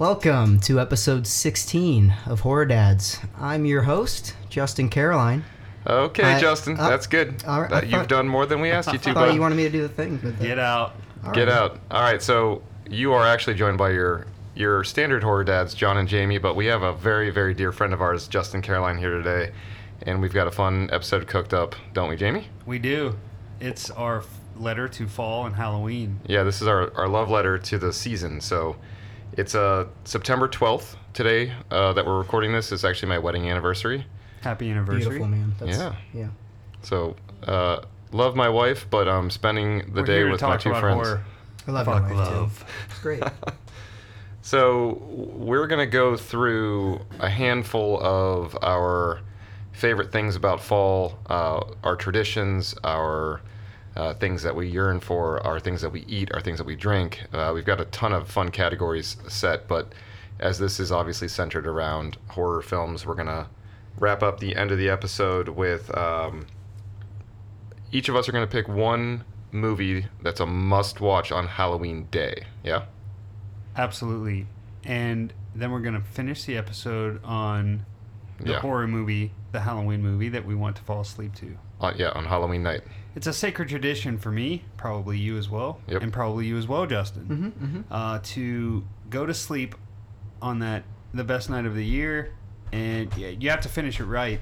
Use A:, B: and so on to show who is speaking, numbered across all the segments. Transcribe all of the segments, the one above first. A: Welcome to episode 16 of Horror Dads. I'm your host, Justin Caroline.
B: Okay,
A: I-
B: Justin,
A: uh,
B: that's good.
A: all right, I
B: That- you've
A: thought-
B: done more than we asked you to.
A: Thought
B: bud.
A: you wanted me to do the thing, but
C: Get out.
A: all
B: Get
A: right.
B: out. All right, so you are actually joined by your your standard horror dads, John and Jamie, but we have a very very dear friend of ours, Justin Caroline, here today, and we've got a fun episode cooked up, don't we, Jamie?
C: We do. It's our f- letter to fall and Halloween.
B: Yeah, this is our, our love letter to the season. So it's uh, September 12th today uh, that we're recording this. It's actually my wedding anniversary.
C: Happy anniversary.
A: Beautiful man. That's,
B: Yeah.
A: Yeah.
B: So uh, love my wife, but I'm spending the
C: We're
B: day
C: here to
B: with my
C: talk
B: two
C: about
B: friends.
C: horror.
A: I love
C: Fuck
A: your wife, too.
C: love.
A: It's great. Mm-hmm,
B: So we're gonna go through a handful of our favorite things about fall, uh, our traditions, our uh, things that we yearn for, our things that we eat, our things that we drink. Uh, we've got a ton of fun categories set, but as this is obviously centered around horror films, we're gonna wrap up the end of the episode with um, each of us are gonna pick one movie that's a must-watch on Halloween day. Yeah.
C: Absolutely. And then we're going to finish the episode on the
B: Yeah.
C: horror movie, the Halloween movie that we want to fall asleep to.
B: Uh, yeah, on Halloween night.
C: It's a sacred tradition for me, probably you as well,
B: Yep.
C: and probably you as well,
A: Mm-hmm.
C: Justin, uh, to go to sleep on that the best night of the year, and y- you have to finish it right.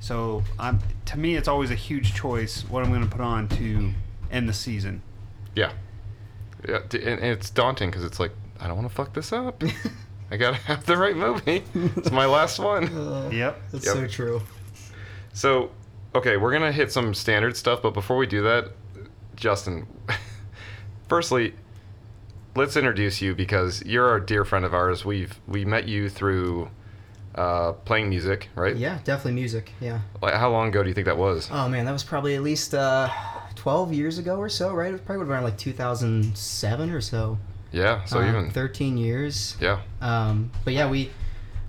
C: So, I'm, to me, it's always a huge choice what I'm going to put on to end the season.
B: Yeah. Yeah, d- and, and it's daunting because it's like I don't want to fuck this up. I gotta have the right movie. It's my last one.
A: Uh,
C: Yep.
A: That's
B: Yep.
A: so true.
B: So, okay, we're gonna hit some standard stuff, but before we do that, Justin, firstly, let's introduce you because you're a dear friend of ours. We've we met you through uh, playing music, right?
A: Yeah, definitely music. Yeah.
B: Like, how long ago do you think that was?
A: Oh man, that was probably at least uh, 12 years ago or so, right? It was probably would have been around like 2007 or so.
B: Yeah. So
A: Uh,
B: even
A: 13 years.
B: yeah.
A: Um, but yeah, we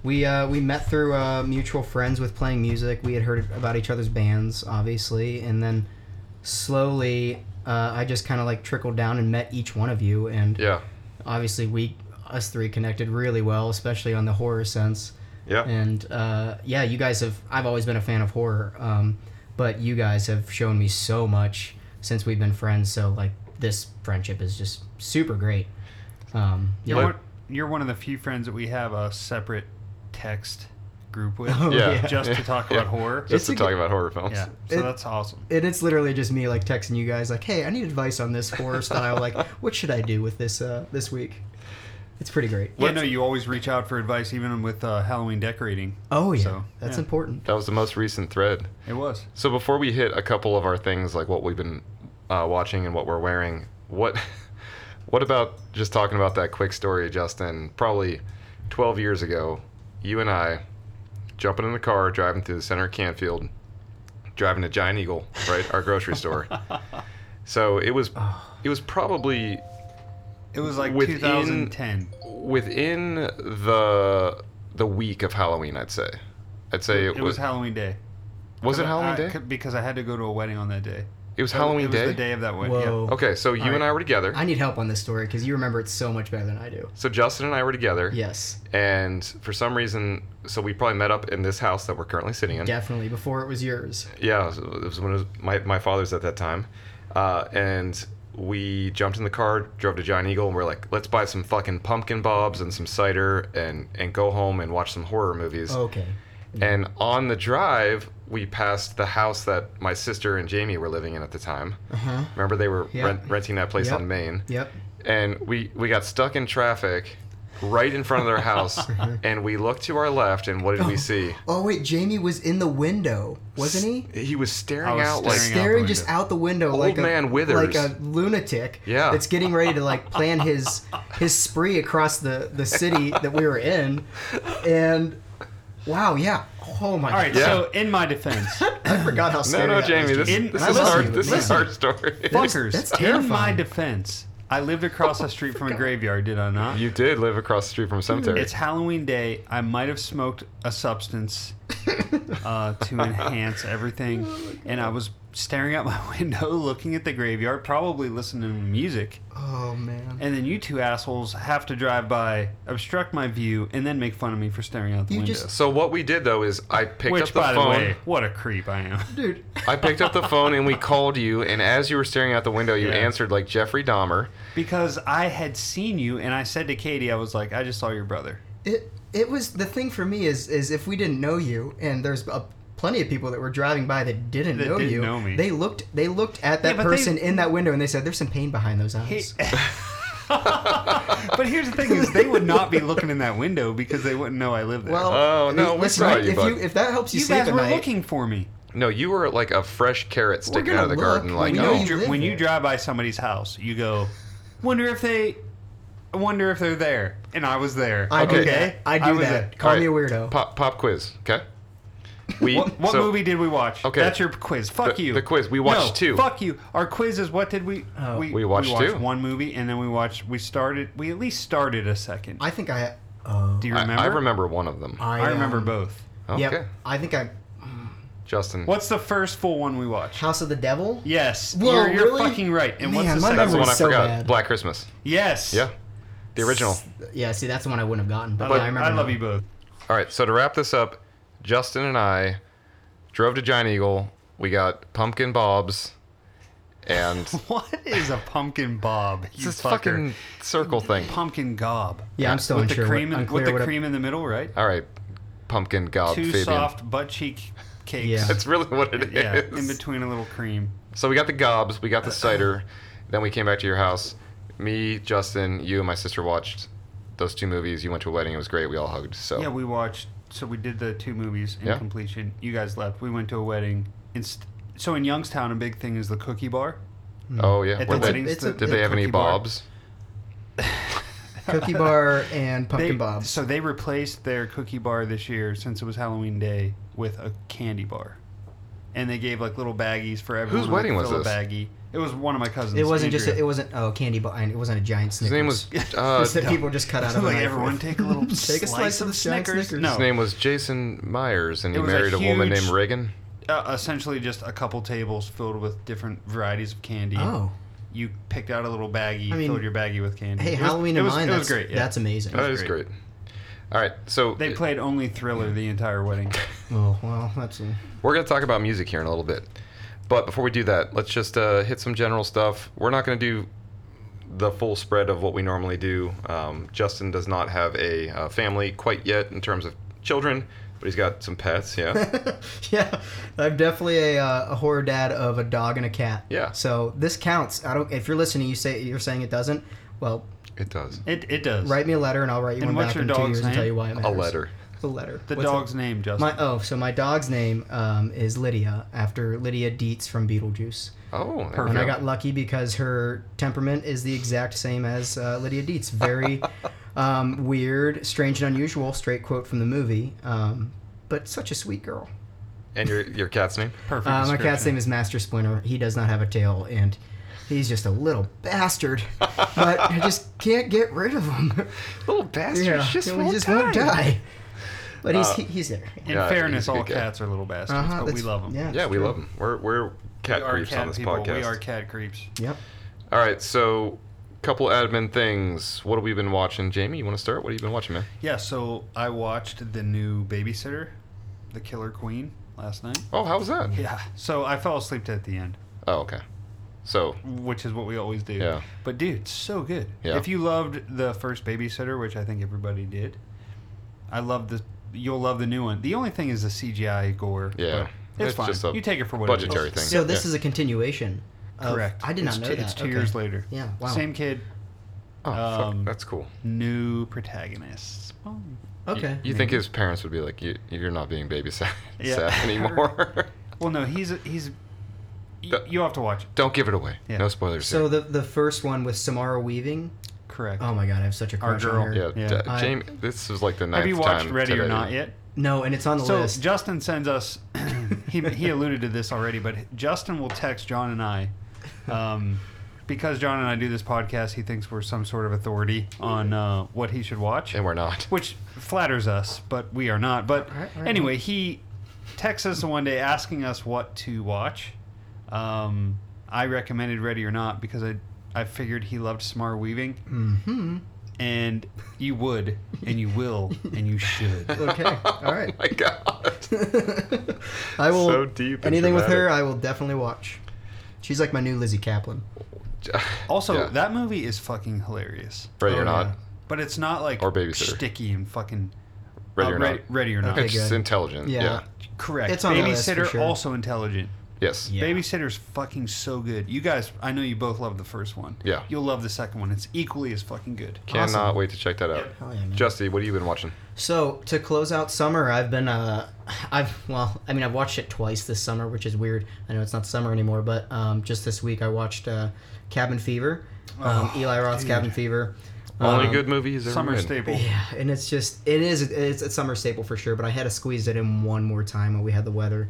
A: we uh, we met through uh, mutual friends with playing music. We had heard about each other's bands, obviously, and then slowly uh, I just kind of like trickled down and met each one of you, and
B: Yeah.
A: obviously we us three connected really well, especially on the horror sense.
B: Yeah.
A: And uh, yeah, you guys have I've always been a fan of horror, um, but you guys have shown me so much since we've been friends. So like this friendship is just super great. Um,
C: You're,
B: Like-
C: one, you're one of the few friends that we have a separate text group with
A: Oh,
B: Yeah.
A: yeah.
C: just to talk
B: Yeah.
C: about horror.
B: Just
A: It's
B: to
A: a
B: talk
A: good-
B: about horror films.
C: Yeah. So
A: It-
C: that's awesome.
A: and it's literally just me like texting you guys like hey i need advice on this horror style like what should i do with this uh this week it's pretty great
C: Yeah, no, you always reach out for advice, even with uh, Halloween decorating.
A: oh yeah
C: So,
A: that's
C: yeah.
A: important
B: That was the most recent thread.
C: It was.
B: So before we hit a couple of our things, like what we've been uh, watching and what we're wearing, what what about just talking about that quick story, Justin? Probably 12 years ago, you and I jumping in the car, driving through the center of Canfield, driving to Giant Eagle, right, our grocery store. So it was it was probably
C: It was like
B: Within-
C: 2010.
B: within the the week of Halloween, I'd say. I'd say it,
C: It
B: was
C: was Halloween Day.
B: was it
C: I-
B: Halloween
C: I-
B: Day?
C: c- Because I had to go to a wedding on that day.
B: It was Halloween
C: it was
B: Day.
C: the day of that wedding.
A: whoa
B: Okay, so you
A: All
B: and
A: right.
B: I were together.
A: i need help on this story because you remember it so much better than i do
B: So Justin and I were together.
A: yes
B: And for some reason, so we probably met up in this house that we're currently sitting in.
A: definitely before it was yours
B: Yeah, so it was when it was my, my father's at that time. Uh, and we jumped in the car, drove to Giant Eagle, and we're like, let's buy some fucking pumpkin bobs and some cider and, and go home and watch some horror movies.
A: okay
B: And on the drive, we passed the house that my sister and Jamie were living in at the time.
A: uh-huh
B: Remember, they were
A: Yeah.
B: rent, renting that place
A: Yep.
B: on Main.
A: yep
B: and we we got stuck in traffic right in front of their house and we looked to our left and what did we see
A: oh wait jamie was in the window wasn't he
B: he was
C: I
B: staring
C: was
B: out like
C: staring
A: staring
C: out the
A: just
C: window.
A: out the window
B: Old
A: like a
B: man Withers.
A: like a lunatic
B: Yeah.
A: that's getting ready to like plan his his spree across the the city that we were in and wow yeah oh my
C: All right,
B: Yeah.
C: so in my defense,
A: i forgot how
B: no
A: scary
B: no
A: that
B: Jamie
A: was.
B: this,
C: In-
B: this
A: I
B: is
A: love
B: our
A: you,
B: this is
A: man.
B: our story
C: fuckers,
A: that's
C: in my
A: terrifying. Oh
C: defense, I lived across the street from a graveyard, did I not?
B: you did live across the street from a cemetery
C: It's Halloween Day. I might have
A: Oh
C: smoked a substance uh, to enhance everything, and I was staring out my window, looking at the graveyard, probably listening to music.
A: Oh man.
C: And then you two assholes have to drive by, obstruct my view, and then make fun of me for staring out the
A: You
C: window.
A: just-
B: So what we did though is I picked
C: Which,
B: up the
C: by
B: phone.
C: the way, what a creep I am.
A: Dude.
B: I picked up the phone and we called you. And as you were staring out the window, you
C: Yeah.
B: answered like Jeffrey Dahmer.
C: Because I had seen you, and I said to Katie, I was like, I just saw your brother.
A: It it was the thing for me is is if we didn't know you and there's a, plenty of people that were driving by that didn't
C: That
A: know
C: didn't
A: you.
C: know me.
A: They looked they looked at that
C: Yeah, but they-
A: person in that window and they said there's some pain behind those eyes.
C: but here's the thing: is they would not be looking in that window because they wouldn't know I lived there.
A: well,
B: Oh,
A: I
B: no,
A: mean,
B: we
A: listen,
B: saw
A: right,
B: you,
A: if
B: bud.
A: you if that helps you,
C: you
A: sleep
C: guys
A: at
C: were
A: night,
C: looking for me.
B: No, you were like a fresh carrot sticking
A: gonna
B: out of the
A: look when
B: garden. Like,
A: we
C: You know,
A: know
B: oh,
A: you
C: dr-
A: live
C: when you
A: there.
C: drive by somebody's house, you go, "Wonder if they, I wonder if they're there." And I was there.
A: I do
B: Okay.
A: that. I do
C: was
A: that.
C: there.
A: Call
B: All
A: me a
B: right.
A: weirdo.
B: Pop, pop quiz. Okay. We
C: What, what
B: so-
C: movie did we watch?
B: Okay.
C: that's your quiz. Fuck
B: The-
C: you.
B: the quiz. We watched
C: No,
B: two.
C: Fuck you. Our quiz is what did we?
A: Oh.
C: We,
B: We watched two.
C: one movie, and then we watched. We started. We at least started a second.
A: I think I oh
C: do you
B: I-
C: remember?
B: I,
C: Uh,
B: remember one of them.
C: I remember
A: um,
C: both.
B: Okay.
A: Yep. I think I
B: Justin.
C: What's the first full one we watched?
A: House of the Devil.
C: Yes,
A: Whoa,
C: you're, you're
A: really?
C: fucking right. And
A: Man,
C: what's the
A: my
B: That's
C: second
B: the one
A: memory's
B: I
C: one?
A: so
B: forgot.
A: bad.
B: Black Christmas.
C: Yes.
B: Yeah. The original.
A: Yeah, see, that's the one I wouldn't have gotten,
C: I
A: but
C: love,
A: I remember.
C: I love
A: now.
C: you both.
B: All right, so to wrap this up, Justin and I drove to Giant Eagle. We got pumpkin bobs, and it's
C: What is a pumpkin bob? You
B: this
C: fucker.
B: fucking circle thing.
C: pumpkin gob.
A: Yeah, I'm still
C: with
A: unsure.
C: the cream
A: what,
C: in,
A: unclear
C: with the
A: what it-
C: cream in the middle, right?
B: All right, pumpkin gob,
C: Two
B: Fabian.
C: soft butt cheek cakes.
A: Yeah.
B: That's really what it is.
C: Yeah, in between a little cream.
B: So we got the gobs, we got the cider, then we came back to your house. Me, Justin, you, and my sister watched those two movies. You went to a wedding; it was great. We all hugged. So
C: Yeah, we watched. So we did the two movies in
B: Oh. Yeah.
C: completion. You guys left. We went to a wedding. Inst- so in Youngstown, a big thing is the cookie bar.
B: oh yeah,
C: At
A: It's a-
B: Were
C: the
B: they-
C: weddings,
A: it's
C: the-
A: a-
B: did they have any
C: cookie bar.
B: bobs?
A: Cookie Bar and
C: They-
A: Pumpkin Bob.
C: So they replaced their cookie bar this year since it was Halloween Day with a candy bar, and they gave like little baggies for everyone.
B: Whose wedding
C: like,
B: was
C: fill a
B: this?
C: Baggie. It was one of my cousins.
A: It wasn't just a,
C: Andrea.
A: it wasn't oh candy bar and it wasn't a giant
B: His
A: Snickers.
B: name was uh,
A: Just that people just cut out
C: So,
A: of
C: like
A: it.
C: everyone take a little
A: Take a slice of
C: the
A: the giant
C: Snickers.
A: Snickers.
C: No,
B: His name was Jason Myers, and
C: It
B: he
C: was a
B: married a, woman
C: huge-
B: named Reagan.
C: uh, essentially just a couple tables filled with different varieties of candy.
A: Oh,
C: you picked out a little baggie,
A: I mean-
C: filled your baggie with candy.
A: hey,
C: It was-
A: Halloween
C: it
A: in
C: was,
A: mind.
C: It
A: That's,
C: was great. yeah.
A: That's amazing.
B: That is
C: great.
B: great. All right, so
C: they played only Thriller the entire wedding.
A: oh well, that's a,
B: we're going to talk about music here in a little bit. But before we do that, let's just uh, hit some general stuff. We're not going to do the full spread of what we normally do. Um, Justin does not have a uh, family quite yet in terms of children, but he's got some pets, yeah.
A: yeah. I'm definitely a, uh, a horror dad of a dog and a cat.
B: Yeah.
A: So this counts. I don't. If you're listening, you say you're saying it doesn't. Well,
B: it does.
C: It it does.
A: write me a letter and I'll write you one
C: And what's
A: back
C: your
A: in two
C: dog's
A: years and tell
C: name?
A: you why it
B: A
A: matters.
B: letter.
A: A letter.
C: The
A: What's it-
C: dog's name, Justin.
A: My oh, so my dog's name um, is Lydia after Lydia Dietz from Beetlejuice.
B: Oh, there we
A: And I
B: go.
A: got lucky because her temperament is the exact same as uh, Lydia Dietz. Very um, weird, strange, and unusual. Straight quote from the movie, um, but such a sweet girl.
B: And your, your cat's name?
C: Perfect.
A: Uh, my cat's
C: description.
A: name is Master Splinter. He does not have a tail, and he's just a little bastard. But I just can't get rid of him.
B: Little bastard.
A: yeah, he just won't die. But he's he, he's there.
C: In
B: Uh, Yeah,
C: fairness,
B: he's a good
C: all
B: guy.
C: cats are little bastards,
A: Uh-huh,
C: but we
A: that's-
C: love them.
A: Yeah,
B: Yeah,
A: it's
B: we
A: true.
B: love him. We're, we're cat
C: we are
B: creeps
C: cat
B: on this
C: people.
B: podcast.
C: We are cat creeps.
A: Yep.
B: All right, so couple admin things. What have we been watching, Jamie? You want to start? What have you been watching, man?
C: Yeah. So I watched the new Babysitter, The Killer Queen, last night.
B: Oh, how was that?
C: Yeah. So I fell asleep at the end,
B: Oh, okay. So
C: which is what we always do.
B: Yeah.
C: But dude, it's so good.
B: Yeah.
C: If you loved the first Babysitter, which I think everybody did, I love the. You'll love the new one. The only thing is the CGI gore.
B: Yeah.
C: but It's,
B: It's
C: fine.
B: just a
C: you take it for what
B: budgetary
C: it is.
B: thing.
A: So this
B: Yeah.
A: is a continuation. Of,
C: Correct.
A: I did not
C: It's
A: know
C: two,
A: that.
C: It's two
A: Okay.
C: years later.
A: Yeah. Wow.
C: Same kid,
B: oh, fuck,
C: um,
B: that's cool.
C: new protagonists. Oh.
B: You-
A: Okay.
B: You, think his parents would be like, you, you're not being babysat
C: Yeah.
B: sat anymore?
C: Well, no, he's a, he's. You,
B: The-
C: you have to watch it.
B: Don't give it away.
C: Yeah.
B: No spoilers.
A: So
B: So
A: the the first one with Samara Weaving.
C: Correct.
A: Oh my god, I have such a
C: Our
A: crush on
C: girl.
A: her.
B: yeah,
C: yeah.
B: d-
A: I-
B: Jamie, this is like the ninth
C: have you watched
B: time
C: Ready or
B: today.
C: Not yet?
A: No, and it's on the
C: So
A: list.
C: Justin sends us. he he alluded to this already, but Justin will text John and I, um, because John and I do this podcast. He thinks we're some sort of authority on uh, what he should watch.
B: And we're not.
C: which flatters us, but we are not. But
A: All right, all right.
C: anyway, he texts us one day asking us what to watch. Um, I recommended Ready or Not because I I figured he loved Samar Weaving,
A: Mm-hmm.
C: and you would, and you will, and you should.
A: Okay. All right.
B: Oh my God.
A: I will.
B: So deep and
A: Anything with her,
B: dramatic.
A: I will definitely watch. She's like my new Lizzie Kaplan.
C: Also,
B: Yeah.
C: that movie is fucking hilarious,
B: Ready
A: Oh,
B: or not?
A: yeah.
C: but it's not like
B: Or Babysitter.
C: sticky and fucking
B: Ready
C: uh,
B: or
C: ready,
B: not?
C: Ready or not.
A: Okay,
B: It's
A: good.
B: intelligent.
A: Yeah.
B: Yeah.
C: Correct.
A: It's on the list for
C: Babysitter
A: sure.
C: also intelligent.
B: Yes.
A: Yeah.
C: Babysitter's fucking so good. You guys, I know you both love the first one.
B: Yeah.
C: You'll love the second one. It's equally as fucking good.
B: Cannot
A: Awesome.
B: wait to check that out.
A: Hell yeah, man.
B: Justy, what have you been watching?
A: So to close out summer, I've been uh, I've well, I mean I've watched it twice this summer, which is weird. I know it's not summer anymore, but um, just this week I watched uh, Cabin Fever, um, Eli Roth's Cabin Fever.
B: Only
A: Um,
B: good movie he's ever
C: Uh, Summer
B: made.
C: staple.
A: Yeah, and it's just it is it's a summer staple for sure. But I had to squeeze it in one more time when we had the weather.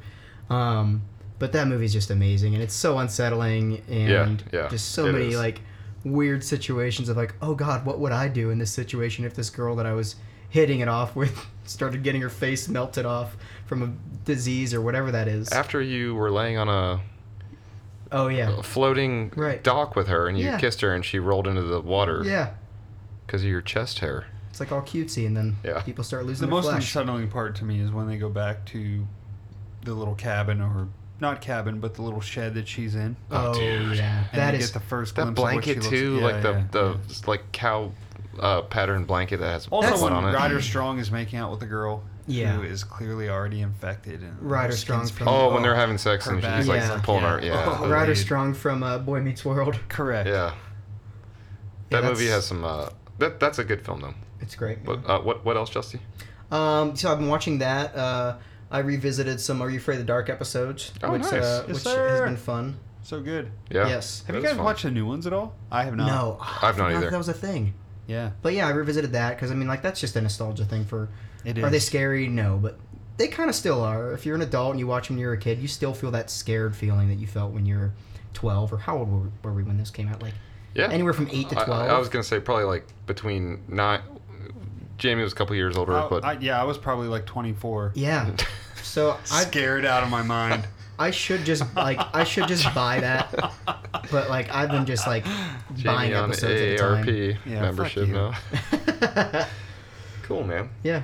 A: Um, but that movie's just amazing, and it's so unsettling, and
B: Yeah, yeah,
A: just so
B: it
A: many
B: is.
A: like weird situations of like, oh God, what would I do in this situation if this girl that I was hitting it off with started getting her face melted off from a disease or whatever that is?
B: After you were laying on a
A: oh yeah,
B: floating
A: Right.
B: dock with her and you
A: Yeah.
B: kissed her and she rolled into the water
A: yeah.
B: because of your chest hair.
A: It's like all cutesy, and then
B: Yeah.
A: people start
C: The
A: losing their
C: most
A: flesh.
C: unsettling part to me is when they go back to the little cabin, or not cabin, but the little shed that she's in.
A: oh
B: dude.
A: yeah,
C: And
A: that
C: they
A: is
C: get the first
B: That
C: glimpse
B: blanket
C: of what she
B: too,
C: looks,
B: like
C: Yeah, yeah.
B: the the like cow uh, pattern blanket that has blood
C: Also, when
B: on it.
C: Ryder Strong is making out with a girl
A: Yeah.
C: who is clearly already infected, and her
A: Ryder
C: skin's
A: Strong
C: pink.
B: oh,
A: Oh,
B: when they're having sex
C: her
B: and
C: back
B: she's like
A: is like,
B: pulling
A: yeah.
B: her. Yeah.
C: Oh,
A: Ryder
C: dude.
A: Strong from uh, Boy Meets World.
C: correct.
B: Yeah.
A: Yeah,
B: That movie
A: that's-
B: has some. Uh, that that's a good film though.
A: It's great. yeah.
B: But uh, what what else, Justy?
A: Um, so I've been watching that. Uh, I revisited some "Are You Afraid of the Dark" episodes,
B: Oh,
A: which,
B: nice.
A: uh,
C: Yes,
A: which has
C: sir.
A: been fun.
C: So good.
B: Yeah.
A: Yes.
C: Have you
B: That is
C: guys
B: fun.
C: watched the new ones at all? I have
A: No,
C: not.
A: I
B: I've not
A: forgot
B: either.
A: That was a thing.
C: Yeah.
A: But yeah, I revisited that because I mean, like, that's just a nostalgia thing for.
C: It is.
A: Are they scary? No, but they kind of still are. If you're an adult and you watch them when you're a kid, you still feel that scared feeling that you felt when you were 12 or how old were, were we when this came out? Like
B: Yeah.
A: anywhere from eight to
B: I-
A: 12.
B: I, I was gonna say probably like between nine. Jamie was a couple years older,
C: Oh,
B: but
C: I, yeah, I was probably like 24.
A: yeah. So I
C: Scared out of my mind.
A: I should just like I should just buy that, but like I've been just like buying
B: Jamie on
A: episodes at a
B: AARP
A: time.
C: Yeah,
B: membership
C: fuck you.
B: now. cool, man.
A: Yeah.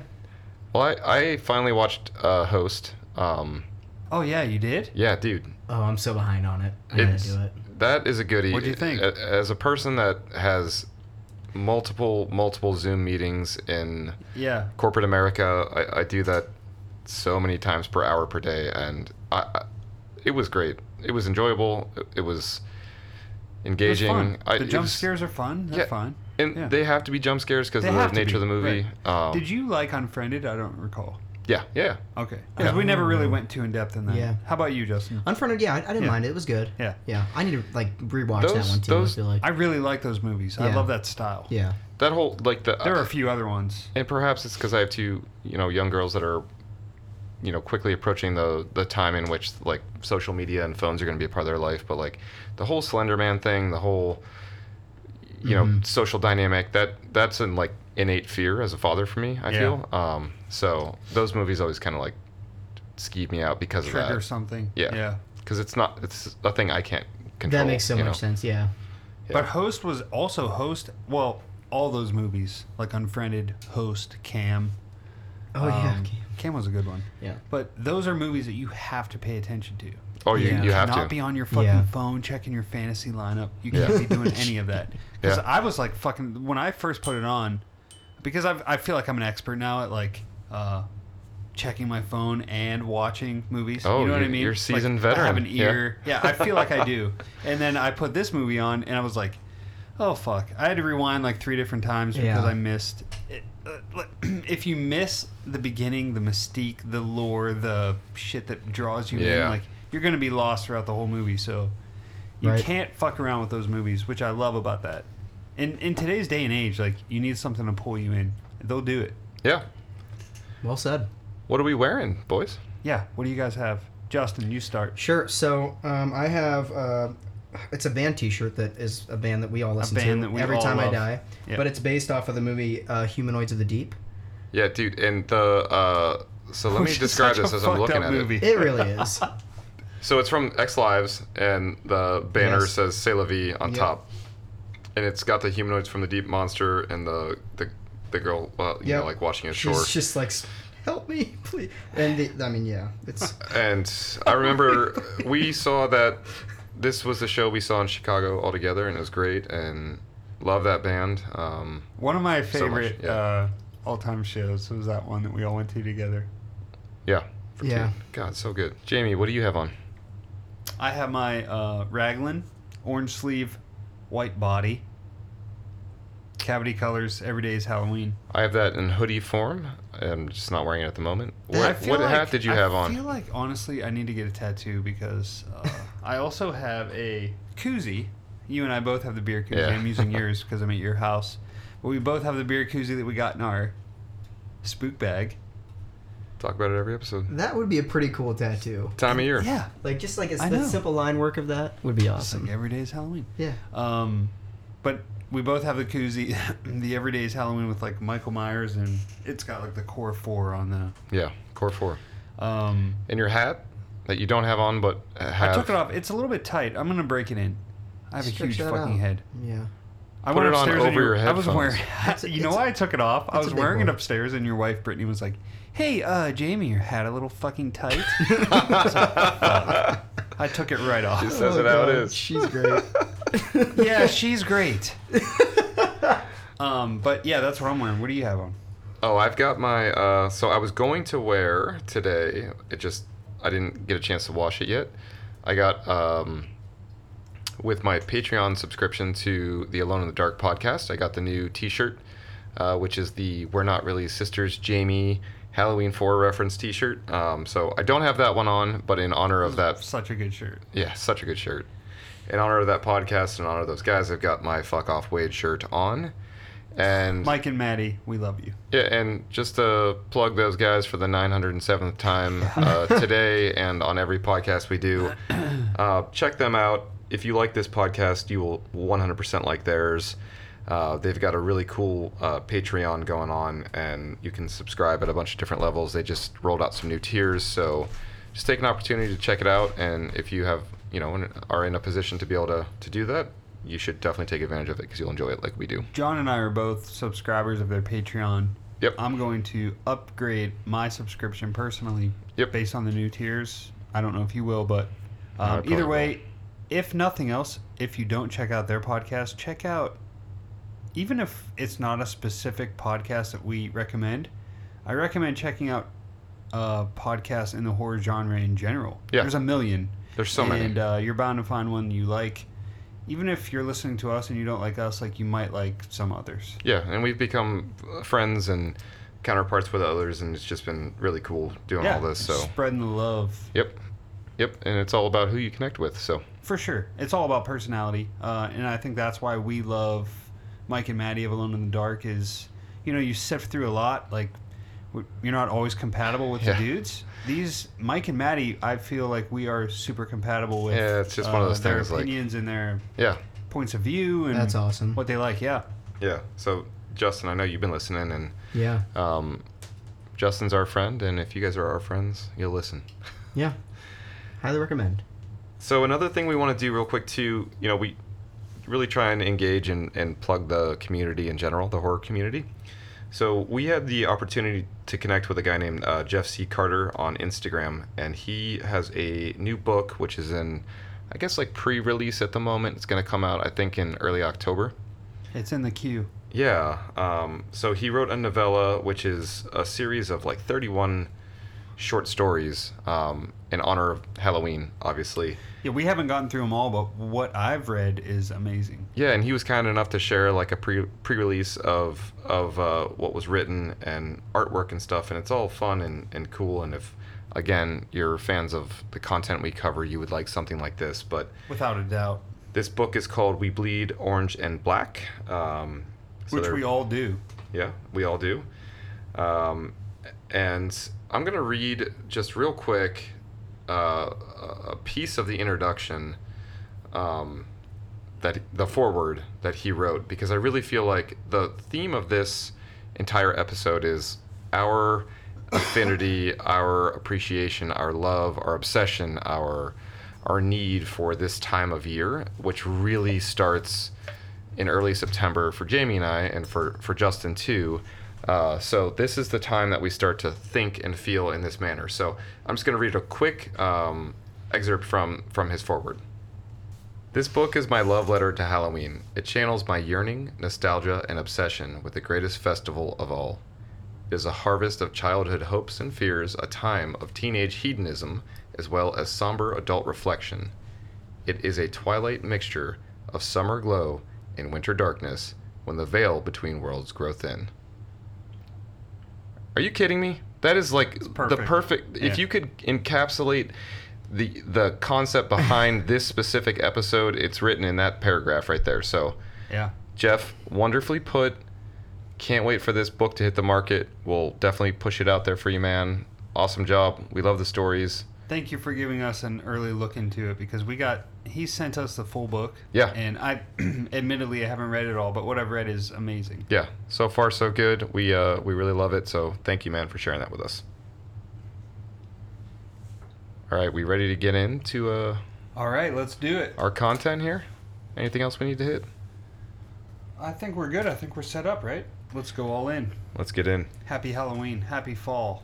B: Well, I, I finally watched uh, Host. Um,
C: oh yeah, you did.
B: yeah, dude,
A: Oh, I'm so behind on it. I gotta
B: It's-
A: do it.
B: that is a goodie.
C: What'd you think?
B: A- As a person that has multiple multiple Zoom meetings in
C: Yeah.
B: corporate America, I, I do that so many times per hour per day, and I, I it was great. It was enjoyable. It, it was
C: It was
B: engaging.
C: fun.
B: I,
C: the
B: it
C: jump
B: was-
C: scares are fun. They're
B: Yeah.
C: fun.
B: and
C: yeah.
B: they have to be jump scares because
C: They
B: of the
C: have to
B: nature
C: be,
B: of the movie. Um,
C: Did you like Unfriended? I don't recall.
B: Yeah, yeah.
C: Okay. Because
B: Yeah.
C: we never really went too in depth in that.
A: Yeah.
C: How about you, Justin?
A: Unfriended, yeah, I, I didn't
C: Yeah.
A: mind it. It was good.
C: Yeah.
A: Yeah. I need to like rewatch that
B: Those-
A: one too.
B: those-
A: I feel like.
C: I really like those movies. I
A: Yeah.
C: love that style.
A: yeah.
B: That whole like the
C: There are a few other ones.
B: and perhaps it's because I have two, you know, young girls that are, you know, quickly approaching the the time in which like social media and phones are going to be a part of their life. But like the whole Slender Man thing, the whole, you know,
A: Mhm.
B: social dynamic that that's an like innate fear as a father for me. I
C: Yeah.
B: feel. Um, so those movies always kind of like skeeve me out because of
C: Trigger
B: that.
C: something.
B: Yeah.
C: Yeah.
B: Because it's not it's a thing I can't control.
A: that makes so
B: you
A: much
B: know.
A: sense. Yeah.
B: Yeah.
C: But Host was also Host. Well, all those movies like Unfriended, Host, Cam.
A: Oh yeah.
C: Um, Cam was a good one.
A: Yeah.
C: But those are movies that you have to pay attention to.
B: Oh, you,
A: Yeah.
B: you have
C: not
B: to.
C: be on your fucking
A: Yeah.
C: phone checking your fantasy lineup. You
B: Yeah.
C: can't be doing any of that. Because
B: Yeah.
C: I was like fucking when I first put it on, because I I feel like I'm an expert now at like uh, checking my phone and watching movies.
B: Oh,
C: you know what I
B: you're-
C: mean?
B: you're
C: Like,
B: seasoned
C: I have
B: veteran.
C: an
B: Yeah.
C: ear. Yeah. I feel like I do. And then I put this movie on, and I was like, oh fuck! I had to rewind like three different times because
A: Yeah.
C: I missed. It, uh, like, if you miss the beginning, the mystique, the lore, the shit that draws you in,
B: Yeah.
C: like you're gonna be lost throughout the whole movie. So you
A: Right.
C: can't fuck around with those movies, which I love about that. In in today's day and age, like you need something to pull you in. They'll do it.
B: Yeah.
A: Well said.
B: What are we wearing, boys?
C: Yeah. What do you guys have, Justin? You start.
A: Sure. So um, I have uh, it's a band T-shirt that is a band that we all listen
C: band
A: to
C: that we
A: every
C: all
A: time
C: love.
A: I die.
C: Yeah.
A: But it's based off of the movie uh, Humanoids of the Deep.
B: Yeah, dude, and the uh, so let me
C: Which is
B: describe
C: Oh, such
B: this
C: a
B: as I'm
C: fucked
B: looking
C: up
B: at
C: movie.
B: it.
A: It really is.
B: So it's from X Lives, and the banner
A: Yes.
B: says "C'est la vie" on
A: Yep.
B: top, and it's got the humanoids from the Deep Monster and the the, the girl, uh, you
A: Yep.
B: know, like watching
A: She's
B: ashore.
A: just like, help me, please. And the, I mean, yeah, it's
B: And I remember we saw that this was the show we saw in Chicago all together, and it was great, and love that band. Um,
C: One of my
B: So much,
C: favorite
B: yeah.
C: uh, all-time shows was that one that we all went to together.
B: yeah, for two.
A: Yeah.
B: God, so good. Jamie, what do you have on?
C: I have my uh, raglan, orange sleeve, white body, cavity colors. Every day is Halloween.
B: I have that in hoodie form. I'm just not wearing it at the moment.
C: I
B: What,
C: feel
B: what
C: like-
B: hat did you have
C: I
B: on?
C: feel like honestly, I need to get a tattoo because uh, I also have a koozie. You and I both have the beer koozie.
B: Yeah.
C: I'm using yours because I'm at your house, but we both have the beer koozie that we got in our spook bag.
B: Talk about it every episode.
A: that would be a pretty cool tattoo.
B: Time of year.
C: Yeah,
A: Like just like it's
C: I
A: the
C: know.
A: simple line work of that would be
C: it's
A: awesome.
C: like every day is Halloween.
A: yeah.
C: Um, but we both have the koozie. the everyday is Halloween with like Michael Myers, and it's got like the core four on the.
B: Yeah, core four.
C: Um,
B: And your hat that you don't have on, but have.
C: I took it off. It's a little bit tight. I'm gonna break it in. I have
A: Stretch
C: a huge
A: that
C: fucking
A: out.
C: head.
A: Yeah.
C: I
B: Put it on
C: and
B: over
C: you-
B: your
C: I was
B: headphones.
C: wearing.
A: It's a-
C: you know
A: it's a-
C: why I took it off? I
A: it's a
C: was
A: big
C: wearing
A: one.
C: it upstairs, and your wife Brittany was like, "Hey, uh, Jamie, your hat a little fucking tight." I, was like, "Fuck." I took it right off.
B: She says it how it is.
A: Oh, She's great.
C: yeah, she's great. um, but yeah, that's what I'm wearing. What do you have on?
B: Oh, I've got my. Uh, so I was going to wear today. It just I didn't get a chance to wash it yet. I got um, with my Patreon subscription to the Alone in the Dark podcast. I got the new T-shirt, uh, which is the "We're Not Really Sisters" Jamie Halloween Four reference T-shirt. Um, so I don't have that one on, but in honor of that
C: Such a good shirt.
B: Yeah, such a good shirt. In honor of that podcast, in honor of those guys, I've got my "fuck off Wade" shirt on, and
C: Mike and Maddie, we love you.
B: yeah, and just to plug those guys for the 907th time uh, today and on every podcast we do, uh, check them out. If you like this podcast, you will 100% like theirs. Uh, they've got a really cool uh, Patreon going on, and you can subscribe at a bunch of different levels. They just rolled out some new tiers, so just take an opportunity to check it out. And if you have, you know, and are in a position to be able to, to do that, you should definitely take advantage of it because you'll enjoy it like we do.
C: John and I are both subscribers of their Patreon.
B: Yep.
C: I'm going to upgrade my subscription personally
B: Yep.
C: based on the new tiers. I don't know if you will, but
B: I
C: um,
B: probably
C: either way, if nothing else, if you don't check out their podcast, check out, even if it's not a specific podcast that we recommend, I recommend checking out uh, podcasts in the horror genre in general.
B: Yeah.
C: There's a million.
B: There's so many.
C: and uh, you're bound to find one you like. Even if you're listening to us and you don't like us, like you might like some others.
B: Yeah, and we've become uh, friends and counterparts with others, and it's just been really cool doing all this. So,
C: spreading the love
B: yep, yep, and it's all about who you connect with. So,
C: for sure. It's all about personality, uh, and I think that's why we love Mike and Maddie of Alone in the Dark. Is you know you sift through a lot. Like w- you're not always compatible with
B: Yeah.
C: the dudes. These Mike and Maddie, I feel like we are super compatible with. uh,
B: Yeah, it's just one of those
C: their
B: things, like-
C: opinions and their
B: yeah,
C: points of view and
A: That's awesome.
C: what they like. Yeah,
B: yeah. So, Justin, I know you've been listening, and
A: Yeah.
B: um, Justin's our friend, and if you guys are our friends, you'll listen.
A: Yeah. Highly recommend.
B: So another thing we want to do real quick too, you know, we really try and engage and, and plug the community in general, the horror community. So we had the opportunity to connect with a guy named uh, Jeff C. Carter on Instagram, and he has a new book which is in, I guess, like pre-release at the moment. It's going to come out, I think, in early October.
C: it's in the queue.
B: Yeah. Um, so he wrote a novella, which is a series of like 31 short stories um, in honor of Halloween, obviously.
C: Yeah, we haven't gotten through them all, but what I've read is amazing.
B: Yeah, and he was kind enough to share like a pre pre release of of uh, what was written and artwork and stuff, and it's all fun and, and cool. And if again you're fans of the content we cover, you would like something like this. But
C: Without a doubt,
B: this book is called "We Bleed Orange and Black," um, so
C: which
B: there-
C: we all do.
B: yeah, we all do. Um, and I'm going to read just real quick uh, a piece of the introduction um, that the foreword that he wrote because I really feel like the theme of this entire episode is our affinity, our appreciation, our love, our obsession, our our need for this time of year, which really starts in early September for Jamie and I, and for, for Justin too. Uh, so this is the time that we start to think and feel in this manner. So I'm just going to read a quick um, excerpt from from his foreword. This book is my love letter to Halloween. It channels my yearning, nostalgia, and obsession with the greatest festival of all. It is a harvest of childhood hopes and fears, a time of teenage hedonism, as well as somber adult reflection. It is a twilight mixture of summer glow and winter darkness when the veil between worlds grow thin. Are you kidding me? That is like the
C: perfect.
B: perfect. If
C: Yeah.
B: you could encapsulate the the concept behind this specific episode, it's written in that paragraph right there. So,
C: Yeah.
B: Jeff, wonderfully put. Can't wait for this book to hit the market. We'll definitely push it out there for you, man. Awesome job. We love the stories.
C: Thank you for giving us an early look into it because we got he sent us the full book.
B: Yeah.
C: And I admittedly I haven't read it all, but what I've read is amazing.
B: Yeah, so far so good. We uh, we really love it. So thank you, man, for sharing that with us. All right, we ready to get into uh,
C: All right, let's do it.
B: our content here? Anything else we need to hit?
C: I think we're good. I think we're set up, right? Let's go all in.
B: Let's get in.
C: Happy Halloween. Happy fall.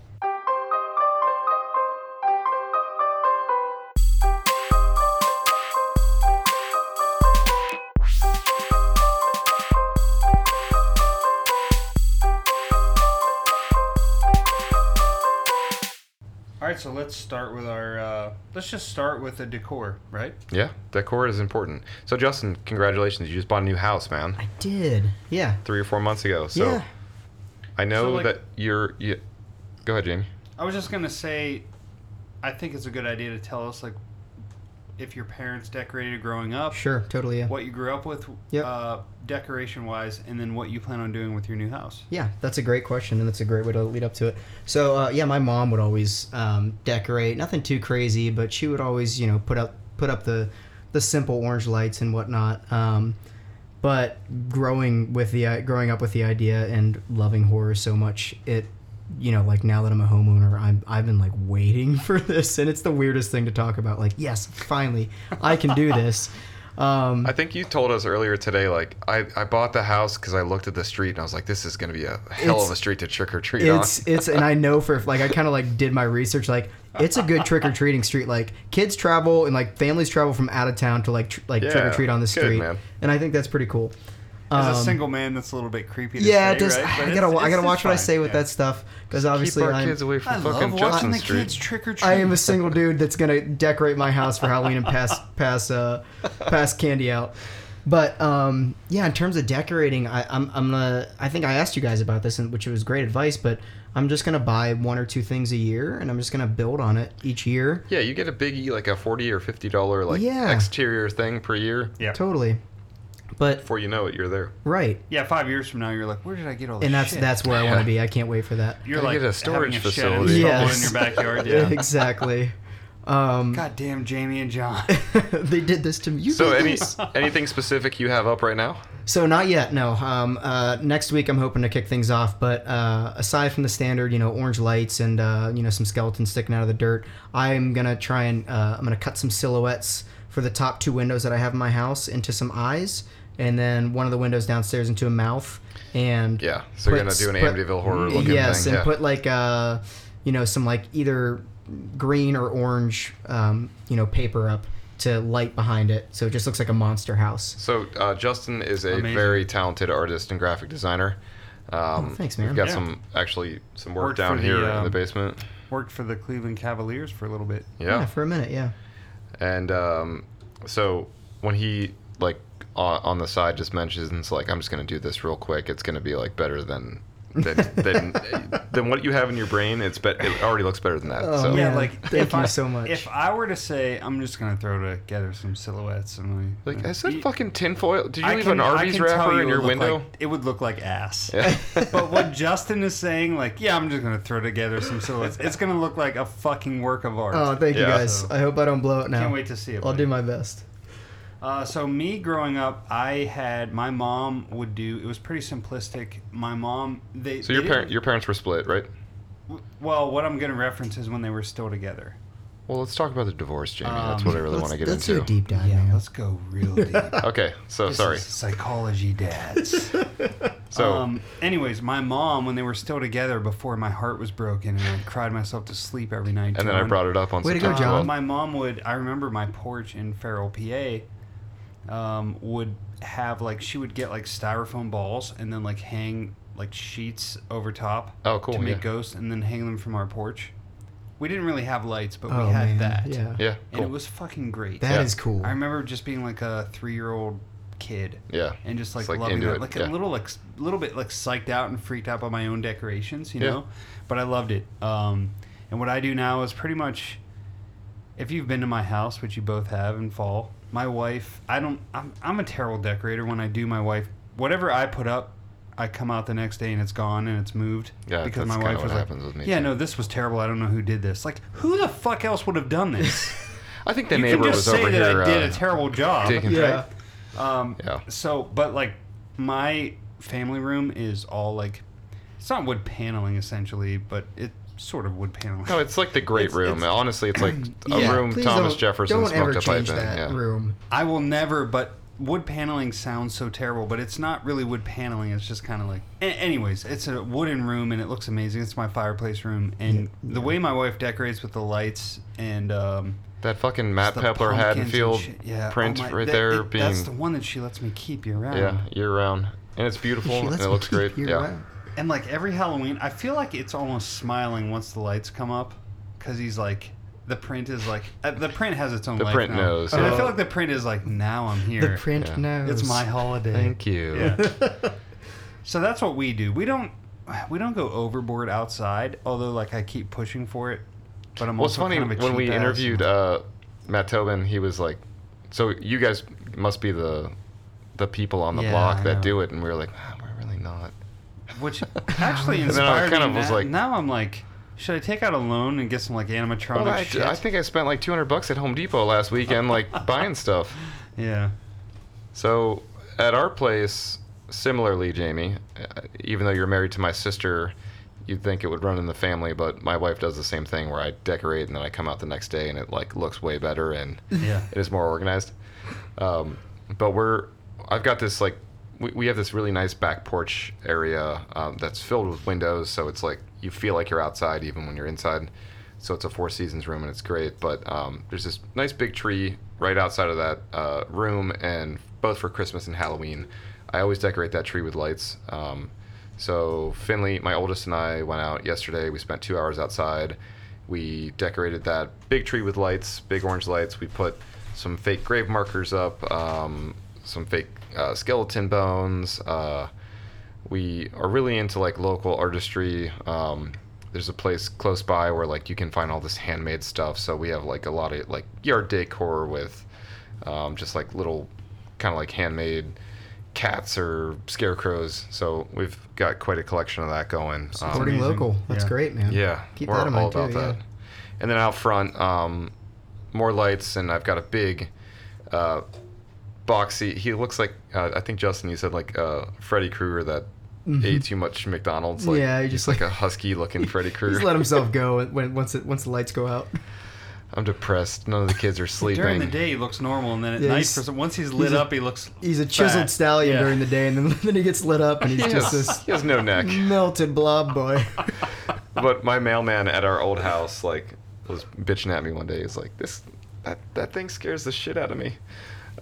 C: All right, so let's start with our. Uh, let's just start with the decor, right?
B: Yeah, decor is important. So Justin, congratulations! You just bought a new house, man.
A: I did. Yeah.
B: Three or four months ago. So
A: yeah.
B: I know
C: So, like-
B: that you're. You, go ahead, Jamie.
C: I was just gonna say, I think it's a good idea to tell us like if your parents decorated growing up,
A: Sure. Totally. Yeah.
C: what you grew up with,
A: Yep.
C: uh, decoration wise, and then what you plan on doing with your new house.
A: Yeah, that's a great question, and that's a great way to lead up to it. So, uh, yeah, my mom would always um, decorate, nothing too crazy, but she would always, you know, put up put up the the simple orange lights and whatnot. Um, but growing with the i- growing up with the idea and loving horror so much, it you know, like now that I'm a homeowner, I'm I've been like waiting for this, and it's the weirdest thing to talk about. Like, yes, finally, I can do this. Um,
B: I think you told us earlier today, like I, I bought the house because I looked at the street and I was like, this is going to be a hell
A: It's-
B: of a street to trick or treat on.
A: it's it's and I know for like I kind of like did my research like it's a good trick or treating street like kids travel and like families travel from out of town to like tr- like
B: Yeah,
A: trick or treat on the
B: good,
A: street
B: man.
A: and I think that's pretty cool.
C: As a
A: Um,
C: single man, that's a little bit creepy. To
A: yeah,
C: say,
A: it does.
C: right? But
A: I
C: it's-
A: gotta wa- I gotta
C: it's just
A: watch what I
C: fine,
A: say with
C: yeah.
A: that stuff because obviously
B: Keep our
A: I'm
B: kids away
C: I
B: from
C: love
B: fucking
C: watching
B: Justin
C: the
B: Street.
C: kids trick or treat.
A: I am a single dude that's gonna decorate my house for Halloween and pass pass uh pass candy out. But um, yeah, in terms of decorating, I, I'm I'm gonna. I think I asked you guys about this, and which was great advice. But I'm just gonna buy one or two things a year, and I'm just gonna build on it each year.
B: Yeah, you get a biggie like a forty or fifty dollar like
A: Yeah.
B: exterior thing per year.
C: Yeah.
A: Totally. But
B: Before you know it, you're there.
A: right,
C: Yeah, five years from now, you're like, where did I get all this?
A: and that's
C: shit?
A: that's where I want
B: Yeah.
A: to be. I can't wait for that.
C: You're
B: Gotta
C: like
B: get a storage
C: having a shed
B: facility.
C: installed
A: Yes.
C: in your backyard. Yeah.
A: exactly. Um,
C: Goddamn, Jamie and John.
A: they did this to me. You
B: So
A: did
B: any
A: this.
B: anything specific you have up right now?
A: So not yet, no. Um, uh, next week I'm hoping to kick things off, but uh, aside from the standard, you know, orange lights and uh, you know some skeletons sticking out of the dirt, I'm gonna try and uh, I'm gonna cut some silhouettes for the top two windows that I have in my house into some eyes, and then one of the windows downstairs into a mouth, and
B: Yeah. So you're
A: Put-
B: gonna do an
A: put-
B: Amityville horror looking
A: yes,
B: thing.
A: and
B: yeah.
A: put like uh, you know, some like either green or orange, um, you know, paper up to light behind it, so it just looks like a monster house.
B: So uh, Justin is a
C: Amazing.
B: very talented artist and graphic designer. Um,
A: Oh, thanks,
B: We've
A: man.
B: got
C: Yeah.
B: some actually some work
C: Worked
B: down
C: for the,
B: here in
C: um,
B: the basement.
C: Worked for the Cleveland Cavaliers for a little bit.
A: yeah
B: yeah.
A: for a minute, yeah.
B: And um, so when he like on, on the side just mentions like I'm just gonna do this real quick. It's gonna be like better than than than, than what you have in your brain. It's bet it already looks better than that.
A: Oh,
B: so
A: man.
C: Yeah, like
A: thank
C: if
A: you
C: I,
A: so much.
C: If I were to say, I'm just gonna throw together some silhouettes and like,
B: like I said,
C: You-
B: fucking tinfoil. Did you
C: I
B: leave
C: can-
B: an
C: I
B: Arby's
C: can tell you
B: wrapper
C: it
B: in your
C: looked
B: window?
C: like- it would look like ass.
B: Yeah.
C: but what Justin is saying, like, yeah, I'm just gonna throw together some silhouettes. It's gonna look like a fucking work of art.
A: Oh, thank you
B: Yeah.
A: guys.
C: So-
A: I hope I don't blow it now.
C: Can't wait to see it.
A: I'll
C: buddy.
A: do my best.
C: Uh, so me growing up, I had my mom would do. It was pretty simplistic. My mom, they.
B: so your
C: they didn't-
B: parent your parents were split, right?
C: Well, what I'm gonna reference is when they were still together.
B: Well, let's talk about the divorce, Jamie. That's
C: Um,
B: what I really want
A: let's,
B: to get
A: let's
B: into.
A: do a deep dive, man.
C: let's go real deep.
B: Okay, so
C: This
B: sorry.
C: is psychology dads.
B: So
C: um, anyways, my mom, when they were still together before my heart was broken and I cried myself to sleep every night.
B: and then I
C: John,
B: brought it up on
A: Way to go,
B: September
A: John.
C: Uh,
B: 12th.
C: my mom would. I remember my porch in Farrell, PA, um, would have like she would get like styrofoam balls and then like hang like sheets over top.
B: Oh, cool,
C: To make
B: yeah.
C: ghosts and then hang them from our porch. We didn't really have lights, but
A: Oh,
C: we had
A: man.
C: that.
A: Yeah. that is
B: Yeah,
C: And
B: cool.
C: it was fucking great.
B: Yeah.
A: cool.
C: I remember just being like a three-year-old kid
B: yeah,
C: and just like,
B: It's, like,
C: loving
B: into
C: that,
B: it,
C: like
B: yeah.
C: a little like s- little bit like psyched out and freaked out by my own decorations, you
B: Yeah.
C: know. But I loved it. Um, and what I do now is pretty much, if you've been to my house, which you both have in fall, my wife, I don't, I'm, I'm a terrible decorator. When I do, my wife, whatever I put up, I come out the next day and it's gone and it's moved.
B: Yeah, that's
C: because my
B: kinda
C: wife
B: what
C: was like,
B: happens with me,
C: yeah,
B: too."
C: no, this was terrible. I don't know who did this. Like, who the fuck else would have done this?
B: I think the
C: you
B: neighbor
C: can just
B: was
C: say
B: over
C: that
B: here.
C: I did
B: uh,
C: a terrible job.
B: taking-
A: yeah.
B: Right?
C: Um,
B: Yeah.
C: So, but like my family room is all like, it's not wood paneling essentially, but it's sort of wood paneling.
B: no, it's like the great
C: It's-
B: room.
C: it's-
B: Honestly, it's like a
A: Yeah,
B: room
A: please
B: Thomas
A: don't-
B: Jefferson
A: don't
B: smoked
A: ever
B: a pipe
A: change
B: in.
A: that
B: yeah.
A: room.
C: I will never, but wood paneling sounds so terrible, but it's not really wood paneling. It's just kind of like, a- anyways, it's a wooden room and it looks amazing. It's my fireplace room. And the way my wife decorates with the lights and, um,
B: That fucking Matt
C: the
B: Pepler
C: pumpkins and
B: Haddonfield
C: shit. yeah, oh
B: print
C: my-
B: right
C: that-
B: there
C: it-
B: being
C: That's the one that she lets me keep year round.
B: yeah year round, and it's beautiful and it looks great. Yeah,
C: And like every Halloween, I feel like it's almost smiling once the lights come up, because he's like, the print is like, uh, the print has its own.
B: The
C: life
B: print
C: now.
B: knows,
C: And
A: yeah.
C: I feel like the print is like, now I'm here.
A: The print
B: Yeah.
A: knows.
C: It's my holiday.
B: thank you.
C: Yeah. so that's what we do. We don't, we don't go overboard outside. Although like I keep pushing for it, but I'm
B: Well, it's
C: also
B: funny
C: kind of a
B: when we
C: cheap ass.
B: interviewed uh, Matt Tobin, he was like, "So you guys must be the the people on the
C: Yeah,
B: block
C: I
B: that
C: know.
B: do it," and we were like, ah, "We're really not."
C: which actually
B: And then I
C: inspired
B: kind
C: me.
B: of was
C: na-
B: like-
C: now I'm like, should I take out a loan and get some like animatronic
B: Well, I,
C: shit?
B: I think I spent like 200 bucks at Home Depot last weekend, like buying stuff.
C: yeah.
B: So at our place, similarly, Jamie, uh, even though you're married to my sister, you'd think it would run in the family, but my wife does the same thing where I decorate and then I come out the next day and it like looks way better and
C: Yeah.
B: it is more organized. Um, but we're, I've got this like, we, we have this really nice back porch area um, that's filled with windows, so it's like you feel like you're outside even when you're inside. So it's a Four Seasons room and it's great. But um, there's this nice big tree right outside of that uh, room, and both for Christmas and Halloween, I always decorate that tree with lights. Um, so Finley, my oldest, and I went out yesterday. We spent two hours outside. We decorated that big tree with lights, big orange lights. We put some fake grave markers up, um, some fake uh, skeleton bones. Uh, we are really into like local artistry. Um, there's a place close by where like you can find all this handmade stuff. So we have like a lot of like yard decor with um, just like little kind of like handmade cats or scarecrows. So we've got quite a collection of that going. Um,
A: Supporting
C: amazing.
A: local. That's
C: Yeah.
A: great, man.
B: yeah,
A: Keep
B: we're
A: that in
B: all
A: mind too,
B: about
A: yeah.
B: that. And then out front, um, more lights, and I've got a big uh, boxy. He looks like uh, I think Justin. You said like uh, Freddy Krueger that
C: Mm-hmm.
B: ate too much McDonald's. Like,
A: Yeah, he
B: he's
A: just
B: like,
A: like-
B: a husky looking Freddy
A: He's
B: Krueger.
A: let himself go when once it, once the lights go out.
B: I'm depressed. None of the kids are sleeping.
C: During the day, he looks normal, and then at
A: Yeah,
C: night,
A: he's-
C: for some, once he's lit
A: a-
C: up, he looks.
A: He's a chiseled
C: fat.
A: stallion
C: Yeah.
A: during the day, and then, then he gets lit up, and he's
B: he,
A: just
B: has,
A: this
B: he has no neck.
C: Mm.
A: melted blob boy.
B: But my mailman at our old house like was bitching at me one day. He's like, this that that thing scares the shit out of me.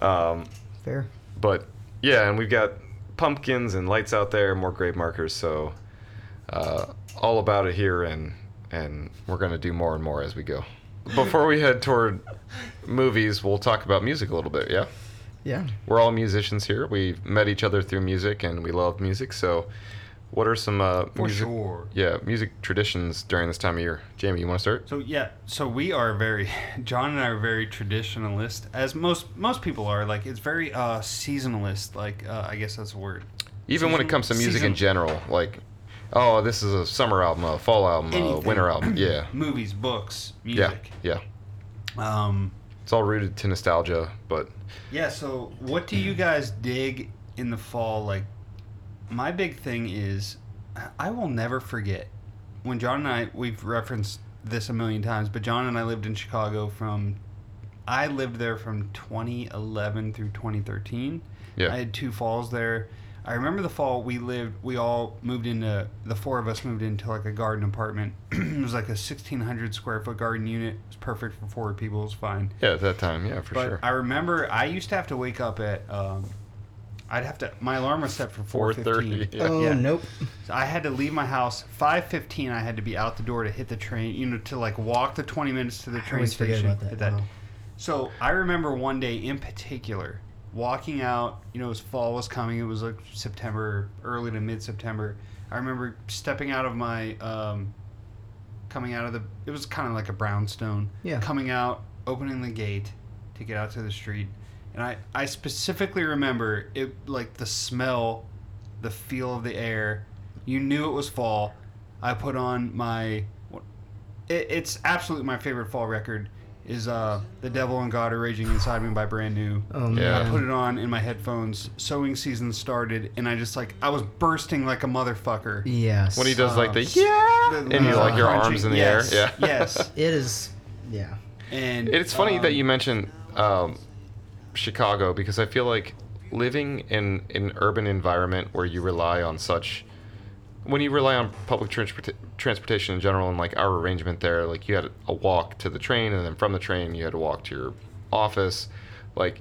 B: Um,
A: Fair.
B: but yeah, and we've got pumpkins and lights out there, more grave markers. So uh, all about it here, and and we're gonna do more and more as we go. Before we head toward movies, we'll talk about music a little bit. Yeah,
A: Yeah.
B: we're all musicians here. We met each other through music, and we love music. So, what are some uh,
C: For
B: music?
C: sure.
B: Yeah, music traditions during this time of year. Jamie, you want to start?
C: So yeah, so we are very, John and I are very traditionalist, as most most people are. Like it's very uh seasonalist. Like uh, I guess that's a word.
B: Even when it
C: Season-
B: comes to music in
C: season-
B: general, like, oh, this is a summer album, a fall album, a
C: Anything.
B: winter album. Yeah,
C: Movies, books,
B: yeah,
C: music.
B: yeah.
C: Um,
B: It's all rooted to nostalgia, but
C: Yeah, so what do you guys dig in the fall? Like, my big thing is I will never forget when John and I, we've referenced this a million times, but John and I lived in Chicago from. I lived there from 2011 through 2013.
B: Yeah.
C: I had two falls there. I remember the fall we lived. We all moved into the four of us moved into like a garden apartment. it was like a 1600 square foot garden unit. It was perfect for four people. It was fine.
B: Yeah, at that time, yeah, for
C: but
B: sure.
C: I remember I used to have to wake up at. Um, I'd have to. My alarm was set for 4:15.
B: 4:30. Yeah.
A: oh
C: yeah.
A: nope.
C: So I had to leave my house 5:15. I had to be out the door to hit the train, you know, to like walk the 20 minutes to the
A: I
C: train
A: always forget
C: station.
A: about that.
C: Hit that.
A: Wow.
C: So I remember one day in particular walking out. You know, as fall was coming, it was like September, early to mid September. I remember stepping out of my, um, coming out of the. It was kind of like a brownstone.
A: Yeah.
C: Coming out, opening the gate to get out to the street, and I I specifically remember it like the smell, the feel of the air. You knew it was fall. I put on my it, it's absolutely my favorite fall record is uh the devil and god are raging inside me by brand new
A: Oh
B: Yeah.
A: man.
C: i put it on in my headphones sewing season started and i just like i was bursting like a motherfucker
A: yes.
B: when he does like
C: Um,
B: the yeah,
C: The-
B: and you
C: the
B: like your
C: crunching-
B: arms in the
C: yes,
B: air, yeah.
C: yes
A: It is. Yeah.
C: and
B: It's funny
C: um,
B: that you mentioned um, Chicago because I feel like living in an urban environment where you rely on such when you rely on public transport transportation in general and like our arrangement there like you had a walk to the train and then from the train you had to walk to your office like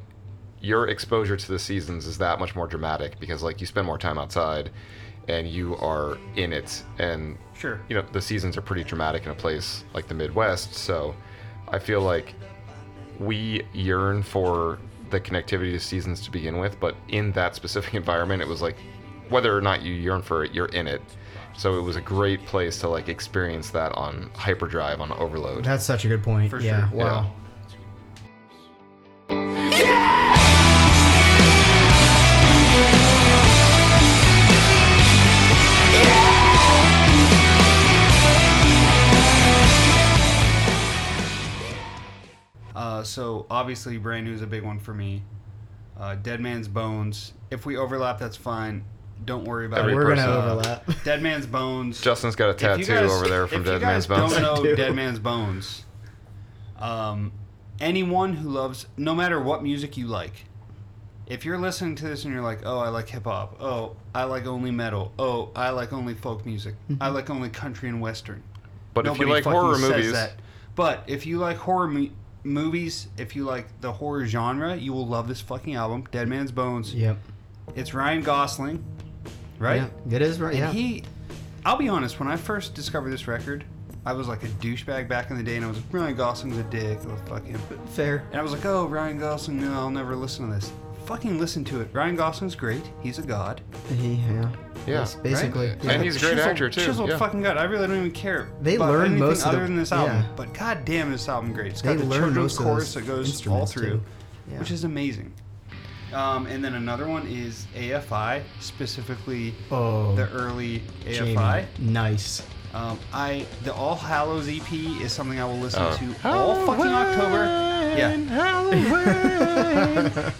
B: your exposure to the seasons is that much more dramatic because like you spend more time outside and you are in it and
C: sure
B: you know the seasons are pretty dramatic in a place like the Midwest. So I feel like we yearn for the connectivity to seasons to begin with, but in that specific environment, it was like whether or not you yearn for it, you're in it. So it was a great place to like experience that on hyperdrive on overload.
A: That's such a good point.
C: For
A: yeah.
C: sure.
A: Wow.
B: Yeah.
C: Uh, so obviously, brand new is a big one for me. Uh, Dead Man's Bones. If we overlap, that's fine. Don't worry about
B: Every
C: it. Uh,
A: We're gonna
B: person.
A: overlap.
C: Dead Man's Bones.
B: Justin's got a
C: If
B: tattoo
C: you guys-
B: over there from
C: if you
B: Dead
C: guys
B: Man's Bones.
C: Don't
A: I do.
C: know Dead Man's Bones. Um, anyone who loves, no matter what music you like, if you're listening to this and you're like, oh, I like hip hop. Oh, I like only metal. Oh, I like only folk music. I
A: Mm-hmm.
C: like only country and western.
B: But if you
C: Nobody
B: like
C: fucking
B: horror
C: says
B: movies,
C: that. But if you like horror mu- movies, if you like the horror genre, you will love this fucking album, Dead Man's Bones.
A: Yep.
C: It's Ryan Gosling, right?
A: Yeah. It is right. Yeah.
C: And he, I'll be honest, when I first discovered this record, I was like a douchebag back in the day, and I was like, Ryan Gosling's a dick, oh, fuck him.
A: Fair.
C: And I was like, oh, Ryan Gosling, no, I'll never listen to this. Fucking listen to it. Ryan Gosling's great. He's a god.
A: He, yeah.
B: Yeah.
A: Yes, basically.
C: Right?
A: Yeah.
B: And he's a great
C: Chiseled-
B: actor, too,
C: Chiseled
B: yeah.
C: fucking god. I really don't even care.
A: They
C: about
A: learn
C: anything
A: most of
C: other
A: the-
C: than this album.
A: yeah.
C: But goddamn, this album great. It's
A: They
C: got the
A: learn most
C: children's
A: of those
C: chorus that goes all
A: instruments,
C: through,
A: too. Yeah.
C: which is amazing. Um, and then another one is AFI, specifically
A: Oh,
C: the early
A: Jamie.
C: AFI.
A: Nice.
C: Um, I the All Hallows EP is something I will listen
B: Oh.
C: to all fucking October. Yeah,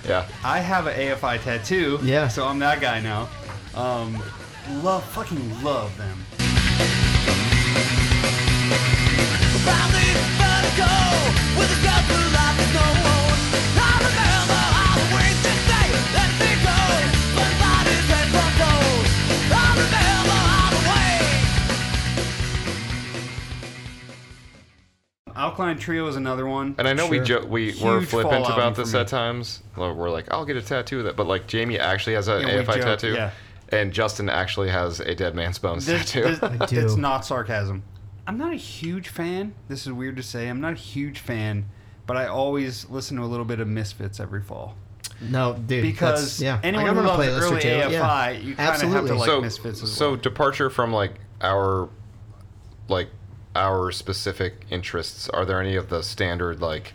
B: yeah,
C: I have an AFI tattoo.
A: Yeah.
C: so I'm that guy now. Um, love, fucking love them. Alkaline Trio is another one.
B: And I know we
A: Sure.
B: jo- we were
C: Huge
B: flippant
C: fallout
B: about
C: for
B: this
C: me.
B: at times. Like, We're like, I'll get a tattoo of that, but like Jamie actually has an
C: Yeah, we
B: AFI
C: joke,
B: tattoo,
C: yeah.
B: and Justin actually has a Dead Man's Bones
C: This,
B: tattoo.
C: this-
A: do.
C: It's not sarcasm. I'm not a huge fan. This is weird to say. I'm not a huge fan, but I always listen to a little bit of Misfits every fall.
A: No, dude.
C: Because
A: that's- yeah.
C: anyone
A: I got
C: who
A: my
C: loves
A: playlist or
C: early
A: two,
C: AFI,
A: yeah.
C: you kinda have to,
A: Absolutely.
C: like-
B: so
C: Misfits as
B: so
C: well.
B: departure from like our like our specific interests. Are there any of the standard like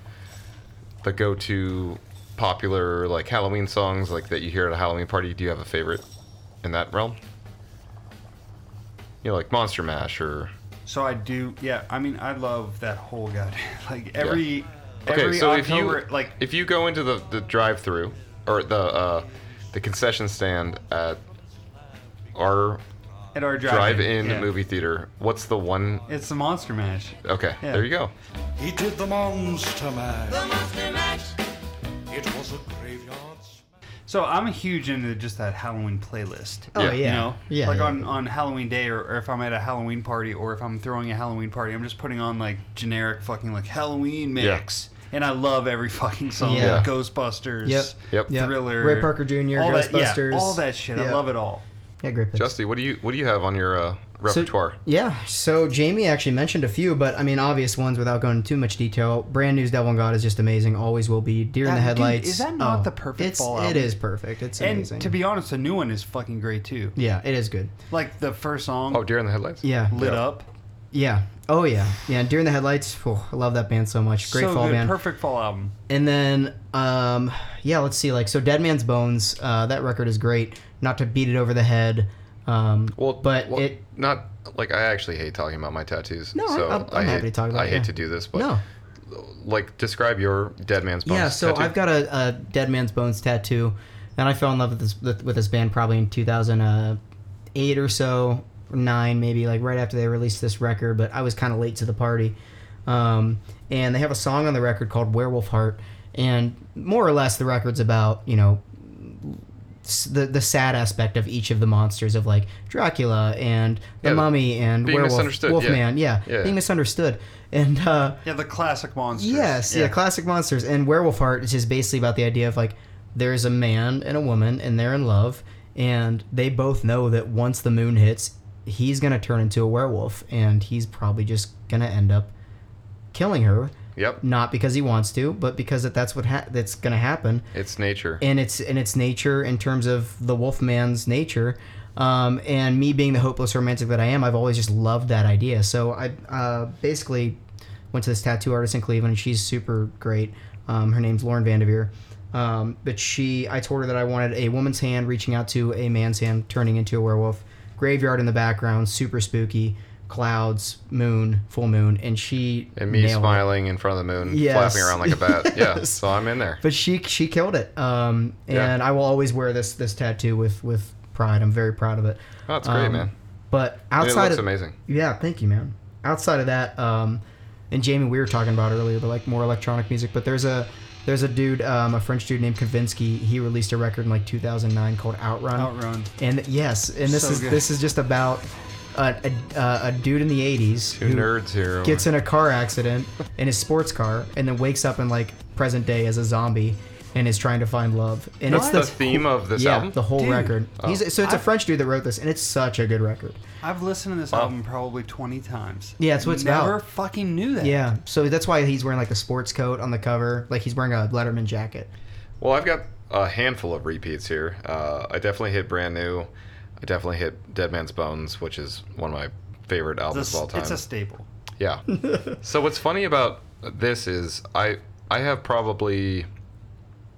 B: the go-to popular like Halloween songs like that you hear at a Halloween party? Do you have a favorite in that realm? You know, like Monster Mash or
C: So I do, yeah. I mean, I love that whole god. Like every,
B: Okay,
C: every
B: so
C: October,
B: if you
C: like
B: if you go into the, the drive through or the uh, the concession stand at our
C: at our drive-in,
B: drive-in
C: yeah.
B: movie theater. What's the one?
C: It's the Monster Mash.
B: Okay,
C: Yeah.
B: there you go.
D: He did the monster mash.
E: The Monster Mash.
D: It was a graveyard smash.
C: So I'm huge into just that Halloween playlist.
A: Oh yeah,
B: Yeah.
A: yeah,
C: You know,
A: yeah
C: like on, on Halloween day, or, or if I'm at a Halloween party, or if I'm throwing a Halloween party, I'm just putting on like generic fucking like Halloween
B: Yeah.
C: mix, and I love every fucking song.
A: Yeah.
C: Like Ghostbusters,
A: Yep.
B: Yep.
A: Yep.
C: Thriller,
A: Ray Parker Jr.,
C: all That,
A: Ghostbusters.
C: yeah, all that shit. I
A: Yeah.
C: love it all.
A: yeah, great. picks.
B: Justy, what do you what do you have on your uh, repertoire?
A: Yeah, so Jamie actually mentioned a few, but I mean obvious ones without going into too much detail. Brand new's Devil and God is just amazing. Always will be. Deer in
C: That-
A: the
C: dude,
A: headlights. Oh,
C: is that not the perfect
A: it's,
C: Fall
A: It
C: album?
A: is perfect. It's
C: And
A: amazing.
C: to be honest, the new one is fucking great too.
A: yeah, it is good.
C: Like the first song,
B: oh, Deer in the Headlights.
A: Yeah,
C: lit up.
A: yeah. Oh yeah, yeah. Deer in the headlights. phew, I love that band so much. Great
C: so
A: fall
C: good.
A: band.
C: Perfect fall album.
A: And then, um, yeah, let's see. Like, so Dead Man's Bones, uh, that record is great. Not to beat it over the head. Um,
B: Well,
A: but
B: well,
A: it.
B: not like I actually hate talking about my tattoos.
A: No, I-
B: so
A: I'm- I'm
B: I
A: happy
B: hate,
A: to talk about
B: I
A: it,
B: hate
A: yeah.
B: to do this, but
A: no.
B: like describe your dead man's bones.
A: Yeah, so
B: tattoo.
A: I've got a, a Dead Man's Bones tattoo, and I fell in love with this with this band probably in 2008 or so, nine maybe, like right after they released this record. But I was kind of late to the party, um, and they have a song on the record called Werewolf Heart, and more or less the record's about you know s- the the sad aspect of each of the monsters of like Dracula and the
B: Yeah,
A: Mummy and
B: being
A: Werewolf
B: misunderstood, yeah.
A: Wolfman, yeah.
B: Yeah.
A: being misunderstood, and. uh
C: Yeah, the classic monsters.
A: Yes, yeah. classic monsters. And Werewolf Heart is just basically about the idea of like there's a man and a woman and they're in love and they both know that once the moon hits, he's gonna turn into a werewolf and he's probably just gonna end up killing her.
B: Yep,
A: Not because he wants to, but because that that's what ha- that's gonna happen
B: it's nature.
A: and its and its nature in terms of the Wolfman's nature. Um, and me being the hopeless romantic that I am, I've always just loved that idea. So I uh, basically went to this tattoo artist in Cleveland. and She's super great. Um, her name's Lauren Vandeveer. Um, but she, I told her that I wanted a woman's hand reaching out to a man's hand, turning into a werewolf. Graveyard in the background, super spooky. Clouds, moon, full moon, and she
B: and me
A: nailed it.
B: smiling in front of the moon,
A: Yes.
B: flapping around like a bat. Yeah,
A: Yes.
B: so I'm in there.
A: But she she killed it. Um,
B: Yeah.
A: and I will always wear this this tattoo with with pride. I'm very proud of it.
B: Oh, that's great,
A: Um,
B: man.
A: But
B: And it
A: outside
B: looks
A: of
B: amazing.
A: yeah, thank you, man. Outside of that, um, and Jamie, we were talking about earlier, the like more electronic music. But there's a there's a dude, um, a French dude named Kavinsky. He released a record in like 2009 called Outrun.
C: Outrun.
A: And yes, and this
C: So
A: is
C: good.
A: this is just about a a, uh, a dude in the 80s
B: Two nerds here.
A: gets in a car accident in his sports car and then wakes up in like present day as a zombie and is trying to find love. And
B: What's
A: it's
B: the,
A: the,
B: theme of this
A: yeah,
B: album? Oh.
A: the whole
C: Dude.
A: record. He's, so it's a
C: I've-
A: French dude that wrote this, and it's such a good record.
C: I've listened to this album probably 20 times.
A: Yeah, it's what it's
C: Never
A: about.
C: fucking knew that.
A: Yeah, so that's why he's wearing like the sports coat on the cover, like he's wearing a Letterman jacket.
B: Well, I've got a handful of repeats here. Uh, I definitely hit Brand New. I definitely hit Dead Man's Bones, which is one of my favorite albums
C: It's
B: of all
C: a,
B: time.
C: it's a staple.
B: Yeah. so what's funny about this is I I have probably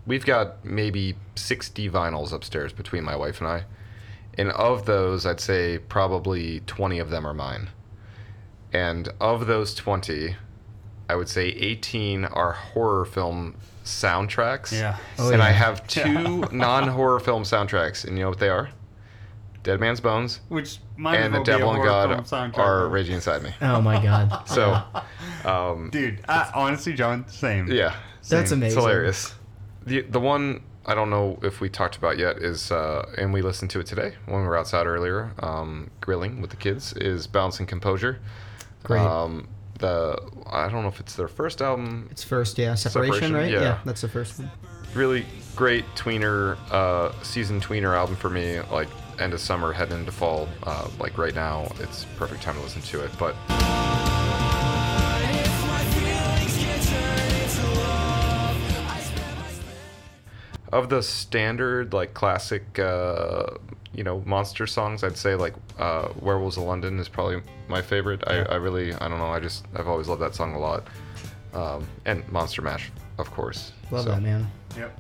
B: we've got maybe 60 vinyls upstairs between my wife and I. And of those, I'd say probably 20 of them are mine. And of those 20, I would say 18 are horror film soundtracks.
C: Yeah.
A: Oh,
B: and
A: yeah.
B: I have two non-horror film soundtracks, and you know what they are? Dead Man's Bones
C: Which might
B: and The
C: as well be a
B: Devil and
C: horror film
B: God
C: soundtrack.
B: are raging inside me.
A: Oh my god,
B: So
C: Dude, I, honestly, John, same.
B: Yeah,
A: that's
C: Same.
A: amazing.
B: it's hilarious. The the one I don't know if we talked about yet is, uh, and we listened to it today when we were outside earlier, um, grilling with the kids. Is Balance and Composure.
A: Great.
B: Um, the I don't know if it's their first album.
A: it's first, yeah, separation,
B: Separation,
A: right?
B: yeah.
A: that's the first one.
B: Really great tweener, uh, season tweener album for me. Like end of summer, heading into fall. Uh, like right now, it's perfect time to listen to it. But
E: If my feelings get turned into love, I spend my
B: of the standard like classic uh you know monster songs i'd say like uh werewolves of london is probably my favorite I, I really i don't know i just i've always loved that song a lot um and monster mash of course
A: Love
B: So,
A: that man.
C: Yep.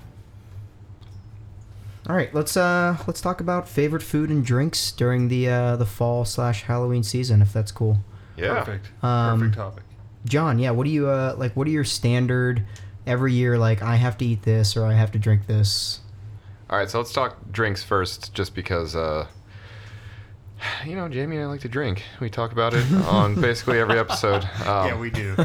A: All right, let's uh let's talk about favorite food and drinks during the uh, the fall slash Halloween season, if that's cool.
B: yeah
C: Perfect.
A: Um,
C: Perfect topic.
A: John, yeah, what do you uh like what are your standard every year like I have to eat this or I have to drink this?
B: all right so let's talk drinks first just because uh You know, Jamie and I like to drink. We talk about it on basically every episode. Um,
C: yeah, we do.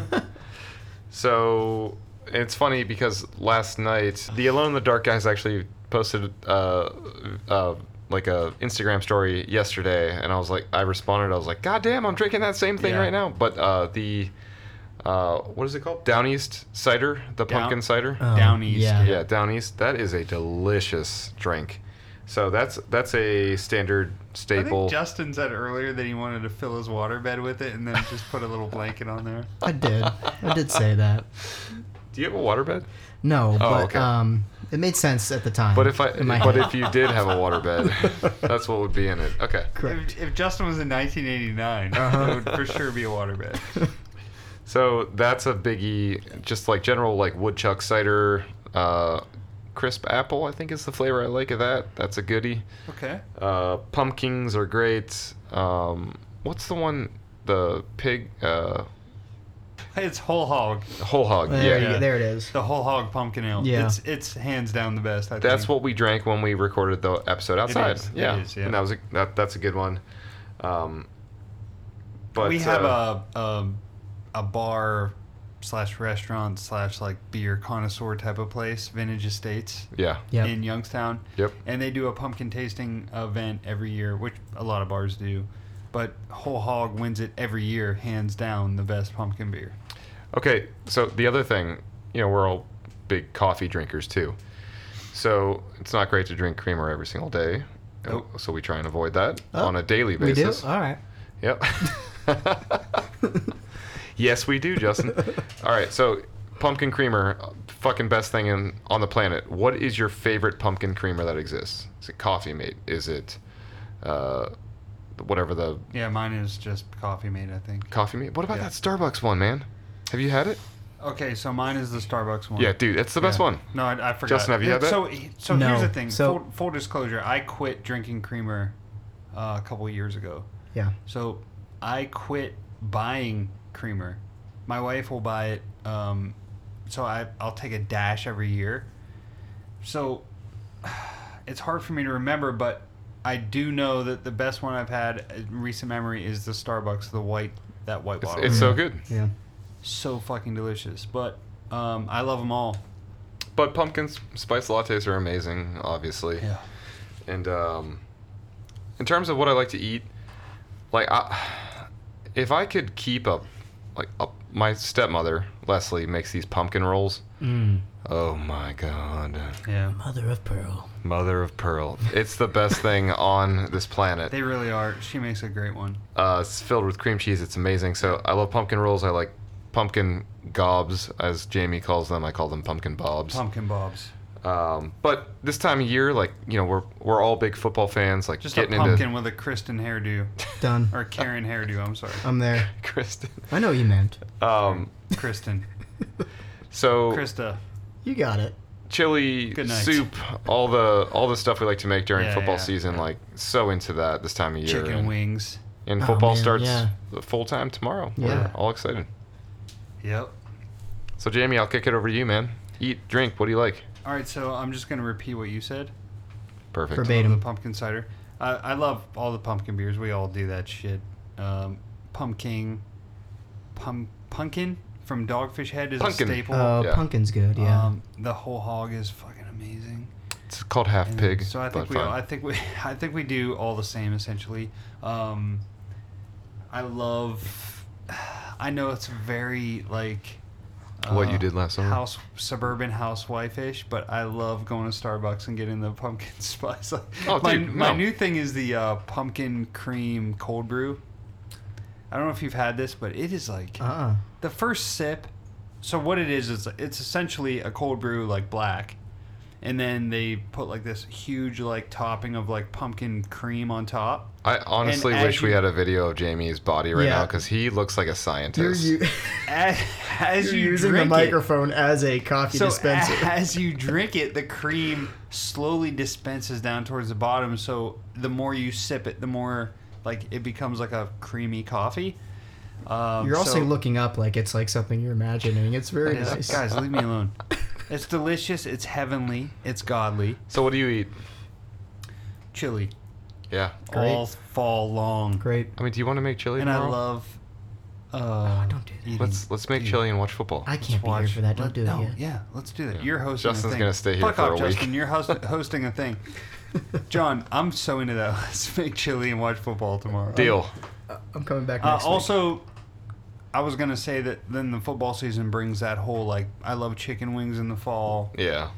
B: So it's funny because last night the Alone in the Dark guys actually posted uh, uh, like a Instagram story yesterday, and I was like, I responded, I was like, God damn, I'm drinking that same thing
C: Yeah.
B: right now. But uh, the uh, what is it called? Down East cider, the
C: Down-
B: pumpkin cider.
A: Oh,
C: Down East,
B: yeah. Down East. That is a delicious drink. So that's that's a standard
C: I think
B: staple.
C: Justin said earlier that he wanted to fill his waterbed with it and then just put a little blanket on there.
A: I did. I did say that.
B: Do you have a waterbed?
A: No, but
B: Oh, okay.
A: um, it made sense at the time.
B: But if I
A: in my
B: but
A: head.
B: if you did have a waterbed, that's what would be in it. Okay.
A: Correct.
C: If, if Justin was in 1989,
A: Uh-huh.
C: it would for sure be a waterbed.
B: So that's a biggie. Just like general like woodchuck cider, uh, crisp apple. I think is the flavor I like of that. That's a goodie.
C: Okay.
B: Uh, pumpkins are great. Um, what's the one? The pig. Uh,
C: It's whole hog.
B: whole hog.
A: There,
B: yeah.
A: you- there it is.
C: The whole hog pumpkin ale.
A: Yeah.
C: It's, it's hands down the best. I
B: That's
C: think.
B: what we drank when we recorded the episode outside.
C: is, it
B: Yeah.
C: is, yeah.
B: And that was a, that, that's a good one. Um, but
C: we have
B: uh,
C: a, a a bar slash restaurant slash like beer connoisseur type of place, Vintage Estates
B: yeah.
A: Yep.
C: in Youngstown.
B: Yep.
C: And they do a pumpkin tasting event every year, which a lot of bars do. But Whole Hog wins it every year, hands down, the best pumpkin beer.
B: Okay, so the other thing, you know, we're all big coffee drinkers too. So it's not great to drink creamer every single day.
C: Nope.
B: So we try and avoid that
A: Oh,
B: on a daily
A: we do.
B: basis.
A: All right.
B: Yep. yes, we do, Justin. all right, so pumpkin creamer, fucking best thing in, on the planet. What is your favorite pumpkin creamer that exists? Is it Coffee Mate? Is it uh, whatever the
C: Yeah, mine is just coffee made, I think.
B: Coffee Mate? What about
C: Yeah.
B: that Starbucks one, man? Have you had it?
C: Okay, so mine is the Starbucks one.
B: Yeah, dude, it's the best
C: Yeah.
B: one.
C: No, I, I forgot.
B: Justin, have you had that?
C: So, so
A: No.
C: here's the thing.
A: So-
C: full, full disclosure, I quit drinking creamer uh, a couple years ago.
A: Yeah.
C: So I quit buying creamer. My wife will buy it. Um, so I, I'll take a dash every year. So it's hard for me to remember, but I do know that the best one I've had in recent memory is the Starbucks, the white, that white
B: It's,
C: bottle.
B: it's so good.
A: Yeah.
C: so fucking delicious. But um, I love them all.
B: But pumpkin s- spice lattes are amazing, obviously.
C: Yeah.
B: And um, in terms of what I like to eat, like I, if I could keep up, like up, my stepmother Leslie makes these pumpkin rolls.
A: Mm.
B: Oh my god,
C: Yeah.
A: Mother of pearl.
B: mother of pearl! It's the best thing on this planet.
C: They really are. She makes a great one.
B: Uh, it's filled with cream cheese. It's amazing. So I love pumpkin rolls. I like pumpkin gobs, as Jamie calls them. I call them pumpkin bobs.
C: Pumpkin Bob's.
B: Um, but this time of year, like you know, we're we're all big football fans. Like
C: Just a
B: getting
C: pumpkin
B: into
C: with a Kristen hairdo.
A: Done.
C: Or Karen hairdo, I'm sorry.
A: I'm there.
B: Kristen.
A: I know what you meant.
B: Um,
C: Kristen.
B: so
C: Krista.
A: You got it.
B: chili
C: Good night.
B: soup, all the all the stuff we like to make during
C: Yeah,
B: football
C: yeah,
B: season.
C: yeah.
B: Like so into that this time of year.
C: Chicken
B: and,
C: wings.
B: and
A: Oh,
B: football
A: man,
B: starts
A: yeah.
B: full time tomorrow.
A: Yeah.
B: We're all excited.
C: Yep.
B: So Jamie, I'll kick it over to you, man. Eat, drink. What do you like?
C: All right, so I'm just going to repeat what you said.
B: Perfect.
A: Verbatim.
C: Love The pumpkin cider. I, I love all the pumpkin beers. We all do that shit. Um, pumpkin. Pum, pumpkin from Dogfish Head is
B: Pumpkin.
C: a staple.
A: Uh,
B: Yeah.
A: Pumpkin's good. Yeah.
C: um, the whole hog is fucking amazing.
B: It's called half
C: And
B: pig.
C: So I think
B: but
C: we,
B: fine.
C: I think we, I think we do all the same essentially. Um, I love. I know it's very like. uh,
B: What you did last summer?
C: House suburban housewife-ish, but I love going to Starbucks and getting the pumpkin spice. Like,
B: Oh,
C: my
B: dude,
C: my
B: no.
C: new thing is the uh, pumpkin cream cold brew. I don't know if you've had this, but it is like
A: Uh-uh.
C: the first sip so what it is is it's essentially a cold brew like black and then they put like this huge like topping of like pumpkin cream on top
B: I honestly
C: and as
B: wish we
C: you-
B: had a video of Jamie's body right
A: Yeah.
B: now because he looks like a scientist.
C: as, as
A: You're
C: you
A: using the
C: drink
A: microphone as a
C: it,
A: coffee
C: so
A: dispenser.
C: as you drink it the cream slowly dispenses down towards the bottom so the more you sip it the more like it becomes like a creamy coffee um,
A: You're also
C: so-
A: looking up like it's like something you're imagining. It's very
C: Guys,
A: nice.
C: guys leave me alone it's delicious it's heavenly it's godly
B: So what do you eat?
C: chili
B: Yeah.
A: Great.
C: all fall long.
A: Great.
B: I mean, do you want to make chili
C: And I
B: tomorrow?
C: love. Uh,
A: Oh, don't do that.
C: eating-
B: let's let's make
C: dude,
B: chili and watch football.
A: I can't be here
C: watch-
A: for that. Don't
C: let-
A: do it
C: no,
A: yet.
C: Yeah, let's do that. You're hosting.
B: Justin's
C: a thing.
B: gonna stay here
C: Fuck
B: for
C: off,
B: a week.
C: Justin. You're host- hosting a thing. John, I'm so into that. Let's make chili and watch football tomorrow.
B: Deal.
A: I'm coming back
C: Uh,
A: next week.
C: also, I was gonna say that then the football season brings that whole like I love chicken wings in the fall,
B: Yeah.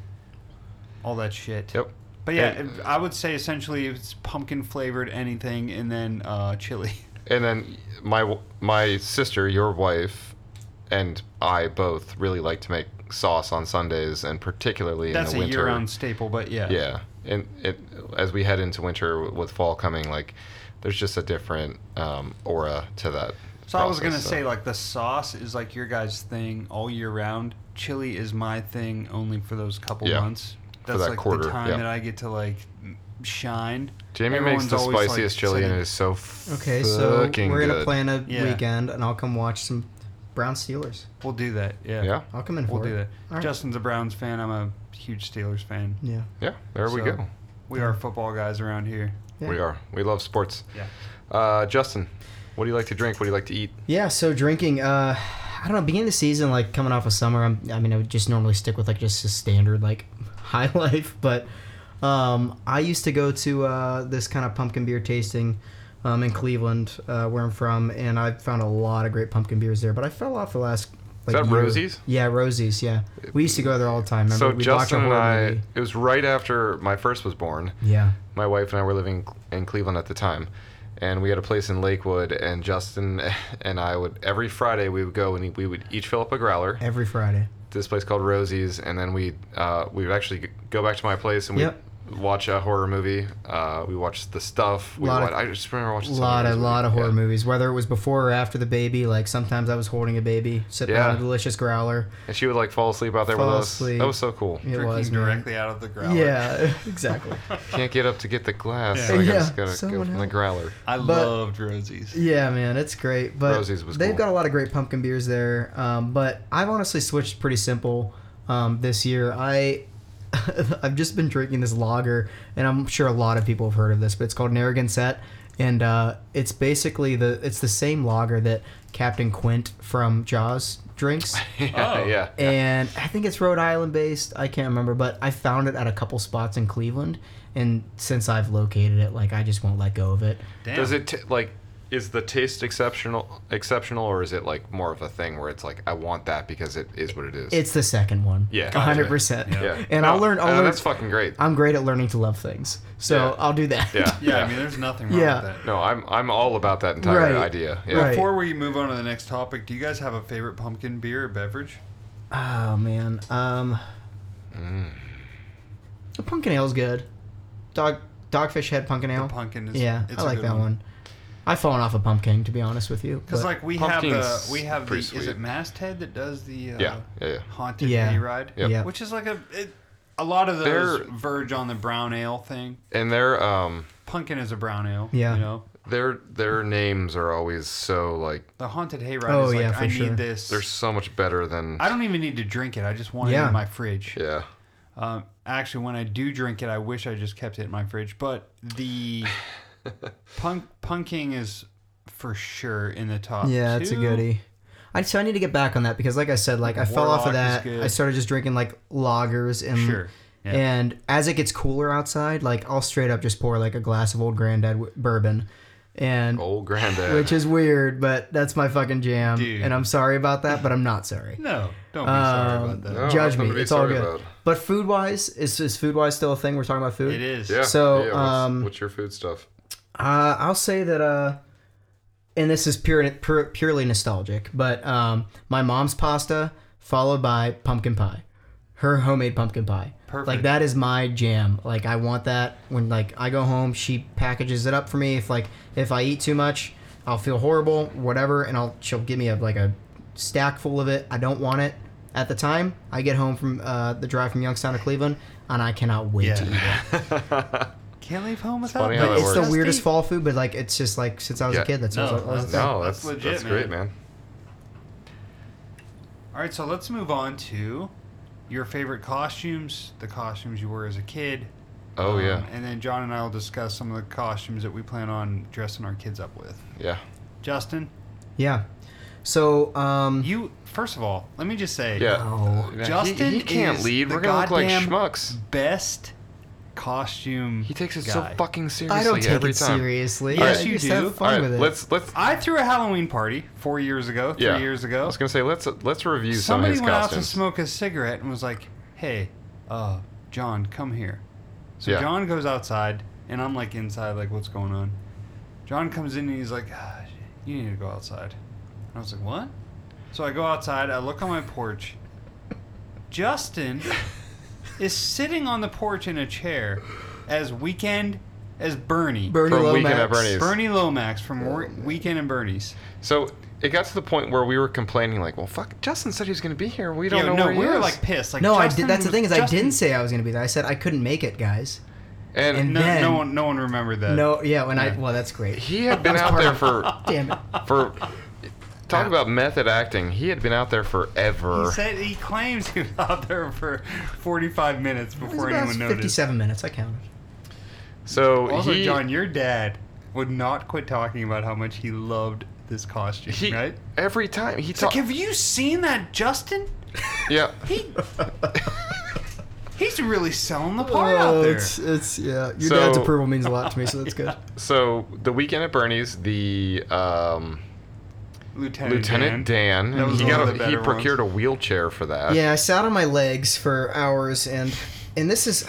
C: all that shit.
B: Yep.
C: But yeah,
B: And-
C: if- I would say essentially it's pumpkin flavored anything and then uh, chili.
B: And then my w- my sister, your wife, and I both really like to make sauce on Sundays, and particularly
C: That's
B: in
C: a
B: the winter.
C: year round staple, but yeah.
B: Yeah, and it as we head into winter w- with fall coming, like there's just a different um, aura to that.
C: So I
B: process,
C: was
B: uh,
C: gonna
B: so.
C: say like the sauce is like your guys' thing all year round. Chili is my thing only for those couple
B: Yeah.
C: months.
B: For
C: That's
B: that
C: like
B: quarter,
C: the time
B: yeah.
C: that I get to like m- shine.
B: Jamie
C: Everyone's
B: makes the
C: always, like,
B: spiciest chili, and
C: saying-
B: it is so
A: Okay,
B: okay.
A: so we're
B: Fucking
A: gonna
B: good.
A: plan a
C: Yeah.
A: weekend, and I'll come watch some Brown Steelers.
C: We'll do that. Yeah.
B: Yeah,
A: I'll come in for
C: We'll
A: it.
C: do that.
A: All right.
C: Justin's a Browns fan. I'm a huge Steelers fan.
A: Yeah.
B: yeah. There we
C: So,
B: go.
C: We are football guys around here.
A: Yeah.
B: We are. We love sports.
C: Yeah.
B: Uh, Justin, what do you like to drink? What do you like to eat?
A: Yeah, so drinking, uh, I don't know, beginning of the season, like coming off of summer, I'm, I mean, I would just normally stick with like just a standard like high life, but um, I used to go to uh, this kind of pumpkin beer tasting um, in Cleveland, uh, where I'm from, and I found a lot of great pumpkin beers there, but I fell off the last. Like,
B: that
A: year.
B: Rosie's?
A: Yeah, Rosie's, yeah. We used to go there all the time. Remember?
B: so
A: We'd
B: Justin and
A: horror
B: I,
A: movie.
B: it was right after my first was born.
A: Yeah.
B: My wife and I were living in Cleveland at the time, and we had a place in Lakewood. And Justin and I would every Friday we would go and we would each fill up a growler.
A: Every Friday.
B: This place called Rosie's, and then we uh, we would actually go back to my place and we.
A: Yep.
B: would Watch a horror movie. Uh, we watched The Stuff. We
A: Lot of-
B: wa- I just remember watching
A: A
B: some
A: lot,
B: of
A: a
B: those
A: lot of
B: movies.
A: horror
B: Yeah.
A: movies. Whether it was before or after the baby, like sometimes I was holding a baby, sipping
B: Yeah.
A: on a delicious growler.
B: And she would like fall asleep out there
A: Fall
B: with us.
A: asleep.
B: That was so cool.
A: It
C: Drinking
A: was man.
C: directly out of the growler.
A: Yeah, exactly.
B: Can't get up to get the glass.
C: Yeah.
B: So I
A: Yeah,
B: just gotta go
A: someone
B: from the
A: help.
B: growler.
C: I
A: But-
C: loved Rosie's.
A: yeah, man, it's great. But
B: Rosie's was
A: they've
B: cool.
A: got a lot of great pumpkin beers there. Um, but I've honestly switched pretty simple um, this year. I I've just been drinking this lager, and I'm sure a lot of people have heard of this, but it's called Narragansett, and uh, it's basically the it's the same lager that Captain Quint from Jaws drinks.
B: Yeah,
C: Oh.
B: yeah.
A: and I think it's Rhode Island based. I can't remember, but I found it at a couple spots in Cleveland, and since I've located it, like I just won't let go of it.
C: Damn.
B: Does it t- like? Is the taste exceptional? Exceptional, or is it like more of a thing where it's like I want that because it is what it is.
A: It's the second one.
B: Yeah.
A: A hundred percent.
C: Yeah. Oh,
B: yeah.
A: And I'll learn. I'll
B: uh,
A: learn.
B: That's fucking great.
A: I'm great at learning to love things, so
B: Yeah.
A: I'll do that.
B: Yeah.
C: Yeah, I mean, there's nothing wrong
A: Yeah.
C: with that.
B: No, I'm I'm all about that entire
A: Right.
B: idea. Yeah.
A: Right.
C: Before we move on to the next topic, do you guys have a favorite pumpkin beer or beverage?
A: oh man. Um.
C: Mm.
A: The pumpkin ale's good. Dog dogfish head pumpkin ale.
C: Pumpkin is
A: yeah,
C: it's
A: I
C: a
A: like
C: good
A: that one. I've fallen off a pumpkin, to be honest with you.
C: Because
A: but-
C: like we have
B: Pumpkin's
C: the we have the
B: pretty
C: is
B: sweet.
C: it masthead that does the uh,
B: Yeah, yeah, yeah.
C: haunted
A: Yeah.
C: hayride
B: Yep.
A: Yeah.
C: which is like a it, a lot of those
B: They're-
C: verge on the brown ale thing.
B: And their um
C: Pumpkin is a brown ale.
A: Yeah.
C: you know
B: their their names are always so like
C: the haunted hayride
A: Oh,
C: is like
A: yeah, for
C: I
A: sure.
C: need this.
B: they're so much better than
C: I don't even need to drink it. I just want it
A: Yeah.
C: in my fridge.
B: yeah.
C: Um, actually, when I do drink it, I wish I just kept it in my fridge. But the punk punking is for sure in the top.
A: Yeah, it's a e-
C: two.
A: goodie. I so I need to get back on that because, like I said, like I fell off of
C: Warlock
A: that.
C: is good.
A: I started just drinking like lagers and
C: Sure. Yeah.
A: and as it gets cooler outside, like I'll straight up just pour like a glass of old granddad w- bourbon, and
B: Old granddad.
A: which is weird, but that's my fucking jam.
C: Dude.
A: And I'm sorry about that, but I'm not sorry.
C: No, don't be sorry
A: Um,
C: about that.
B: No,
A: judge
B: nothing
A: me.
B: to be
A: It's all
B: sorry
A: good.
B: about.
A: But food wise, is is food wise still a thing? We're talking about food.
C: It is.
B: yeah.
A: so,
B: yeah, what's,
A: um,
B: what's your food stuff?
A: Uh, I'll say that, uh, and this is pure, pure, purely nostalgic, but um, my mom's pasta followed by pumpkin pie, her homemade pumpkin pie.
C: Perfect.
A: Like that is my jam. Like I want that when like I go home, she packages it up for me. If like if I eat too much, I'll feel horrible, whatever, and I'll she'll give me a like a stack full of it. I don't want it at the time. I get home from uh, the drive from Youngstown to Cleveland, and I cannot wait to eat it.
C: Yeah. Can't leave home without.
B: funny
C: it.
B: how that
A: It's the
B: works.
A: weirdest fall food, but like it's just like since I was
B: Yeah.
A: a kid, that's
C: No,
A: what I was,
C: that's-
B: No, that's
C: that's
B: that's,
C: legit,
B: great,
C: man.
B: man.
C: All right, so let's move on to your favorite costumes, the costumes you wore as a kid,
B: Oh,
C: Um,
B: yeah.
C: And then John and I will discuss some of the costumes that we plan on dressing our kids up with.
B: Yeah.
C: Justin,
A: Yeah. So, um,
C: you first of all, let me just say,
B: Yeah.
A: Oh.
B: Yeah, he-
C: Justin
B: he, can't
C: is
B: lead.
C: the
B: We're gonna look like
C: goddamn-
B: schmucks.
C: best costume.
B: He takes it
C: guy.
B: so fucking seriously
A: I don't take
B: every
A: it
B: time.
A: seriously.
C: Yes,
A: I
C: you
A: just
C: do.
A: Have
B: All
A: fun
B: right,
A: with it.
B: let's let's
C: I threw a Halloween party four years ago, three
B: yeah.
C: years ago.
B: I was gonna say let's let's review some of
C: Somebody
B: his
C: went out to
B: costumes.
C: smoke a cigarette and was like, "Hey, uh, John, come here." So
B: Yeah.
C: John goes outside, and I'm like inside, like, "What's going on?" John comes in and he's like, ah, sh- "You need to go outside." And I was like, "What?" So I go outside. I look on my porch. Justin is sitting on the porch in a chair, as weekend as Bernie.
A: Bernie Oh,
B: From Weekend
A: Lomax.
B: at Bernie's.
C: Bernie Lomax from Wor- Weekend and Bernie's.
B: So it got to the point where we were complaining, like, "Well, fuck, Justin said he was gonna be here. We don't
C: Yo,
B: know
C: no,
B: where he
C: we were
B: is."
C: like pissed. Like,
A: No, I
C: Justin
A: did. That's the thing is, I
C: Justin-
A: didn't say I was going to be there. I said I couldn't make it, guys.
B: and,
A: and
C: No,
A: then-
C: no one, no one remembered that.
A: No, yeah, when I well, that's great.
B: he had been out there for
A: Damn it.
B: for talk about method acting. He had been out there forever.
C: He said he claims he was out there for 45 minutes
A: It was
C: before
A: about
C: anyone noticed.
A: 57 minutes. I counted.
B: so
C: Also,
B: he,
C: John, your dad would not quit talking about how much he loved this costume,
B: he
C: right?
B: every time he
C: It's like,
B: talked.
C: have you seen that Justin?
B: yeah.
C: He he's really selling the part
B: Oh,
C: out there.
A: it's, it's yeah. Your
B: So-
A: dad's approval means a lot to me, so that's good.
B: So the weekend at Bernie's, the um,
C: Lieutenant,
B: Lieutenant
C: Dan.
B: Dan,
C: That was
B: he
C: one
B: got
C: of
B: a,
C: the
B: he
C: better
B: procured a wheelchair for that.
A: Yeah, I sat on my legs for hours, and and this is,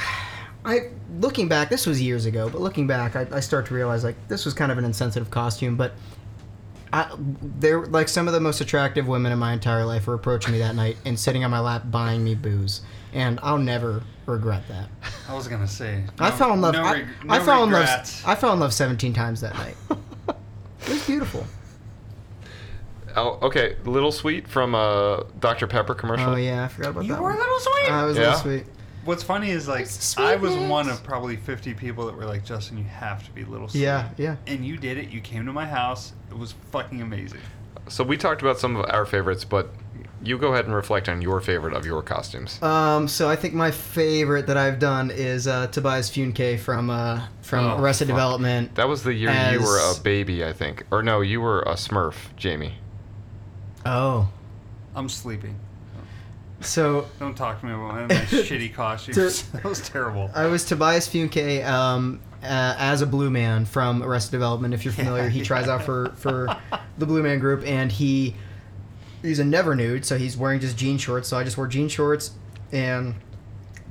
A: I looking back, this was years ago, but looking back, I, I start to realize like this was kind of an insensitive costume, but. I, there, like some of the most attractive women in my entire life were approaching me that night and sitting on my lap buying me booze, and I'll never regret that.
C: I was gonna say.
A: I
C: no-
A: fell in love.
C: No,
A: I,
C: reg-
A: I
C: no
A: fell
C: regrets.
A: in love. I fell in love seventeen times that night. it was beautiful.
B: Oh, okay. Little Sweet from a Dr Pepper commercial.
A: Oh yeah, I forgot about
C: You
A: that.
C: were a
A: one.
C: little sweet.
A: I was
B: Yeah.
A: a little sweet.
C: What's funny is like
A: It's
C: I was
A: sweetness.
C: one of probably 50 people that were like, Justin, you have to be little. Sweet.
A: Yeah, yeah.
C: And you did it. You came to my house. It was fucking amazing.
B: So we talked about some of our favorites, but you go ahead and reflect on your favorite of your costumes.
A: Um, so I think my favorite that I've done is uh, Tobias Funke from uh, from
C: Oh,
A: Arrested
C: fuck.
A: Development.
B: That was the year you
A: As-
B: were a baby, I think, or no, you were a Smurf, Jamie.
A: Oh,
C: I'm sleeping.
A: so
C: Don't talk to me about my my shitty costumes. that was terrible.
A: I was Tobias Funke um, uh, as a Blue Man from Arrested Development. If you're familiar, he tries out for for the Blue Man Group, and he he's a never nude, so he's wearing just jean shorts. So I just wore jean shorts and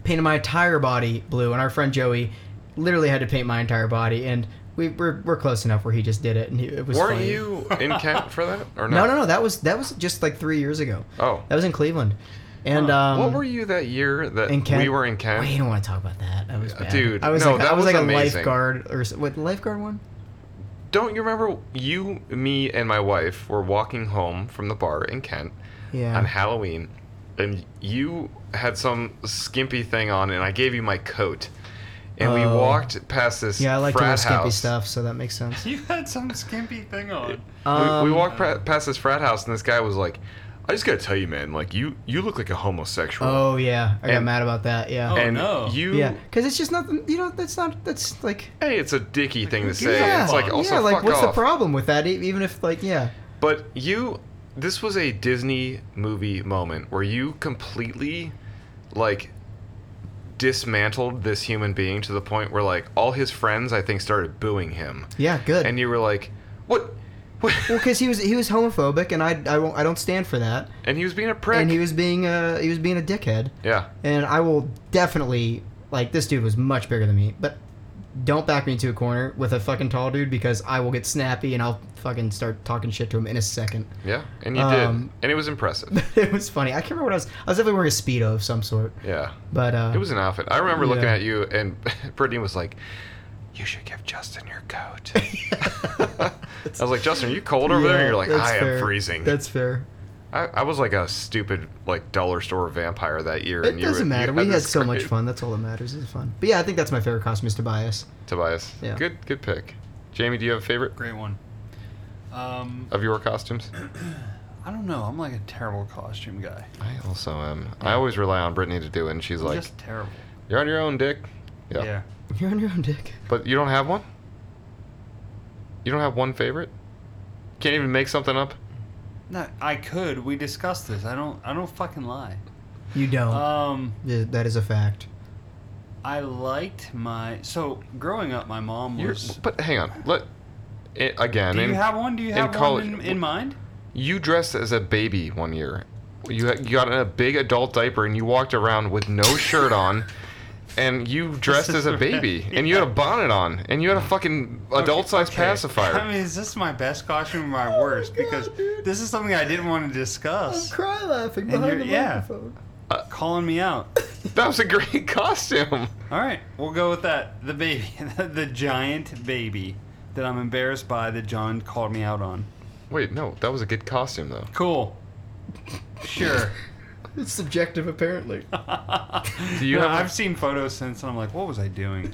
A: painted my entire body blue. And our friend Joey literally had to paint my entire body, and we we're, we're close enough where he just did it, and he, it was.
B: Weren't
A: funny.
B: you in camp for that or
A: No,
B: not?
A: no, no. That was that was just like three years ago.
B: Oh,
A: That was in Cleveland, and um,
B: what were you that year that
A: in Kent?
B: we were in camp?
A: Wait, you don't want to talk about that. That was bad.
B: dude,
A: I was
B: no,
A: like,
B: that
A: I was,
B: was
A: like
B: amazing.
A: a lifeguard or s- what lifeguard one?
B: Don't you remember you, me, and my wife were walking home from the bar in Kent
A: Yeah.
B: on Halloween, and you had some skimpy thing on, and I gave you my coat, and we
A: Oh.
B: walked past this
A: yeah, I like to
B: frat
A: wear skimpy
B: house.
A: stuff, so that makes sense.
C: You had some skimpy thing on.
A: Um,
B: we, we walked pra- past this frat house, and this guy was like, "I just gotta tell you, man, like you you look like a homosexual."
A: Oh yeah, I got
B: And-
A: mad about that. Yeah.
C: Oh,
B: and
C: no.
B: you,
A: yeah, because it's just nothing. You know, that's not. That's like.
B: hey, it's a dicky thing to say.
A: Yeah,
B: It's like also
A: yeah, like
B: fuck
A: what's the
B: off.
A: problem with that? E- Even if like yeah,
B: But you, this was a Disney movie moment where you completely, like, dismantled this human being to the point where like all his friends, I think, started booing him,
A: yeah, good.
B: and you were like, "What?" What?
A: well, because he was he was homophobic, and I I, won't, I don't stand for that.
B: and he was being a prick.
A: And he was being a he was being a dickhead.
B: yeah.
A: and I will definitely like this dude was much bigger than me, but don't back me into a corner with a fucking tall dude because I will get snappy and I'll fucking start talking shit to him in a second.
B: Yeah, and you
A: Um,
B: did, and it was impressive.
A: it was funny. I can't remember what I was. I was definitely wearing a speedo of some sort,
B: Yeah,
A: but uh,
B: It was an outfit. I remember looking
A: Yeah.
B: at you, and Brittany was like, "You should give Justin your coat." I was like, "Justin, are you cold over there?" And
A: Yeah,
B: you're like,
A: that's
B: "I
A: fair.
B: am freezing."
A: That's fair.
B: I, I was like a stupid like dollar store vampire that year.
A: It
B: and you were-
A: doesn't
B: you
A: matter. We had
B: this
A: so much
B: great-
A: fun. That's all that matters. It's fun. But yeah, I think that's my favorite costume is Tobias.
B: Tobias,
A: Yeah.
B: good good pick. Jamie, do you have a favorite
C: Great one. Um,
B: of your costumes?
C: I don't know. I'm like a terrible costume guy.
B: I also am. I always rely on Brittany to do it, and she's
C: I'm
B: like,
C: just terrible.
B: "You're on your own, Dick."
C: Yeah.
B: Yeah.
A: You're on your own, Dick.
B: But you don't have one? You don't have one favorite? Can't even make something up?
C: No, I could. We discussed this. I don't. I don't fucking lie.
A: You don't.
C: Um,
A: Yeah, that is a fact.
C: I liked my. So growing up, my mom
B: You're,
C: was.
B: but hang on. Let i again.
C: do you
B: in-
C: have one? Do you
B: in
C: have
B: college-
C: one in, in mind?
B: You dressed as a baby one year. You had- you got in a big adult diaper and you walked around with no shirt on. And you dressed as a baby, and you had a bonnet on, and you had a fucking adult-sized
C: Okay.
B: pacifier.
C: I mean, is this my best costume or
A: Oh
C: my worst? because this is something I didn't want to discuss.
A: Cry laughing
C: And you're- yeah. Calling me out.
B: that was a great costume.
C: All right, we'll go with that. The baby, the giant baby that I'm embarrassed by that John called me out on.
B: Wait, no, that was a good costume though.
C: Cool. Sure.
A: It's subjective, apparently.
B: Do you
C: No,
B: have?
C: I've seen photos since, and I'm like, what was I doing?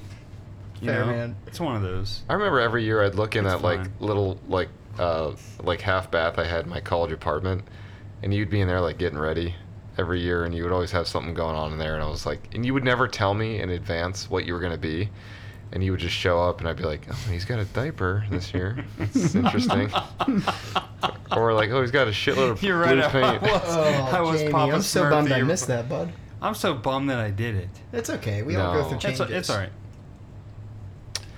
C: You
A: Fair, man.
C: It's one of those.
B: I remember every year I'd look in
C: It's
B: that like
C: fine.
B: little like uh like half bath I had in my college apartment, and you'd be in there like getting ready every year, and you would always have something going on in there, and I was like, and you would never tell me in advance what you were gonna be, and you would just show up, and I'd be like, oh, he's got a diaper this year, it's interesting, or like, oh, he's got a shitload of
C: You're
B: blue
C: right. I
B: paint.
C: was, I was
A: Oh, Jamie,
C: Papa
A: I'm so
C: Smurf
A: bummed
C: the
A: I
C: year
A: missed
C: before.
A: that, bud.
C: I'm so bummed that I did it.
A: It's okay. We all go
B: No.
A: through
B: It's
A: changes.
C: It's, it's all right.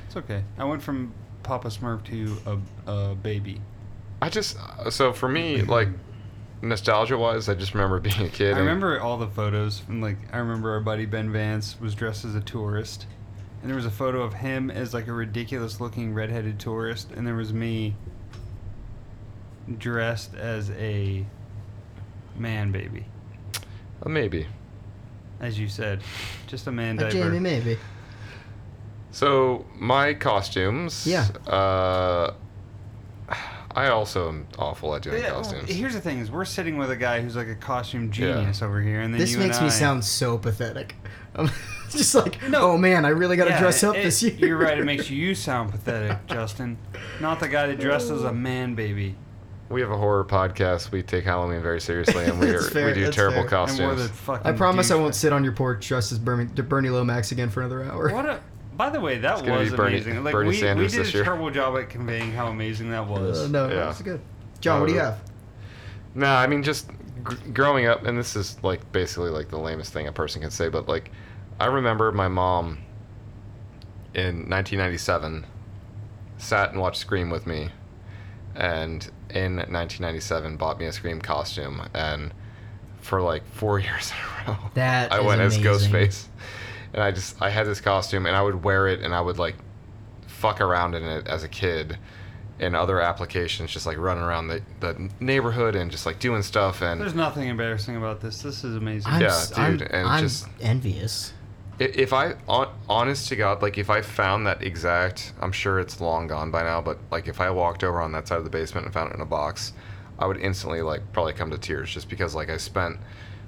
C: It's okay. I went from Papa Smurf to a, a baby.
B: I just uh, so for me like nostalgia wise, I just remember being a kid.
C: I
B: and-
C: remember all the photos from like I remember our buddy Ben Vance was dressed as a tourist, and there was a photo of him as like a ridiculous looking redheaded tourist, and there was me dressed as a man baby,
B: maybe.
C: as you said, just a man
A: Uh,
C: diaper.
A: Jamie, maybe.
B: So my costumes.
A: Yeah.
B: Uh, I also am awful at doing
C: Yeah, well,
B: costumes.
C: here's the thing: is we're sitting with a guy who's like a costume genius over here, and then
A: This
C: you
A: makes
C: and
A: me
C: I-
A: sound so pathetic. I'm just like,
C: No.
A: oh man, I really got to
C: Yeah,
A: dress
C: it-
A: up
C: it-
A: this year.
C: You're right. It makes you sound pathetic, Justin. Not the guy that dressed as a man baby.
B: we have a horror podcast. We take Halloween very seriously, and we, are,
A: That's fair,
B: we do
A: that's
B: terrible
A: fair.
C: And wore the
B: costumes.
C: fucking
A: I promise I
C: douche-
A: won't sit on your porch dressed as Bernie, Bernie Lomax again for another hour.
C: What a. By the way, that
B: gonna
C: was
B: be Bernie-
C: amazing. Like
B: Bernie
C: we,
B: Sanders
C: we did
B: this
C: a
B: year.
C: terrible job at conveying how amazing that
A: Uh,
C: was.
A: no,
B: Yeah. Uh,
A: that's good. John, what do you have?
B: No, I mean just gr- growing up, and this is like basically like the lamest thing a person can say, but like I remember my mom in 1997 sat and watched Scream with me, and in 1997 bought me a Scream costume, and for like four years in a row,
A: That
B: I
A: is
B: went as
A: amazing.
B: Ghostface, and I just I had this costume, and I would wear it, and I would like fuck around in it as a kid and other applications just like running around the, the neighborhood and just like doing stuff and
C: There's nothing embarrassing about this. This is amazing.
A: I'm,
B: Yeah,
A: s- I'm-
B: dude, and
A: I'm
B: just-
A: envious.
B: i- if i hon- honest to god like if i found that exact i'm sure it's long gone by now but like if i walked over on that side of the basement and found it in a box i would instantly like probably come to tears just because like i spent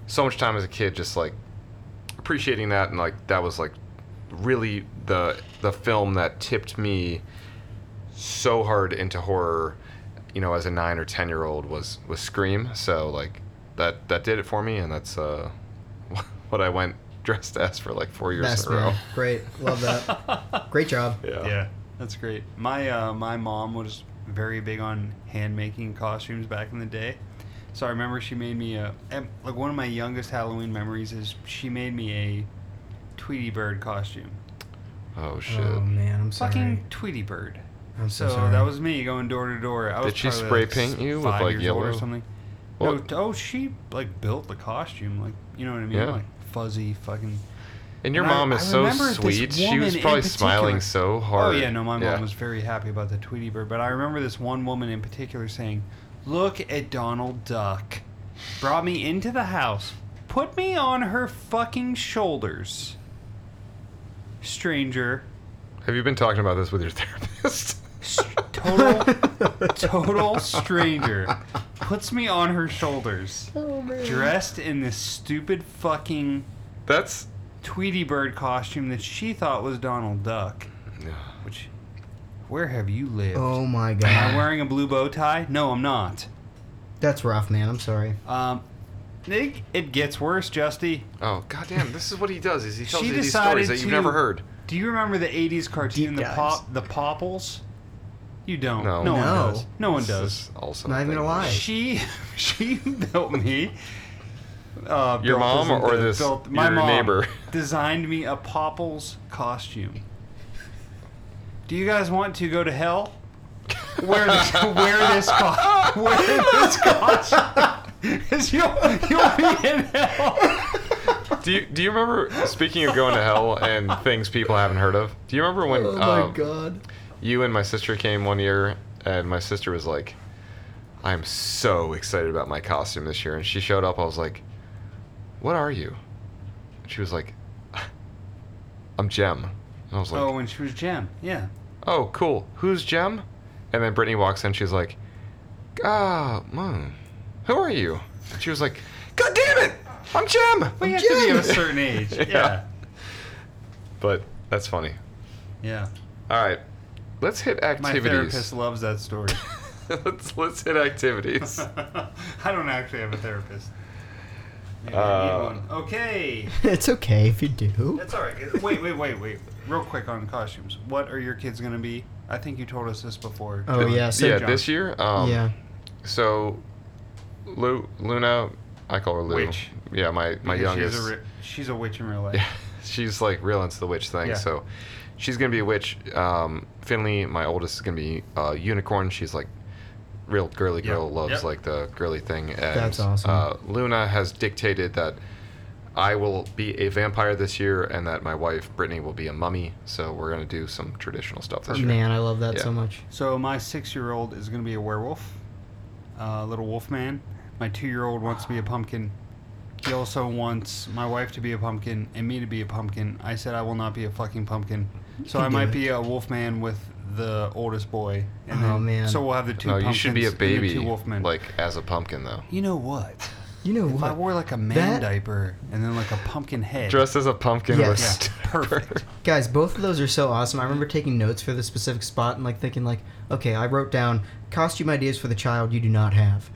B: so much time as a kid just like appreciating that and like that was like really the the film that tipped me so hard into horror you know as a 9 or 10 year old was was scream so like that that did it for me and that's uh what I went dressed as for like 4 years
A: Best
B: in a row.
A: man. Great. Love that. Great job.
C: yeah, that's great. My uh, my mom was very big on hand making costumes back in the day, so I remember she made me a and, like one of my youngest Halloween memories is she made me a Tweety Bird costume.
B: Oh shit.
A: Oh
C: Um,
A: man, I'm sorry.
C: Fucking Tweety Bird.
A: I'm so,
C: So
A: sorry.
C: that was me going door to door. I was
B: Did she
C: probably,
B: spray
C: like,
B: paint you with,
C: five
B: like,
C: years old
B: yellow?
C: or something?
B: Well-
C: no, t- oh, she like built the costume, like you know what I mean,
B: Yeah.
C: like fuzzy fucking.
B: and your
C: And I-
B: mom is
C: I
B: so
C: remember this
B: sweet. She
C: woman
B: was
C: in
B: probably
C: particular-
B: smiling so hard.
C: Oh yeah, no, my mom was very happy about the Tweety Bird, but I remember this one woman in particular saying, "Look at Donald Duck." Brought me into the house, put me on her fucking shoulders. Stranger,
B: Have you been talking about this with your therapist?
C: S- total, total stranger, puts me on her shoulders,
A: Oh, man.
C: dressed in this stupid fucking
B: That's
C: Tweety Bird costume that she thought was Donald Duck. Which, where have you lived?
A: Oh my
C: Am I
A: god.
C: wearing a blue bow tie? No, I'm not.
A: That's rough, man. I'm sorry.
C: Um, it, it gets worse, Justy.
B: Oh goddamn! This is what he does. Is he tells
C: She
B: you these stories
C: decided
B: that you've
C: to-
B: never heard.
C: Do you remember the '80s cartoon,
A: Deep
C: the
A: dives.
C: pop, the Popples? You don't.
B: No.
C: one
A: No.
C: does. No one does.
B: This is also
A: Not even
B: thing.
A: a lie.
C: She she built me. Uh,
B: Your
C: built
B: mom
C: isn't
B: or
C: the-
B: this-
C: built- my
B: your
C: mom
B: neighbor?
C: designed me a Popples costume. Do you guys want to go to hell? Wear this, wear this, co- wear this costume. 'Cause you'll, you'll be in hell.
B: Do you do you remember speaking of going to hell and things people haven't heard of? Do you remember when
A: Oh my
B: um,
A: god.
B: you and my sister came one year and my sister was like, "I'm so excited about my costume this year." And she showed up. I was like, "What are you?" And she was like, "I'm Jem." And I was like,
C: Oh,
B: "Oh,
C: when she was Jem. Yeah.
B: cool. Who's Jem?" And then Brittany walks in. She's like, "Ah, mom, who are you?" And she was like, "God damn it, I'm Jem."
C: But
B: I'm
C: you have to be of a
B: Jem."
C: certain age.
B: Yeah.
C: Yeah.
B: But that's funny.
C: Yeah.
B: All right, let's hit
C: My
B: activities.
C: therapist loves that story.
B: let's let's hit activities.
C: I don't actually have a therapist. Maybe
B: Uh,
C: I need one. Okay.
A: It's okay if you do.
C: That's all right. Wait, wait, wait, wait. Real quick on costumes. What are your kids going to be? I think you told us this before.
A: Oh yeah. So,
B: yeah,
A: yeah.
C: John.
B: this year. Um, So, Lu- Luna, I call her Lu.
C: Witch.
B: Yeah, my my
C: Because
B: youngest.
C: She's a, ri- she's a witch in real life.
B: yeah, she's like real into the witch thing.
C: Yeah.
B: So, she's gonna be a witch. Um, Finley, my oldest, is gonna be a unicorn. She's like real girly
C: Yeah.
B: girl. Loves
C: Yep.
B: like the girly thing. And,
A: That's awesome.
B: Uh, Luna has dictated that. I will be a vampire this year, and that my wife Brittany will be a mummy. So we're gonna do some traditional stuff this year.
A: Man, I love that
B: Yeah.
A: so much.
C: So my six-year-old is going to be a werewolf, a little wolf man. My two-year-old wants to be a pumpkin. He also wants my wife to be a pumpkin and me to be a pumpkin. I said I will not be a fucking pumpkin, so
A: can
C: I
A: do
C: might
A: it.
C: be a wolf man with the oldest boy. And
A: Oh,
C: then,
A: man.
C: So we'll have the two.
B: No, Oh, you should be a
C: pumpkins and the
B: baby,
C: two wolfmen.
B: like as a pumpkin though.
C: you know what?
A: You know
C: If I
A: what?
C: wore like a man
A: That-
C: diaper and then like a pumpkin head.
B: Dressed as a pumpkin
A: Yeah.
B: with
C: yeah, perfect.
A: Guys, both of those are so awesome. I remember taking notes for the specific spot and like thinking like, okay, I wrote down costume ideas for the child you do not have.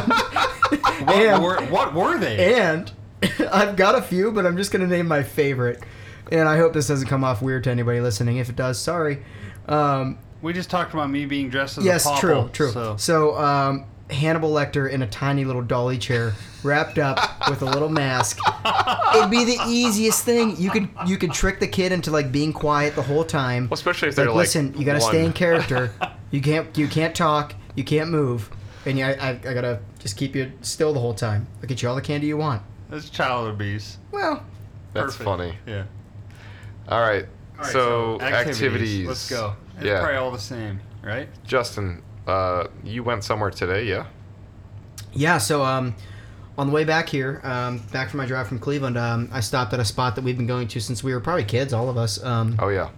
C: What,
A: and,
C: were, what were they?
A: and I've got a few, but I'm just gonna name my favorite. And I hope this doesn't come off weird to anybody listening. If it does, sorry. Um,
C: we just talked about me being dressed as
A: yes,
C: a popple.
A: true, true. So,
C: So.
A: um, Hannibal Lecter in a tiny little dolly chair, wrapped up with a little mask. It'd be the easiest thing. You could you could trick the kid into like being quiet the whole time.
B: Well, especially if
A: like,
B: they're like,
A: listen, you gotta stay in
B: one."
A: character. you can't you can't talk. You can't move. And yeah, I, I, I gotta just keep you still the whole time. I'll get you all the candy you want.
C: That's child abuse.
A: Well,
B: That's
C: Perfect.
B: funny.
C: Yeah.
B: All right. so, activities.
C: Let's go. It's
B: yeah.
C: probably all the same, right?
B: Justin, uh, you went somewhere today, yeah?
A: yeah. So um, on the way back here, um, back from my drive from Cleveland, um, I stopped at a spot that we've been going to since we were probably kids, all of us. Um,
B: Oh yeah.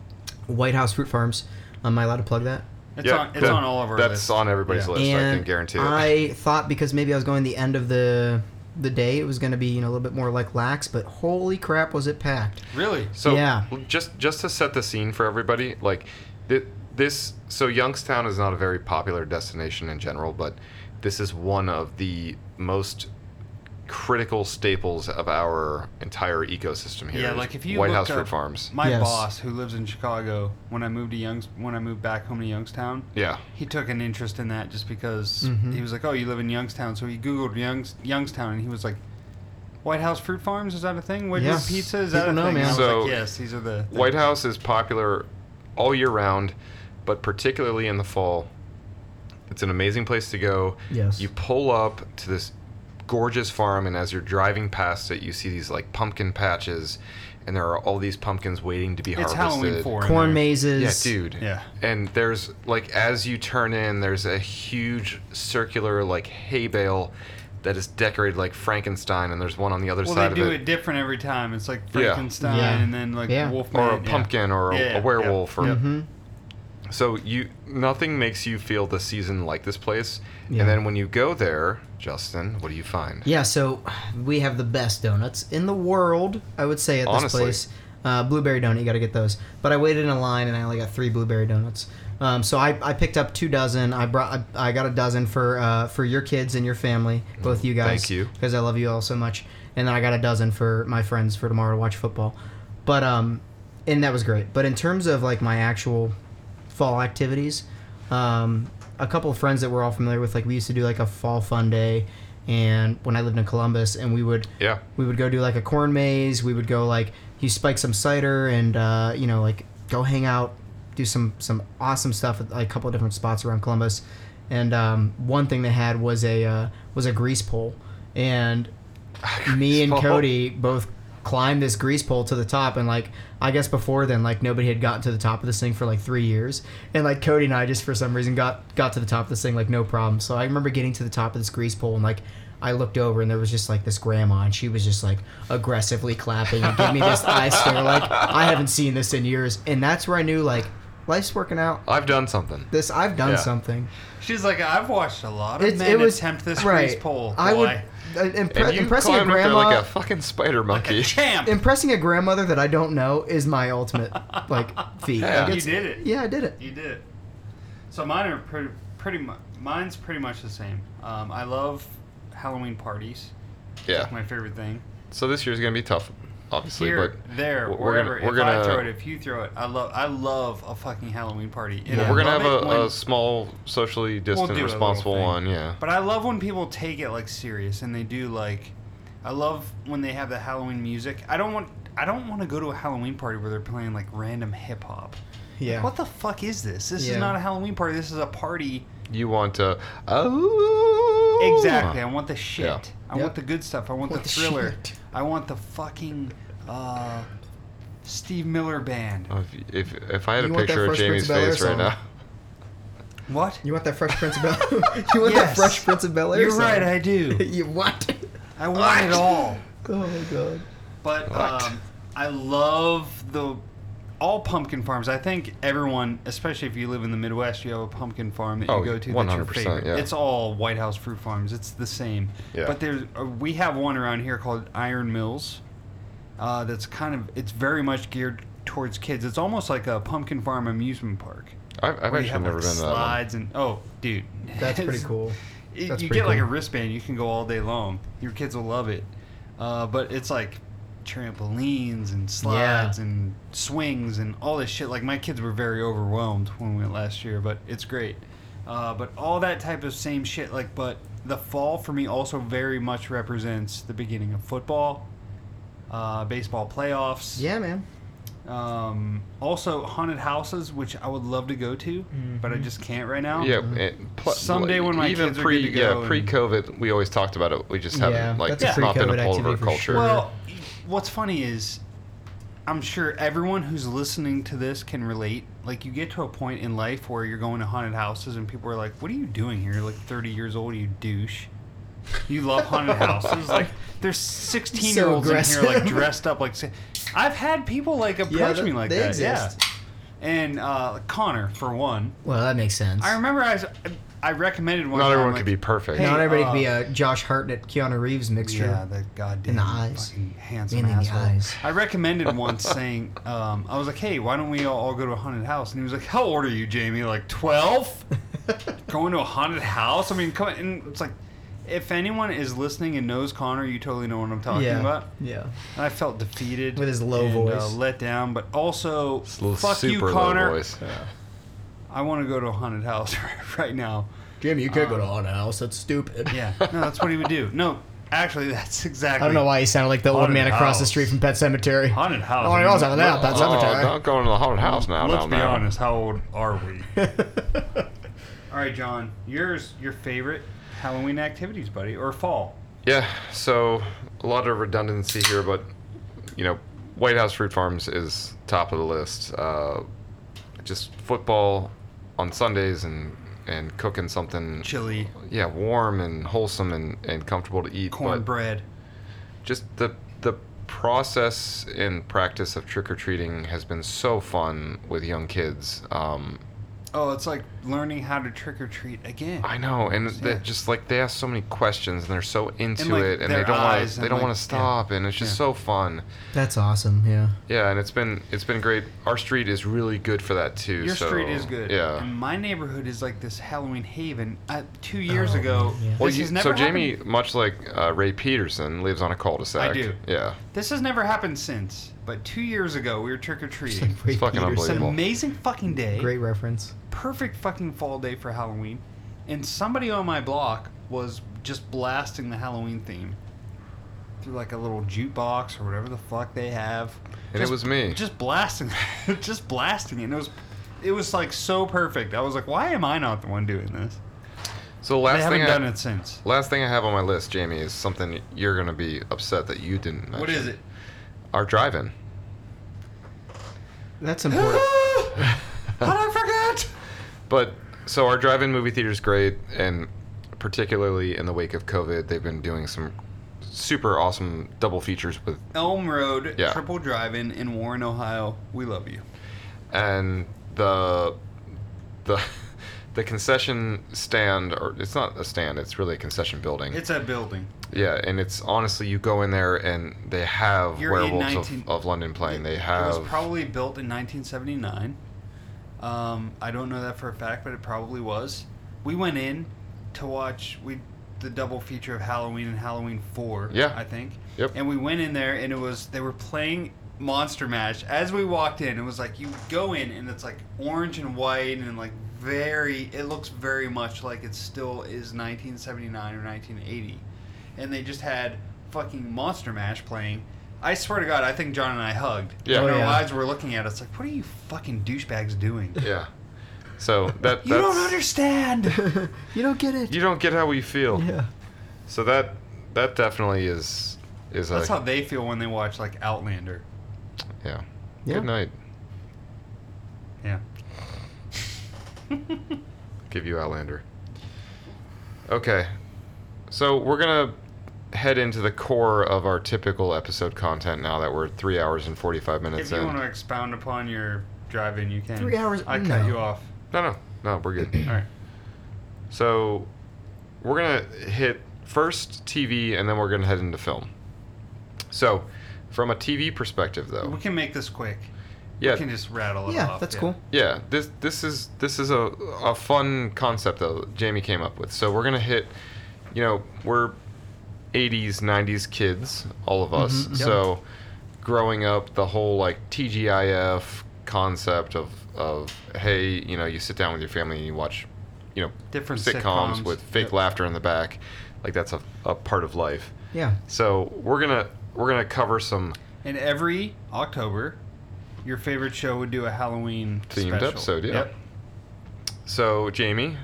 A: White House Fruit Farms. Um, Am I allowed to plug that?
C: It's,
B: Yeah,
C: on, it's
B: that-
C: on all of our
B: That's
C: lists.
B: on everybody's
C: Yeah.
B: list. I can guarantee it.
A: I thought because maybe I was going the end of the the day, it was going to be you know a little bit more like lax, but holy crap, was it packed!
C: Really?
B: So
A: Yeah.
B: just just to set the scene for everybody, like th- this. So Youngstown is not a very popular destination in general, but this is one of the most critical staples of our entire ecosystem here.
C: Yeah,
B: is
C: like if you
B: White
C: looked
B: House Fruit
C: up
B: Farms.
C: My
A: Yes.
C: boss, who lives in Chicago, when I moved to Youngs, when I moved back home to Youngstown,
B: Yeah.
C: he took an interest in that just because
A: Mm-hmm.
C: he was like, "Oh, you live in Youngstown," so he googled Youngs, Youngstown, and he was like, "White House Fruit Farms is that a thing? Whitney's
A: Yes.
C: Pizza is that
A: People
C: a
A: know,
C: thing?"
A: man.
C: And I was
B: So,
C: like, "Yes, these are the."
B: White House is popular all year round, but particularly in the fall. It's an amazing place to go.
A: Yes.
B: You pull up to this gorgeous farm, and as you're driving past it, you see these like pumpkin patches, and there are all these pumpkins waiting to be
C: It's
B: harvested.
C: Halloween four. in
A: Corn
C: there.
A: mazes.
B: Yeah, dude.
C: Yeah.
B: And there's like as you turn in, there's a huge circular like hay bale that is decorated like Frankenstein, and there's one on the other
C: Well,
B: side
C: they do
B: of
C: it. different every time. It's like
B: Yeah.
C: Frankenstein,
A: Yeah.
C: and then like
A: Yeah.
C: Wolfman,
B: or a
C: yeah.
B: pumpkin or a,
C: Yeah, yeah,
B: a werewolf
C: yeah.
B: or
A: hmm
B: so you nothing makes you feel the season like this place
A: Yeah.
B: and then when you go there justin what do you find
A: Yeah, so we have the best donuts in the world, I would say, at this
B: Honestly.
A: place. Uh, blueberry donut, you got to get those. But I waited in a line and I only got three blueberry donuts. Um, so I, I picked up two dozen. I brought I, I got a dozen for uh, for your kids and your family, both you guys.
B: Mm, Thank you.
A: because I love you all so much. And then I got a dozen for my friends for tomorrow to watch football. But um, and that was great. But in terms of like my actual fall activities, um, a couple of friends that we're all familiar with, like we used to do like a fall fun day, and when I lived in Columbus, and we would
B: Yeah.
A: we would go do like a corn maze. We would go like you spike some cider and uh, you know like go hang out, do some some awesome stuff at like, a couple of different spots around Columbus. And um, one thing they had was a uh, was a grease pole, and me and
B: pole.
A: Cody both climbed this grease pole to the top. And like I guess before then, like nobody had gotten to the top of this thing for like three years. And like Cody and I just for some reason got got to the top of this thing like no problem. So I remember getting to the top of this grease pole and like I looked over and there was just like this grandma and she was just like aggressively clapping and gave me this eye stare like I haven't seen this in years. And that's where I knew like life's working out.
B: I've done something.
A: This I've done
B: Yeah.
A: something.
C: She's like, I've watched a lot of
A: It's-
C: men attempt this
A: right.
C: grease pole.
A: I would
C: boy.
A: uh, impre-
B: And you
A: impressing a
B: climbed up there
A: grandma
B: like a fucking spider
C: like a
B: monkey.
C: champ.
A: impressing a grandmother that I don't know is my ultimate like feat.
B: Yeah.
A: Like,
C: you
A: it's-
C: did it.
A: Yeah, I did it.
C: You did. So mine are pretty, pretty much. Mine's pretty much the same. Um, I love Halloween parties. It's
B: yeah.
C: my favorite thing.
B: So this year's gonna be tough, obviously.
C: Here,
B: but
C: there,
B: we're
C: wherever.
B: Gonna, we're
C: if
B: gonna
C: I throw it, if you throw it, I love. I love a fucking Halloween party. And
A: Yeah.
C: I
B: we're gonna
C: love
B: have a,
C: it when-
B: a small, socially distant,
C: do a little
B: responsible
C: thing.
B: one. Yeah.
C: But I love when people take it like serious and they do like I love when they have the Halloween music. I don't want I don't want to go to a Halloween party where they're playing like random hip hop.
A: Yeah.
C: What the fuck is this? This
A: Yeah.
C: is not a Halloween party. This is a party.
B: You want to? Oh.
C: Exactly. I want the shit.
B: Yeah.
C: I
A: Yep.
C: want the good stuff. I want
A: Want
C: the
A: the
C: thriller.
A: shit.
C: I want the fucking uh, Steve Miller band.
B: Oh, If, if if I had
A: You
B: a
A: want that
B: picture of
A: Fresh Prince
B: Jamie's
A: of Bel-Air
B: face right
A: song?
B: now,
C: What?
A: You want that Fresh Prince of Bel? you want that
C: Yes.
A: Fresh Prince of Bel Air?
C: You're right. I do.
A: you what?
C: I want it all.
A: Oh god.
C: But
B: Right.
C: um, I love the all pumpkin farms. I think everyone, especially if you live in the Midwest, you have a pumpkin farm that
B: Oh,
C: you go to that's your
B: 100%,
C: favorite.
B: yeah.
C: It's all White House fruit farms. It's the same.
B: Yeah.
C: But there's uh, we have one around here called Iron Mills. Uh, that's kind of it's very much geared towards kids. It's almost like a pumpkin farm amusement park.
B: I've, I've
C: where
B: actually
C: you have
B: never
C: like
B: been to that one.
C: slides and oh, dude,
A: That's pretty
C: it's-
A: cool.
C: it-
A: That's
C: you
A: pretty
C: get like a
A: cool.
C: wristband, you can go all day long. Your kids will love it. Uh, but it's like trampolines and slides and swings and all this shit. Like my kids were very overwhelmed when we went last year, but it's great. Uh, but all that type of same shit. Like, but the fall for me also very much represents the beginning of football, uh, baseball playoffs.
A: Yeah, man.
C: Um, also haunted houses, which I would love to go to,
A: Mm-hmm.
C: but I just can't right now.
B: Yeah,
A: Oh.
B: and pl-
C: Someday
B: like,
C: when my
B: even
C: kids are
B: pre
C: good to
B: yeah
C: go and-
B: pre-COVID, we always talked about it. We just haven't
A: Yeah,
B: like
A: that's
B: it's
A: a
B: not been a
A: pre-COVID
B: part of our
A: activity for
B: culture.
A: sure.
C: Well, what's funny is I'm sure everyone who's listening to this can relate. Like, you get to a point in life where you're going to haunted houses and people are like, What are you doing here? You're like 30 years old, you douche. You love haunted houses. Like, there's 16 year olds in here, like,
A: aggressive.
C: dressed up. Like, say- I've had people, like, approach
A: that-
C: me like
A: they
C: that.
A: exist.
C: Yeah. And uh, Connor, for one.
A: Well, that makes sense.
C: I remember I, was, I recommended one.
B: not
C: time,
B: everyone
C: like,
B: could be perfect.
C: Hey,
A: Not everybody could be
C: uh,
A: a Josh Hartnett, Keanu Reeves mixture.
C: Yeah, that goddamn
A: In the eyes.
C: fucking handsome
A: In the
C: asshole.
A: eyes.
C: I recommended once saying, um, I was like, hey, why don't we all, all go to a haunted house? And he was like, how old are you, Jamie? Like, 12? Going to a haunted house? I mean, come on. And it's like, if anyone is listening and knows Connor, you totally know what I'm talking
A: yeah.
C: about.
A: Yeah.
C: And I felt defeated
A: With his low
C: and, uh,
A: voice.
C: let down, but also,
B: It's a little
C: fuck you,
B: super low
C: Connor.
B: voice.
C: I want to go to a haunted house right now.
A: Jimmy, you can't go to haunted house. That's stupid.
C: Um, Yeah, no, that's what he would do. No, actually, that's exactly.
A: I don't know why he sounded like the old
C: Haunted
A: man across the
C: house.
A: street from Pet Cemetery.
C: Haunted house.
A: Oh, I also have that. Pet
B: Oh,
A: Cemetery.
B: not going to the haunted house now.
C: Let's
B: now,
C: be
B: now.
C: honest. How old are we? All right, John. Yours, your favorite Halloween activities, buddy, or fall?
B: Yeah, so a lot of redundancy here, but you know, White House Fruit Farms is top of the list. Uh, just football on Sundays and and cooking something,
C: Chili,
B: yeah, warm and wholesome and, and comfortable to eat. but-
C: cornbread.
B: just the the process and practice of trick or treating has been so fun with young kids. Um,
C: Oh, it's like learning how to trick or treat again.
B: I know, and
C: Yeah.
B: that just like they ask so many questions and they're so into
C: like,
B: it, and they
C: their
B: don't want
C: eyes
B: to
C: and,
B: they don't
C: like,
B: want to stop, and it's just so fun.
A: That's awesome. Yeah.
B: Yeah, and it's been it's been great. Our street is really good for that too.
C: Your
B: so,
C: street is good.
B: Yeah.
C: And my neighborhood is like this Halloween haven. I, two years
A: Oh,
C: ago,
A: man, yeah.
B: well,
C: this
B: you,
C: has never
B: so Jamie,
C: happened.
B: much like uh, Ray Peterson, lives on a cul-de-sac.
C: I do.
B: Yeah.
C: This has never happened since, but two years ago we were trick or treating.
B: It's fucking
C: It's an
B: unbelievable.
C: amazing fucking day.
A: Great reference.
C: perfect fucking fall day for Halloween, and somebody on my block was just blasting the Halloween theme through like a little jukebox or whatever the fuck they have.
B: And it
C: Just-
B: was me.
C: Just blasting, just blasting it. And it was, it was like so perfect. I was like, why am I not the one doing this?
B: So the
C: they
B: last
C: haven't
B: thing
C: done
B: I,
C: it since.
B: last thing I have on my list, Jamie, is something you're gonna be upset that you didn't. Mention.
C: What is it?
B: Our drive-in.
A: That's important.
C: How'd I forget?
B: But so our drive-in movie theater is great, and particularly in the wake of COVID, they've been doing some super awesome double features with,
C: Elm Road
B: Yeah.
C: Triple Drive-In in Warren, Ohio. We love you.
B: and the the the concession stand, or it's not a stand, it's really a concession building.
C: It's a building.
B: yeah, and it's honestly, you go in there and they have
C: You're in
B: werewolves
C: 19
B: of, of London playing. They
C: It
B: have
C: was probably built in 1979. Um, I don't know that for a fact, but it probably was. We went in to watch we the double feature of Halloween and Halloween Four.
B: Yeah.
C: I think.
B: Yep.
C: And we went in there, and it was they were playing Monster Mash. As we walked in, it was like you go in, and it's like orange and white, and like very. It looks very much like it still is 1979 or 1980 and they just had fucking Monster Mash playing. I swear to God, I think John and I hugged.
B: Yeah.
C: And
A: Oh,
C: our
A: yeah.
C: wives were looking at us like, what are you fucking douchebags doing?
B: yeah. So that that's,
C: You don't understand.
A: you don't get it.
B: You don't get how we feel.
A: yeah.
B: So that that definitely is is
C: That's
B: a
C: how they feel when they watch like Outlander.
B: yeah.
A: Yeah.
B: Good night.
C: Yeah.
B: Give you Outlander. Okay. So we're gonna head into the core of our typical episode content now that we're three hours and forty five minutes
C: if you
B: in.
C: want to expound upon your drive-in, you can.
A: Three hours-
C: I
A: no.
C: cut you off.
B: No no, no, we're good.
C: All right.
B: so we're gonna hit first TV and then we're gonna head into film. So from a TV perspective though.
C: We can make this quick.
B: Oh. Yeah.
C: We can just rattle it
A: Yeah,
C: off.
A: that's cool.
B: Yeah, this this is this is a, a fun concept though Jamie came up with. So we're gonna hit, you know, we're 80s 90s kids, all of us.
C: Mm-hmm.
A: Mhm,
B: So growing up, the whole like TGIF concept of of hey, you know, you sit down with your family and you watch, you know,
C: Different
B: sitcoms,
C: sitcoms.
B: with fake
C: Yep.
B: laughter in the back, like that's a, a part of life.
A: Yeah.
B: So we're gonna we're gonna cover some
C: And every October, your favorite show would do a Halloween
B: Themed
C: special.
B: episode, yeah.
C: Yep.
B: So, Jamie,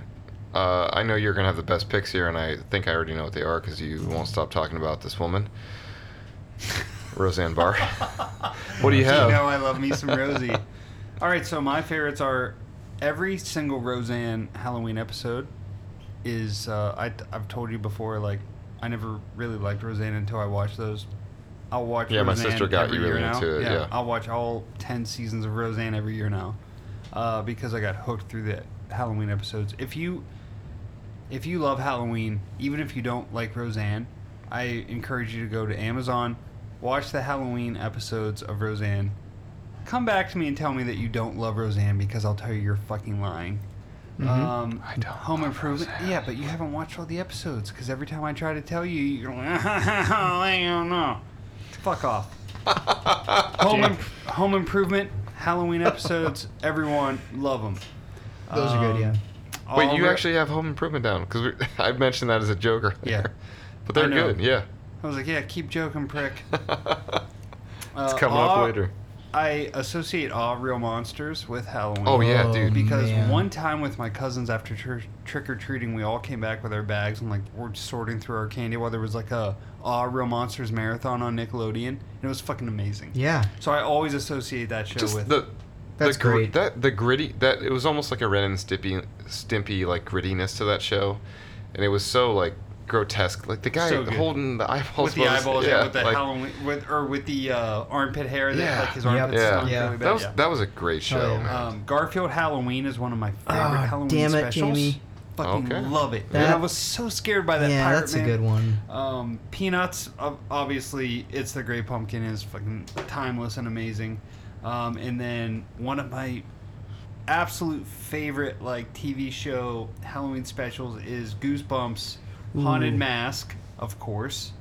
B: uh, I know you're going to have the best picks here, and I think I already know what they are because you won't stop talking about this woman, Roseanne Barr. what do you have?
C: You know I love me some Rosie. All right, so my favorites are every single Roseanne Halloween episode is uh, I I've told you before like I never really liked Roseanne until I watched those. I'll watch.
B: Yeah, my
C: Roseanne
B: sister got
C: every
B: you
C: year
B: really
C: now.
B: into it, yeah.
C: I'll watch all ten seasons of Roseanne every year now uh, because I got hooked through the Halloween episodes. If you if you love Halloween, even if you don't like Roseanne, I encourage you to go to Amazon, watch the Halloween episodes of Roseanne. Come back to me and tell me that you don't love Roseanne because I'll tell you you're fucking lying. Um,
B: Mm-hmm. I don't
C: Home
B: love
C: Improvement.
B: Roseanne.
C: Yeah, but you haven't watched all the episodes because every time I try to tell you, you're like, I don't know. Fuck off. home, Im- home Improvement, Halloween episodes. Everyone love them.
A: Those are good. Yeah.
B: Wait, you actually have Home Improvement down because I mentioned that as a joke earlier.
C: Yeah.
B: But
C: I
B: they're
C: know. Uh,
B: good, yeah.
C: I was like, yeah, keep joking, prick. Uh,
B: it's coming up later.
C: I associate all real monsters with Halloween.
B: Oh, yeah, dude.
C: Because
A: Mm, man.
C: one time with my cousins after tr- trick or treating, we all came back with our bags and like we're sorting through our candy while there was like a Aw Real Monsters marathon on Nickelodeon, and it was fucking amazing.
A: Yeah.
C: So I always associate that show
B: Just
C: with
B: the.
A: That's
B: the gr-
A: great.
B: That the gritty that it was almost like a Ren and Stimpy, Stimpy like grittiness to that show, and it was so like grotesque. Like the guy
C: So good.
B: holding the eyeballs
C: with the
B: was-
C: eyeballs, yeah, with the
B: like-
C: Halloween, with or with the uh, armpit hair, that,
B: Yeah.
C: like his
A: Yep.
C: armpits
B: Yeah.
C: stunk
A: Yeah. Oh,
C: really bad.
B: That was
C: Yeah.
B: that was a great show,
A: yeah.
B: man.
C: Um, Garfield Halloween is one of my favorite
A: Ah,
C: Halloween
A: damn it,
C: specials.
A: Jamie.
C: Fucking
B: Okay.
C: love it.
A: That-
C: and I was so scared by that.
A: yeah,
C: pirate
A: that's
C: man.
A: a good one.
C: Um, Peanuts, ob- obviously, it's the Great Pumpkin is fucking timeless and amazing. Um, and then one of my absolute favorite like TV show Halloween specials is Goosebumps, Haunted
A: Ooh.
C: Mask, of course,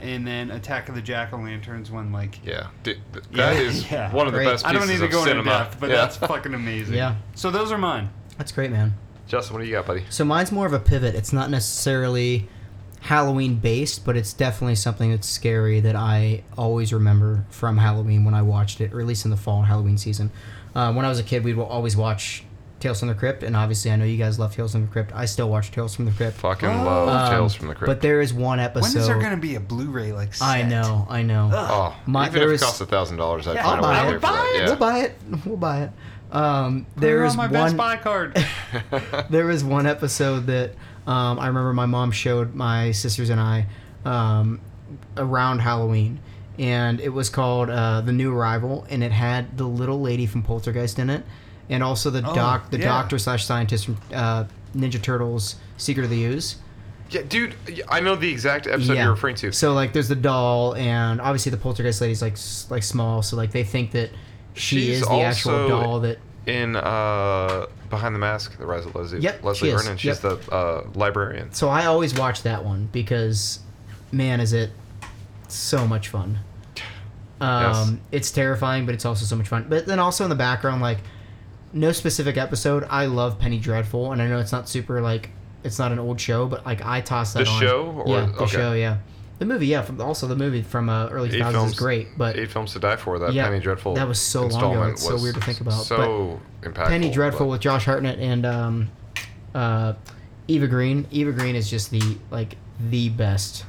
C: and then Attack of the Jack O' Lanterns when like
B: Yeah, D- th-
C: Yeah,
B: that is
C: yeah.
B: one of the
A: Great.
B: best
C: I
B: pieces
C: don't need to
B: of
C: go into
B: cinema.
C: depth, but
B: yeah.
C: that's fucking amazing.
A: Yeah.
C: So those are mine.
A: That's great, man.
B: Justin, what do you got, buddy?
A: So mine's more of a pivot. It's not necessarily Halloween based, but it's definitely something that's scary that I always remember from Halloween when I watched it, or at least in the fall Halloween season. Uh, when I was a kid, we'd always watch Tales from the Crypt, and obviously I know you guys love Tales from the Crypt. I still watch Tales from the Crypt.
B: Fucking love
A: Um,
B: Tales from the Crypt.
A: But there is one
C: When is
A: episode.
C: there gonna be a Blu-ray like? Set?
A: I know, I know.
B: oh,
A: uh, my-
B: even
A: there
B: if
A: is-
B: it costs a thousand dollars, I'd
C: Yeah,
B: find
A: I'll
B: a
A: buy
B: way to
A: it.
B: pay for that. Yeah.
A: We'll buy it. We'll buy it. Um,
C: Put her
A: there is
C: on my
A: one.
C: Best Buy card.
A: there was one episode that um, I remember my mom showed my sisters and I um, around Halloween, and it was called uh, "The New Arrival," and it had the little lady from Poltergeist in it, and also the
C: Oh,
A: doc, the
C: yeah.
A: doctor slash scientist from uh, Ninja Turtles: Secret of the Ooze.
B: Yeah, dude, I know the exact episode you're referring to.
A: So like, there's the doll, and obviously the Poltergeist lady's like s- like small, so like they think that she is
B: She's
A: the actual
B: also-
A: doll that.
B: in uh, Behind the Mask, The Rise of Leslie,
A: Yep,
B: Leslie
A: she is.
B: Vernon, she's
A: Yep.
B: the uh, librarian.
A: So I always watch that one because, man, is it so much fun. Um, It's terrifying, but it's also so much fun. But then also in the background, like, no specific episode. I love Penny Dreadful, and I know it's not super like it's not an old show, but like I toss that
B: The
A: on.
B: show or-
A: yeah, the
B: okay.
A: show, yeah, the movie, yeah. From, also the movie from uh, early two
B: Eight
A: thousands is
B: films-
A: great, but
B: Eight films to die for. That
A: Yeah,
B: Penny Dreadful.
A: that was so long ago,
B: installment
A: it's so
B: was
A: weird to think about,
B: So impactful.
A: Penny Dreadful
B: but-
A: with Josh Hartnett and um, uh, Eva Green. Eva Green is just the like the best,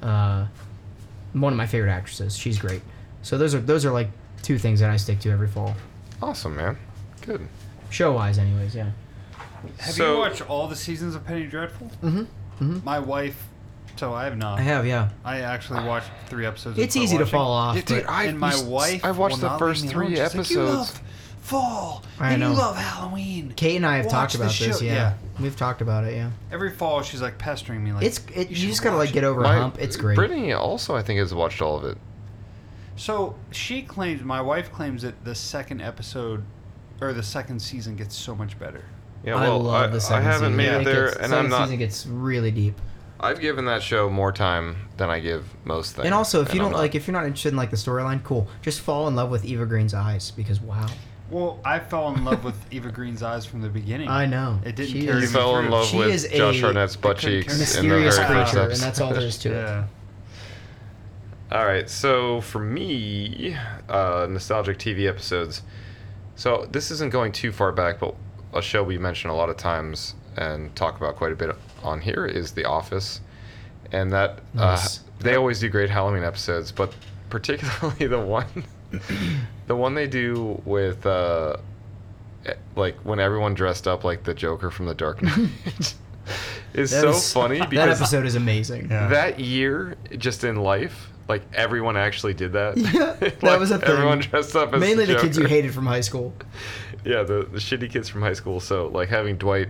A: uh, one of my favorite actresses. She's great. So those are those are like two things that I stick to every fall,
B: awesome, man. Good.
A: show wise, anyways. Yeah.
C: Have
B: So-
C: you watched all the seasons of Penny Dreadful?
A: Mhm, mhm.
C: My wife. So I have not.
A: I
C: I,
A: have, yeah.
C: actually watched three episodes.
A: It's
C: and quit
A: easy to
C: watching.
A: fall off,
C: Yeah, dude,
A: but-
C: I, and my
B: I've-
C: wife.
B: I've watched
C: will
B: the
C: not
B: first
C: leave me alone.
B: three
C: She's like, "You
B: episodes."
C: love fall.
A: I
C: and
A: know.
C: You love Halloween.
A: Kate and I have
C: Watch
A: talked
C: the
A: about this.
C: show-
A: Yeah.
C: yeah.
A: we've talked about it. Yeah,
C: Every fall, she's like pestering me. Like
A: it's it, you,
C: should
A: just gotta
C: watch
A: like
C: it."
A: get over a
B: My-
A: hump. It's great.
B: Brittany also, I think, has watched all of it.
C: So she claims, my wife claims that the second episode or the second season gets so much better.
B: Yeah,
A: I
B: well,
A: love
B: I,
A: the second
B: I haven't
A: season.
B: made
A: Yeah,
B: it
A: it
B: there,
A: gets-
B: and
A: second
B: I'm not.
A: Season gets really deep.
B: I've given that show more time than I give most things.
A: And also, if you
B: I'm
A: don't
B: not-
A: like, if you're not interested in like the storyline, cool. Just fall in love with Eva Green's eyes because wow.
C: Well, I fell in love with Eva Green's eyes from the beginning.
A: I know.
C: It didn't
A: She
C: carry
A: is-
B: you
C: me
A: She
B: fell in
C: through.
B: love
A: She is
B: with
A: a
B: Josh Hartnett's butt
C: couldn't
B: cheeks
C: care less.
B: in the very
A: mysterious
C: very
B: first
A: creature,
C: creature,
A: and
B: episode.
A: that's all there is to it.
C: Yeah.
B: All right, so for me, uh, nostalgic TV episodes. So this isn't going too far back, but a show we mention a lot of times and talk about quite a bit on here is The Office, and that
A: Nice.
B: uh, they always do great Halloween episodes, but particularly the one, the one they do with. Uh, eh, like when everyone dressed up like the Joker from The Dark Knight is
A: That
B: so
A: is-
B: funny because
A: That episode is amazing.
C: Yeah.
B: that year just in life like everyone actually did that
A: Yeah, that
B: Like,
A: was a thing.
B: everyone dressed up as
A: Mainly the kids you
B: Joker.
A: hated from high school.
B: yeah the, the shitty kids from high school so like having dwight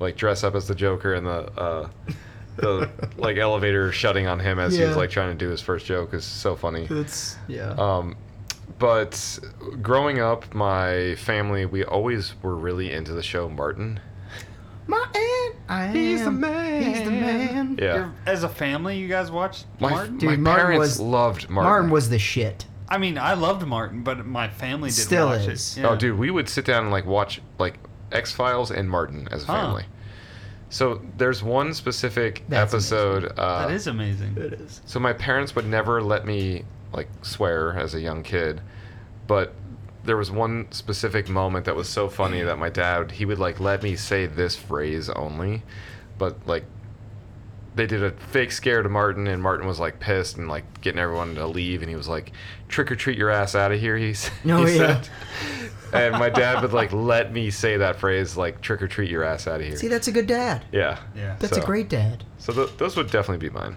B: like dress up as the joker and the uh the like elevator shutting on him as
A: Yeah.
B: he's like trying to do his first joke is so funny
A: That's yeah.
B: um but growing up my family we always were really into the show martin
A: My aunt, I am.
B: He's the man.
A: He's the man.
B: yeah
C: You're- As a family, you guys watched
B: my,
C: Martin.
B: my
A: Dude, Martin
B: parents
A: was-
B: loved martin
A: Martin was the shit.
C: I mean, I loved Martin, but my family didn't
A: Still
C: watch
A: is.
C: it. Yeah.
B: Oh, dude, we would sit down and like watch like X Files and Martin as a
C: Huh.
B: family. So there's one specific
A: That's
B: episode. Uh,
C: that is amazing.
A: is.
B: So my parents would never let me like swear as a young kid, but there was one specific moment that was so funny that my dad he would like let me say this phrase only, but like they did a fake scare to Martin, and Martin was like pissed and like getting everyone to leave, and he was like, "Trick or treat your ass out of here," he, s-
A: Oh,
B: he
A: yeah.
B: said. And my dad would like let me say that phrase, like "Trick or treat your ass out of here."
A: See, that's a good dad.
B: yeah,
C: Yeah.
A: That's a
B: So-
A: great dad.
B: so th- those would definitely be mine.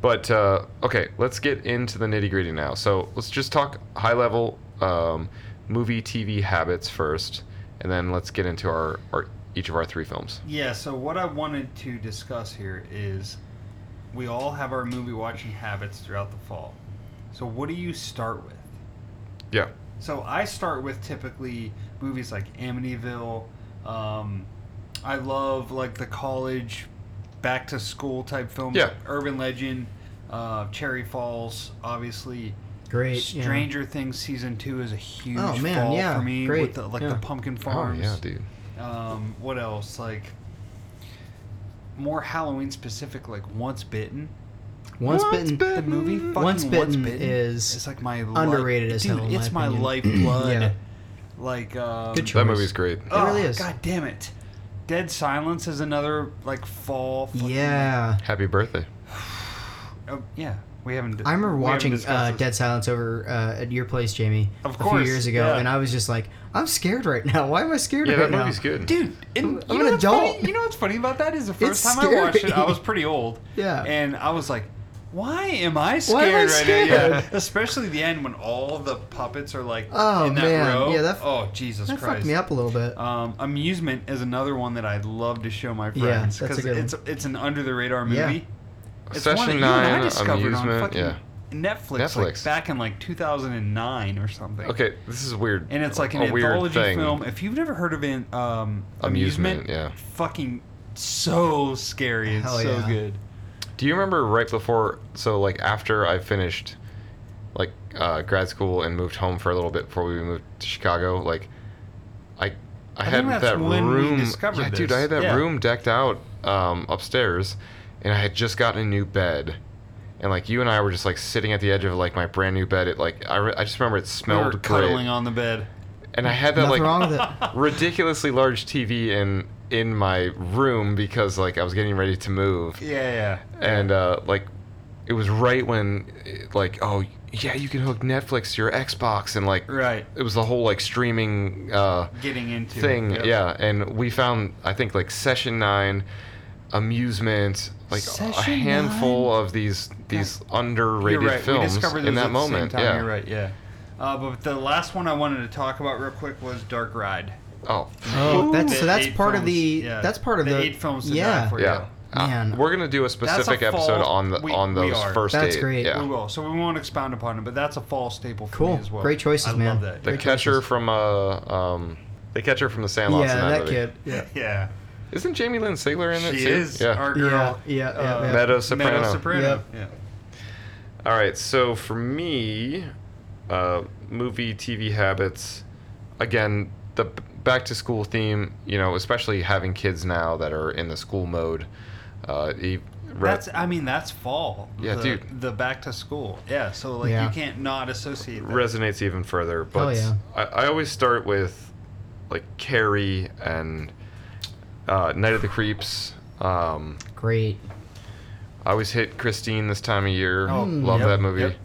B: But uh, okay, let's get into the nitty gritty now. So let's just talk high level um, movie, TV habits first, and then let's get into our, our each of our three films.
C: Yeah, so what I wanted to discuss here is we all have our movie watching habits throughout the fall. So what do you start with?
B: Yeah.
C: So I start with typically movies like Amityville. Um, I love like the college back to school type films.
B: Yeah.
C: Urban Legend, uh, Cherry Falls, obviously.
A: Great. yeah.
C: Stranger Things season two is a huge
A: Oh, man,
C: fall
A: yeah,
C: for me
A: great,
C: with the, like
A: yeah.
C: the pumpkin
B: Oh
C: farms.
B: yeah, dude.
C: Um, what else? Like more Halloween specific, like Once Bitten.
A: Once,
B: Once
A: bitten.
B: bitten.
C: The movie fucking
A: Once
C: Once
A: Mm-hmm. Bitten
C: Bitten,
A: is
C: it's like my
A: underrated
C: li-
A: as
C: dude,
A: hell, in my
C: It's my,
A: opinion.
C: lifeblood.
A: Yeah.
C: Like um,
A: Good choice.
B: That movie's great.
A: It really
C: oh,
A: is.
C: God damn it! Dead Silence is another like fall. fucking-
A: Yeah.
B: Happy birthday.
C: Oh, yeah. We haven't.
A: I remember
C: we haven't
A: watching
C: discussed
A: uh,
C: this.
A: Dead Silence over uh, at your place, Jamie,
C: Of
A: a few
C: course,
A: years ago,
C: yeah.
A: and I was just like, "I'm scared right now. Why am I scared
B: Yeah,
A: right
B: that
A: now?"
B: movie's good.
C: Dude, and
A: I'm an
C: you know what's funny-
A: adult.
C: You know what's funny about that is the first
A: It's
C: time I watched it, I was pretty old.
A: Yeah.
C: And I was like, why am I scared,
A: Why am I
C: right now?
A: scared?
C: Yeah. Especially the end when all the puppets are like
A: Oh,
C: in that
A: man.
C: row.
A: Yeah, that-
C: oh Jesus
A: That
C: Christ.
A: fucked me up a little bit.
C: Um, Amusement is another one that I'd love to show my
A: Yeah,
C: friends
A: that's a good
C: it's it's an under the radar
A: Yeah.
C: movie. It's one that
B: Session
C: you and I
B: Nine,
C: discovered on
B: Amusement,
C: fucking
B: yeah.
C: Netflix, Like,
B: Netflix.
C: back in like 2009 or something.
B: Okay, this is weird.
C: And it's like an
B: a weird
C: anthology
B: thing.
C: film. If you've never heard of an um,
B: Amusement,
C: amusement,
B: yeah.
C: fucking so scary and
A: Hell
C: so
A: yeah.
C: good.
B: Do you remember right before? So like after I finished, like uh, grad school and moved home for a little bit before we moved to Chicago. Like, I I, had
C: think that's
B: that
C: when we
B: room.
C: discovered
B: yeah, dude,
C: this.
B: I had that
C: Yeah.
B: room decked out um, upstairs, and I had just gotten a new bed. And like you and I were just like sitting at the edge of like my brand new bed. It like I, re- I just remember it
C: We were
B: smelled
C: cuddling
B: great,
C: on the bed.
B: and I had that
A: Nothing
B: like
A: wrong with it.
B: ridiculously large TV in in my room because like I was getting ready to move
C: Yeah,
B: and uh, like it was right when eh, like oh yeah you can hook netflix to your xbox and like
C: yeah. Right.
B: it was the whole like streaming uh,
C: Getting into it,
B: thing
C: yep.
B: yeah and we found i think like session nine amusement like a
C: Session
B: handful of these these underrated
C: You're right. we
B: films
C: discovered those
B: in that
C: at the same
B: moment
C: time.
B: yeah
C: You're right. Yeah. Uh, but the last one I wanted to talk about real quick was Dark Ride.
B: oh
A: Oh,
C: Ooh.
A: that's so
C: The
A: that's
C: eight
A: part of
C: films,
A: the
C: yeah.
A: that's part of the,
C: The eight films to
A: Yeah,
C: die for.
B: yeah Uh,
A: Man.
B: we're gonna do a
C: a
B: specific
C: fall-
B: episode on the
C: we-
B: on
C: we
B: those
C: are.
B: first
A: That's
B: eight.
A: great.
B: yeah
C: We will. So we won't expound upon it, but that's a fall staple for
A: Cool.
C: me as well.
A: Great choices,
C: I love
A: man.
C: that.
B: the
A: Great
B: catcher
A: choices.
B: from uh um the catcher from the Sandlot.
A: yeah,
B: in that,
A: that
B: movie.
A: kid. Yeah.
C: Yeah.
B: Isn't Jamie Lynn Sigler in it
C: She
B: too?
C: is
B: Yeah.
C: our
A: Yeah,
C: girl. Uh,
A: yeah, yeah, yeah.
B: Meadow Soprano.
C: Meadow Soprano.
A: Yep.
C: Yeah.
B: All right. So for me, uh, movie, TV habits. Again, the b- back to school theme. You know, especially having kids now that are in the school mode. Uh, e- re-
C: That's I mean that's fall.
B: Yeah,
C: the,
B: dude.
C: The back to school. Yeah, so like
A: Yeah.
C: you can't not associate that.
B: resonates even further. But
A: yeah.
B: I, I always start with like Carrie and uh, Night of the Creeps. Um,
A: Great.
B: I always hit Christine this time of year.
C: Oh, Mm.
B: Love
C: yep,
B: that movie.
C: yep.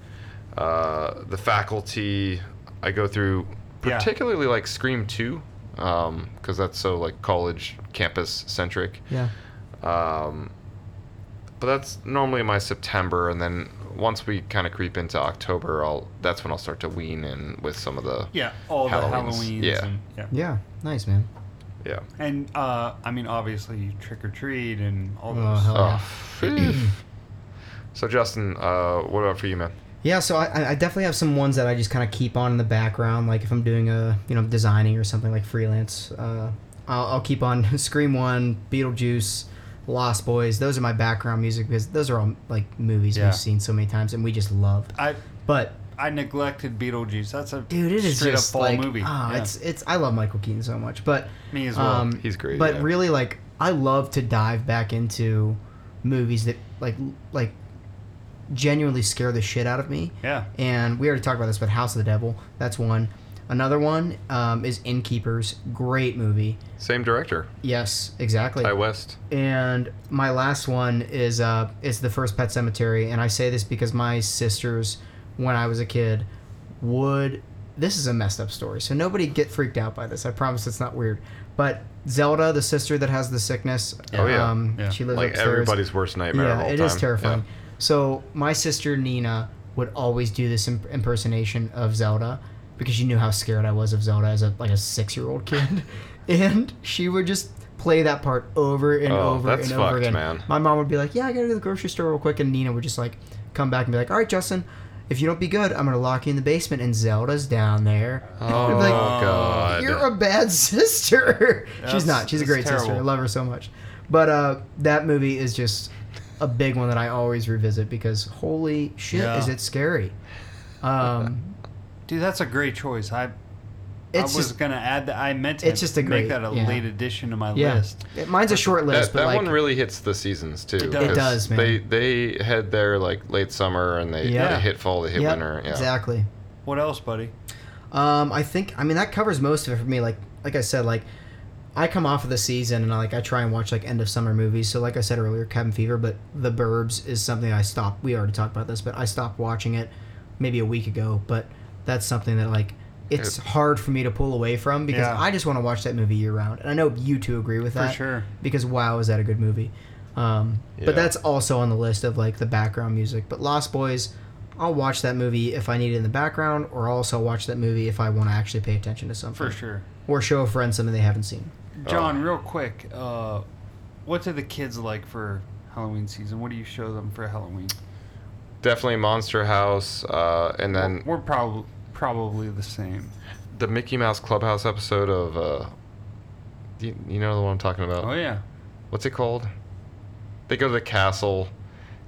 B: Uh, the faculty, I go through
C: Yeah.
B: particularly like Scream 2 because that's so like college campus centric.
A: Yeah.
B: Um, but that's normally my September, and then once we kind of creep into October, I'll that's when I'll start to wean in with some of the
C: yeah, all
B: Halloweens.
C: the Halloweens.
B: Yeah.
C: And, yeah.
A: Yeah. Nice man.
B: yeah.
C: And uh, I mean, obviously, trick or treat and all those.
A: Oh, hell yeah.
B: Oh, phew. so Justin, uh, what about for you, man?
A: Yeah, so I- I, I definitely have some ones that I just kind of keep on in the background. Like if I'm doing a, you know, designing or something like freelance, uh, I'll, I'll keep on Scream One, Beetlejuice, Lost Boys. Those are my background music because those are all like movies
C: Yeah.
A: we've seen so many times and we just love.
C: I
A: But
C: I neglected Beetlejuice. That's a
A: dude, it is
C: straight
A: just
C: up fall
A: like,
C: movie.
A: ah,
C: Yeah.
A: it's it's. I love Michael Keaton so much, but um,
C: me as well.
B: He's great,
A: But
B: yeah.
A: really, like I love to dive back into movies that like like genuinely scare the shit out of me.
C: yeah,
A: And we already talked about this, but House of the Devil. That's one. Another one um, is Innkeepers. Great movie.
B: Same director,
A: Yes, exactly.
B: Ty West.
A: And my last one is uh is the first Pet Cemetery, and I say this because my sisters, when I was a kid, would this is a messed up story, so nobody get freaked out by this. I promise it's not weird. But Zelda, the sister that has the sickness,
B: Oh, yeah.
A: um,
C: Yeah.
A: she lives
B: Like
A: upstairs.
B: everybody's worst nightmare of
A: yeah,
B: all
A: it is
B: time.
A: terrifying. So my sister Nina would always do this imp- impersonation of Zelda because she knew how scared I was of Zelda as a like a six year old kid, and she would just play that part over and
B: Oh,
A: over
B: that's
A: and over
B: fucked,
A: again.
B: man.
A: My mom would be like, "Yeah, I gotta go to the grocery store real quick," and Nina would just like come back and be like, "All right, Justin." If you don't be good, I'm gonna lock you in the basement, and Zelda's down there. And I'd
B: Oh,
A: be like,
B: God.
A: you're a bad sister. she's
C: That's-
A: not. She's a
C: that's
A: great sister. I
C: terrible.
A: love her so much. But uh, that movie is just a big one that I always revisit because holy shit,
C: Yeah.
A: is it scary? Um,
C: Dude, that's a great choice. I
A: it's
C: I was
A: just
C: gonna add that. I meant to
A: it's just a
C: make
A: great-
C: that a
A: yeah.
C: late addition to my
A: yeah.
C: list.
A: It- mine's a short list, but
B: That, that
A: like
B: one really hits the seasons too.
C: It does. It
B: 'cause
A: does, man.
B: They they had their like late summer and they,
A: Yeah.
B: they hit fall, they hit
A: Yep,
B: winter. Yeah.
A: exactly.
C: What else, buddy?
A: Um, I think I mean that covers most of it for me. Like like I said, like I come off of the season and I, like I try and watch like end of summer movies. So like I said earlier, Cabin Fever, but The Burbs is something I stopped. We already talked about this, but I stopped watching it maybe a week ago. But that's something that like it's hard for me to pull away from because
C: Yeah.
A: I just want to watch that movie year round. And I know you two agree with
C: For
A: that
C: sure.
A: because wow, is that a good movie? Um,
B: Yeah.
A: But that's also on the list of like the background music. But Lost Boys, I'll watch that movie if I need it in the background, or I'll also watch that movie if I want to actually pay attention to something,
C: For sure.
A: or show a friend something they haven't seen.
B: Oh.
C: John, real quick, uh, what do the kids like for Halloween season? What do you show them for Halloween?
B: Definitely Monster House, uh, and then
C: we're probably probably the same.
B: the Mickey Mouse Clubhouse episode of. Uh, do you, you know the one I'm talking about?
C: Oh yeah,
B: What's it called? They go to the castle,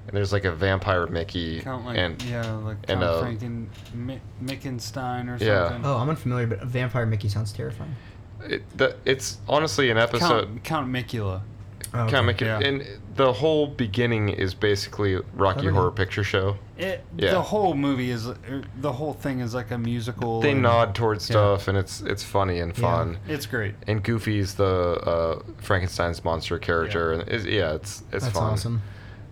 B: and there's like a vampire Mickey,
C: Count like
B: and
C: yeah, like
B: and,
C: Count
B: uh,
C: Franken Mi- Mickenstein or
B: Yeah.
C: something.
A: Oh, I'm unfamiliar, but Vampire Mickey sounds terrifying.
B: it, the, it's honestly an episode.
C: Count Count Micula.
A: Oh,
B: Count Mickey,
C: yeah.
B: and the whole beginning is basically Rocky
A: Everything.
B: Horror Picture Show.
C: It,
B: Yeah.
C: The whole movie is er, the whole thing is like a musical.
B: They
C: and-
B: nod towards stuff, and it's it's funny and
A: Yeah.
B: fun.
C: It's great.
B: And Goofy's the uh, Frankenstein's monster character, and it's, yeah, it's it's
A: that's
B: fun.
A: awesome.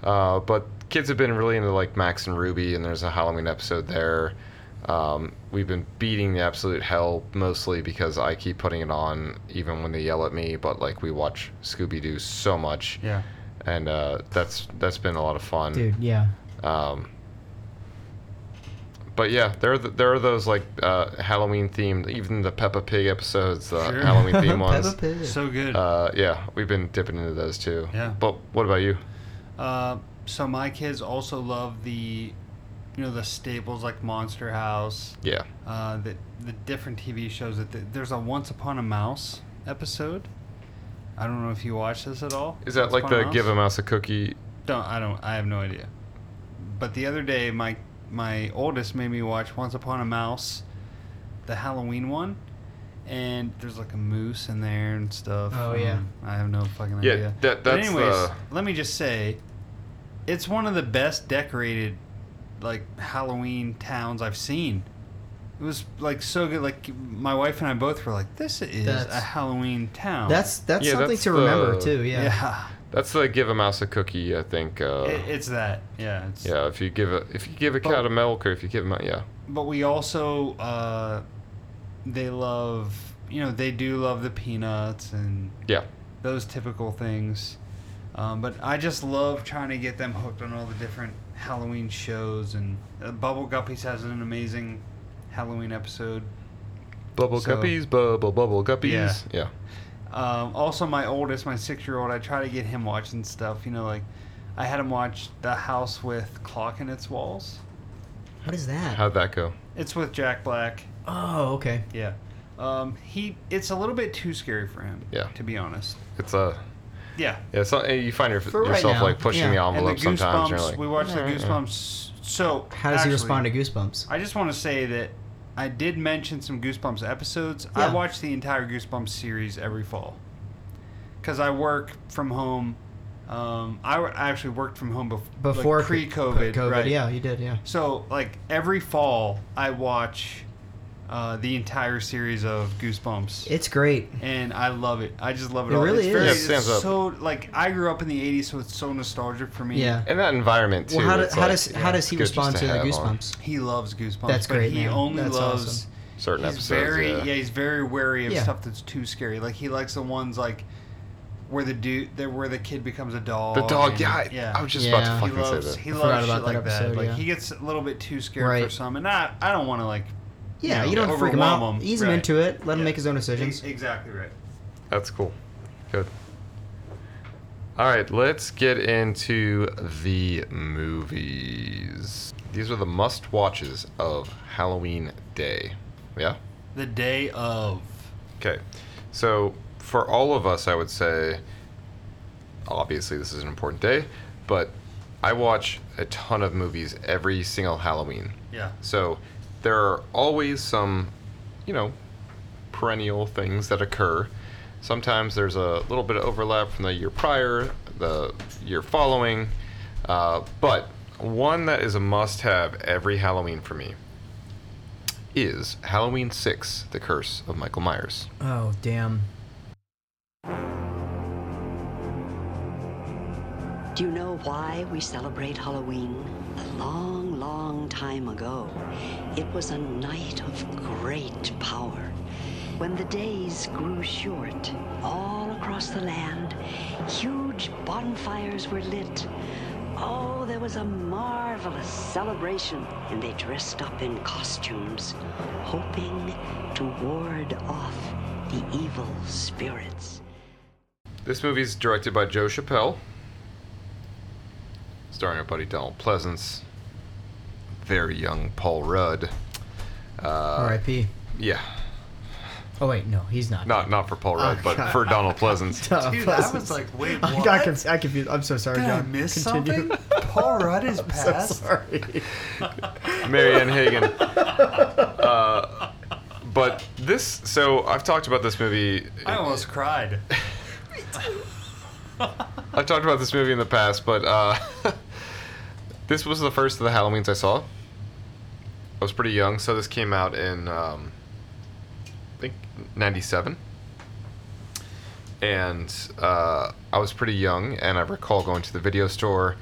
B: Uh, but kids have been really into like Max and Ruby, and there's a Halloween episode there. Um, we've been beating the absolute hell mostly because I keep putting it on even when they yell at me. But like we watch Scooby Doo so much,
C: Yeah.
B: and uh, that's that's been a lot of fun.
A: Dude, yeah.
B: Um, but yeah, there are th- there are those like uh, Halloween themed, even the Peppa Pig episodes, the
C: Sure.
B: Halloween themed
A: Peppa
B: ones.
A: Pig.
C: So good.
B: Uh, yeah, we've been dipping into those too.
C: Yeah.
B: But what about you?
C: Uh, so my kids also love the, you know, the staples like Monster House,
B: Yeah.
C: uh, the the different TV shows. That th there's a Once Upon a Mouse episode. I don't know if you watch this at all.
B: Is that
C: Once
B: like
C: Upon
B: the
C: a Mouse?
B: give a mouse a cookie?
C: Don't I don't I have no idea. But the other day, my my oldest made me watch Once Upon a Mouse, the Halloween one, and there's like a moose in there and stuff.
A: Oh,
C: and
A: yeah.
C: I have no fucking
B: Yeah,
C: idea.
B: that-
C: but
B: that's uh,
C: anyways,
B: the-
C: let me just say, it's one of the best decorated, like Halloween towns I've seen. It was like so good. Like my wife and I both were like, "This is
A: That's-
C: a Halloween town."
A: That's that's
B: Yeah,
A: something
B: that's
A: to remember
B: the-
A: too. Yeah.
C: yeah.
B: That's the give a mouse a cookie. I think. Uh,
C: It, it's that. Yeah. It's,
B: yeah, if you give a if you give a
C: But-
B: cat a milk or if you give him a, yeah
C: but we also uh, they love you know they do love the peanuts and
B: yeah
C: those typical things um, but i just love trying to get them hooked on all the different halloween shows and uh, bubble guppies has an amazing halloween episode
B: bubble
C: So-
B: guppies bubble bubble guppies
C: Yeah.
B: yeah
C: um, also my oldest my six year old i try to get him watching stuff you know like i had him watch the house with clock in its walls
A: What is that?
B: how'd that go?
C: it's with jack black
A: oh, okay.
C: yeah um, he it's a little bit too scary for him
B: Yeah.
C: to be honest
B: It's a
C: Yeah.
B: yeah. So, eh, you find your,
A: For right
B: yourself
A: now,
B: like pushing
A: yeah.
B: the
A: And
B: envelope
C: and the
B: sometimes. You're
C: Goosebumps,
B: like,
C: we watched the
B: "Alright, yeah."
C: Goosebumps. So,
A: How does he respond to Goosebumps?
C: I just want to say that I did mention some Goosebumps episodes.
A: Yeah.
C: I watch the entire Goosebumps series every fall because I work from home. Um, I, w- I actually worked from home bef- like,
A: Before
C: pre-COVID,
A: COVID,
C: right?
A: Yeah, you did. Yeah.
C: So, like every fall, I watch uh, the entire series of Goosebumps
A: It's great.
C: and I love it. I just love it.
A: It
C: all.
A: really
C: it's
A: is.
C: Very,
A: Yeah, it
B: stands
C: it's
B: up.
C: so like I grew up in the '80s, so it's so nostalgic for me.
A: Yeah.
B: And that environment too.
A: Well, how, do,
B: it's
A: how
B: like,
A: does
B: yeah,
A: how does he
B: good just
A: respond to the
B: have on
A: Goosebumps?
C: he loves Goosebumps.
A: That's
C: but
A: great,
C: He
A: man.
C: only
A: That's
C: loves.
A: awesome.
B: Certain
C: he's
B: episodes.
C: very
B: yeah.
C: he's very wary of
A: Yeah.
C: stuff that's too scary. Like he likes the ones like where the dude there where the kid becomes a dog.
B: the dog.
C: and-
B: yeah, I,
C: yeah.
B: I was just
A: Yeah.
B: about
C: he
B: to fucking
C: loves
B: say
C: he
A: I
C: loves
A: forgot
C: shit
A: about that
C: like
A: episode,
C: that. Like
A: yeah.
C: he gets a little bit too scared for
A: Right.
C: some, and I I don't want to like
A: Yeah,
C: you
A: you
C: know,
A: don't freak him
C: overwhelm
A: out.
C: him,
A: Ease him
C: right.
A: into it. Let him
C: Yeah.
A: make his own decisions.
C: ex- exactly right.
B: that. That's cool. Good. All right, let's get into the movies. These are the must watches of Halloween day. Yeah.
C: The day of.
B: Okay. So for all of us, I would say obviously this is an important day, but I watch a ton of movies every single Halloween.
C: Yeah.
B: So there are always some, you know, perennial things that occur. Sometimes there's a little bit of overlap from the year prior, the year following, uh, but one that is a must have every Halloween for me is Halloween 6 The Curse of Michael Myers.
A: Oh damn.
F: Do you know why we celebrate Halloween? A long, long time ago, it was a night of great power. When the days grew short, all across the land, huge bonfires were lit. Oh, there was a marvelous celebration, and they dressed up in costumes, hoping to ward off the evil spirits.
B: This movie is directed by Joe Chappelle, starring our buddy Donald Pleasance, very young Paul Rudd.
A: R.I.P.
B: Yeah,
A: Oh wait, no, he's not.
B: not not for Paul Rudd, but
A: God.
B: for Donald Pleasance.
A: Donald
C: Dude, I
A: Pleasance.
C: was like, wait,
A: I
C: what?
A: got cons- I confused. I'm so sorry,
C: Did I
A: John.
C: miss
A: Continue.
C: something? Paul Rudd is
A: I'm so
C: passed.
A: sorry.
B: Marianne Hagen. Uh, but this, so I've talked about this movie.
C: I almost cried.
B: I've talked about this movie in the past, but uh, this was the first of the Halloweens I saw. I was pretty young, so this came out in, um, I think, 97. And uh, I was pretty young, and I recall going to the video store,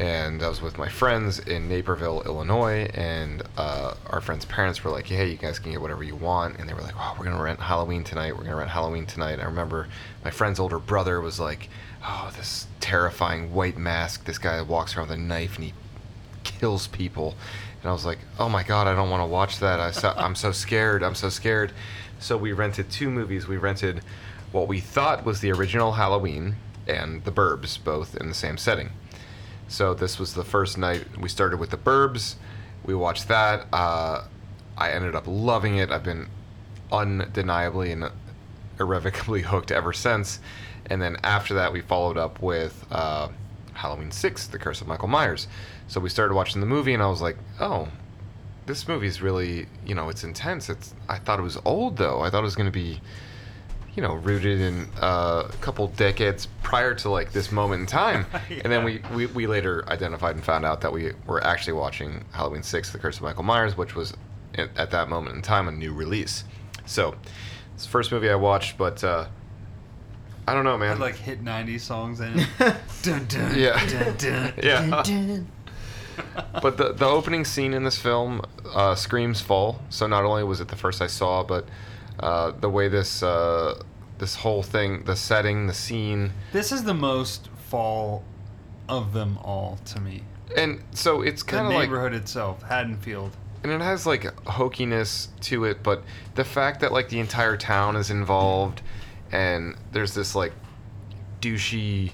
B: and I was with my friends in Naperville, Illinois, and uh, our friends' parents were like, hey, you guys can get whatever you want. And they were like, oh, we're going to rent Halloween tonight. We're going to rent Halloween tonight. And I remember my friend's older brother was like, oh, this terrifying white mask. This guy walks around with a knife and he kills people. And I was like, oh my God, I don't want to watch that. I so, I'm so scared. I'm so scared. So we rented two movies. We rented what we thought was the original Halloween and The Burbs, both in the same setting. So this was the first night we started with The Burbs. We watched that. Uh, I ended up loving it. I've been undeniably and irrevocably hooked ever since. And then after that, we followed up with uh, Halloween 6, The Curse of Michael Myers. So we started watching the movie, and I was like, oh, this movie's really, you know, it's intense. It's I thought it was old, though. I thought it was going to be, you know, rooted in uh, a couple decades prior to, like, this moment in time. And then we, we, we later identified and found out that we were actually watching Halloween 6, The Curse of Michael Myers, which was, at at that moment in time, a new release. So it's the first movie I watched, but uh, I don't know,
C: I
B: man.
C: like hit 90s songs in it. dun, dun,
B: Yeah.
C: dun, dun.
B: yeah. but the, the opening scene in this film uh, screams fall. So not only was it the first I saw, but uh, the way this uh, this whole thing, the setting, the scene,
C: This is the most fall of them all to me.
B: and so it's
C: The
B: kind of like
C: neighborhood itself, Haddonfield.
B: and it has like hokiness to it, but the fact that like the entire town is involved, and there's this like douchey.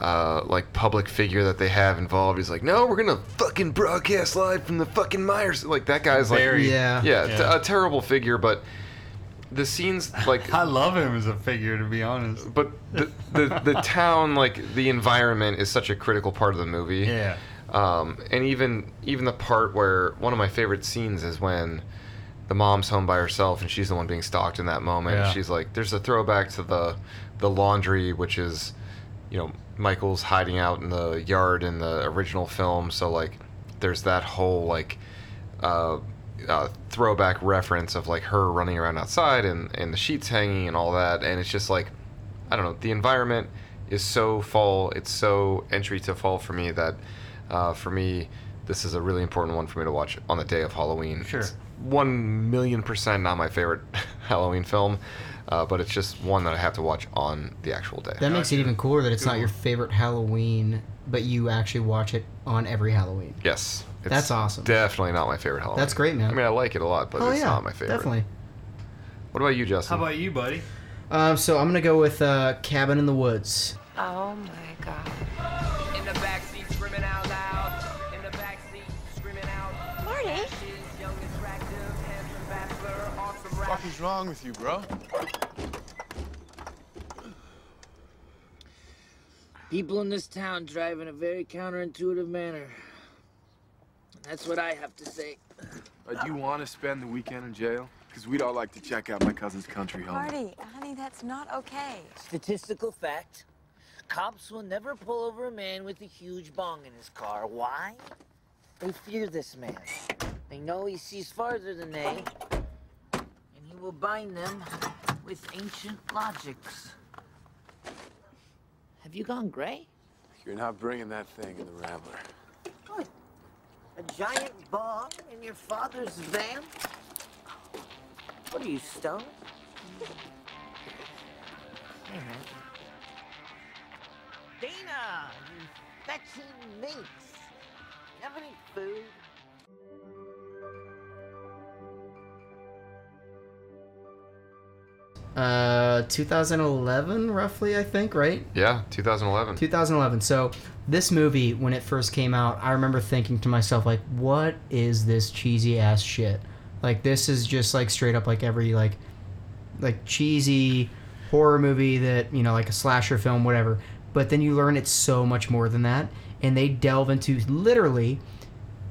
B: Uh, like public figure that they have involved, he's like, no, we're gonna fucking broadcast live from the fucking Myers. Like that guy's like,
C: Very-
A: Yeah.
B: yeah,
C: Yeah.
B: T- a terrible figure, but the scenes like
C: I love him as a figure, to be honest.
B: but the, the the town like the environment is such a critical part of the movie
C: Yeah.
B: um, and even even the part where one of my favorite scenes is when the mom's home by herself and she's the one being stalked in that moment
C: Yeah.
B: she's like there's a throwback to the the laundry which is you know michael's hiding out in the yard in the original film so like there's that whole like uh, uh, throwback reference of like her running around outside and, and the sheets hanging and all that and it's just like i don't know the environment is so fall it's so entry to fall for me that uh, for me this is a really important one for me to watch on the day of halloween
C: Sure.
B: It's one million percent not my favorite halloween film uh, but it's just one that i have to watch on the actual day
A: That makes it even cooler that it's not your favorite Halloween, but you actually watch it on every Halloween.
B: yes it's
A: That's awesome.
B: definitely not my favorite halloween
A: That's great, man.
B: i mean i like it a lot but
A: Oh
B: it's
A: yeah,
B: not my favorite
A: Definitely.
B: what about you justin
C: How about you, buddy?
A: Um, so I'm gonna go with uh, Cabin in the Woods.
G: Oh my god.
H: In the backseat screaming out loud. In the backseat screaming out.
G: Marty?
H: She's young, attractive, handsome bachelor, awesome rapper.
I: What is wrong Uh, with you, bro?
G: People in this town drive in a very counterintuitive manner. That's what I have to say.
I: Uh, do you want to spend the weekend in jail? Because we'd all like to check out my cousin's country home.
J: Marty, honey, that's not okay.
G: Statistical fact cops will never pull over a man with a huge bong in his car. Why? They fear this man. They know he sees farther than they, and he will bind them with ancient logics. Have you gone gray?
I: You're not bringing that thing in the Rambler.
G: What? A giant bong in your father's van? What are you, stoned? All right. Dana, you fetching minx. You have any food?
A: Uh, 2011, roughly, I think, right?
B: Yeah, 2011.
A: 2011. So this movie, when it first came out, I remember thinking to myself, like, what is this cheesy ass shit? Like, this is just like straight up like every like, like cheesy horror movie that you know, like a slasher film, whatever. But then you learn it's so much more than that, and they delve into literally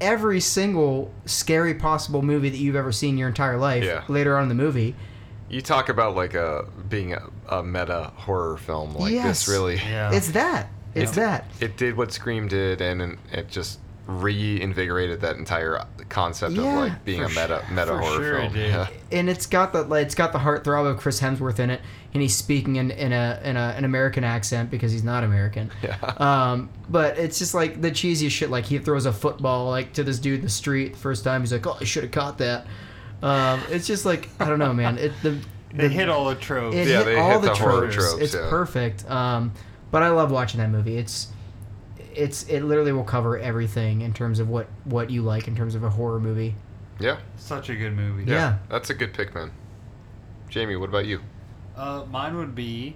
A: every single scary possible movie that you've ever seen your entire life
B: Yeah.
A: later on in the movie.
B: You talk about like a being a, a meta horror film like
A: Yes.
B: this really
C: Yeah.
A: It's that. It's that.
B: it did what Scream did and and it just reinvigorated that entire concept
A: Yeah,
B: of like being
C: for
B: a meta
C: sure-
B: meta
C: for
B: horror
C: sure it
B: film.
C: did.
B: Yeah.
A: and it's got the like, it's got the heartthrob of Chris Hemsworth in it, and he's speaking in, in a in a, an American accent because he's not American. Yeah. Um, but it's just like the cheesiest shit. Like he throws a football like to this dude in the street the first time. He's like, "Oh, I should have caught that." Um, it's just like I don't know, man. It the
C: They hit all the tropes.
A: it
B: Yeah,
A: hit
B: they
A: all
B: hit
A: the,
B: the horror
A: tropes.
B: tropes,
A: It's
B: yeah.
A: perfect. Um, but I love watching that movie. It's it's it literally will cover everything in terms of what what you like in terms of a horror movie.
B: yeah.
C: Such a good movie.
A: Yeah.
B: That's a good pick, man. Jamie, what about you?
C: Uh, mine would be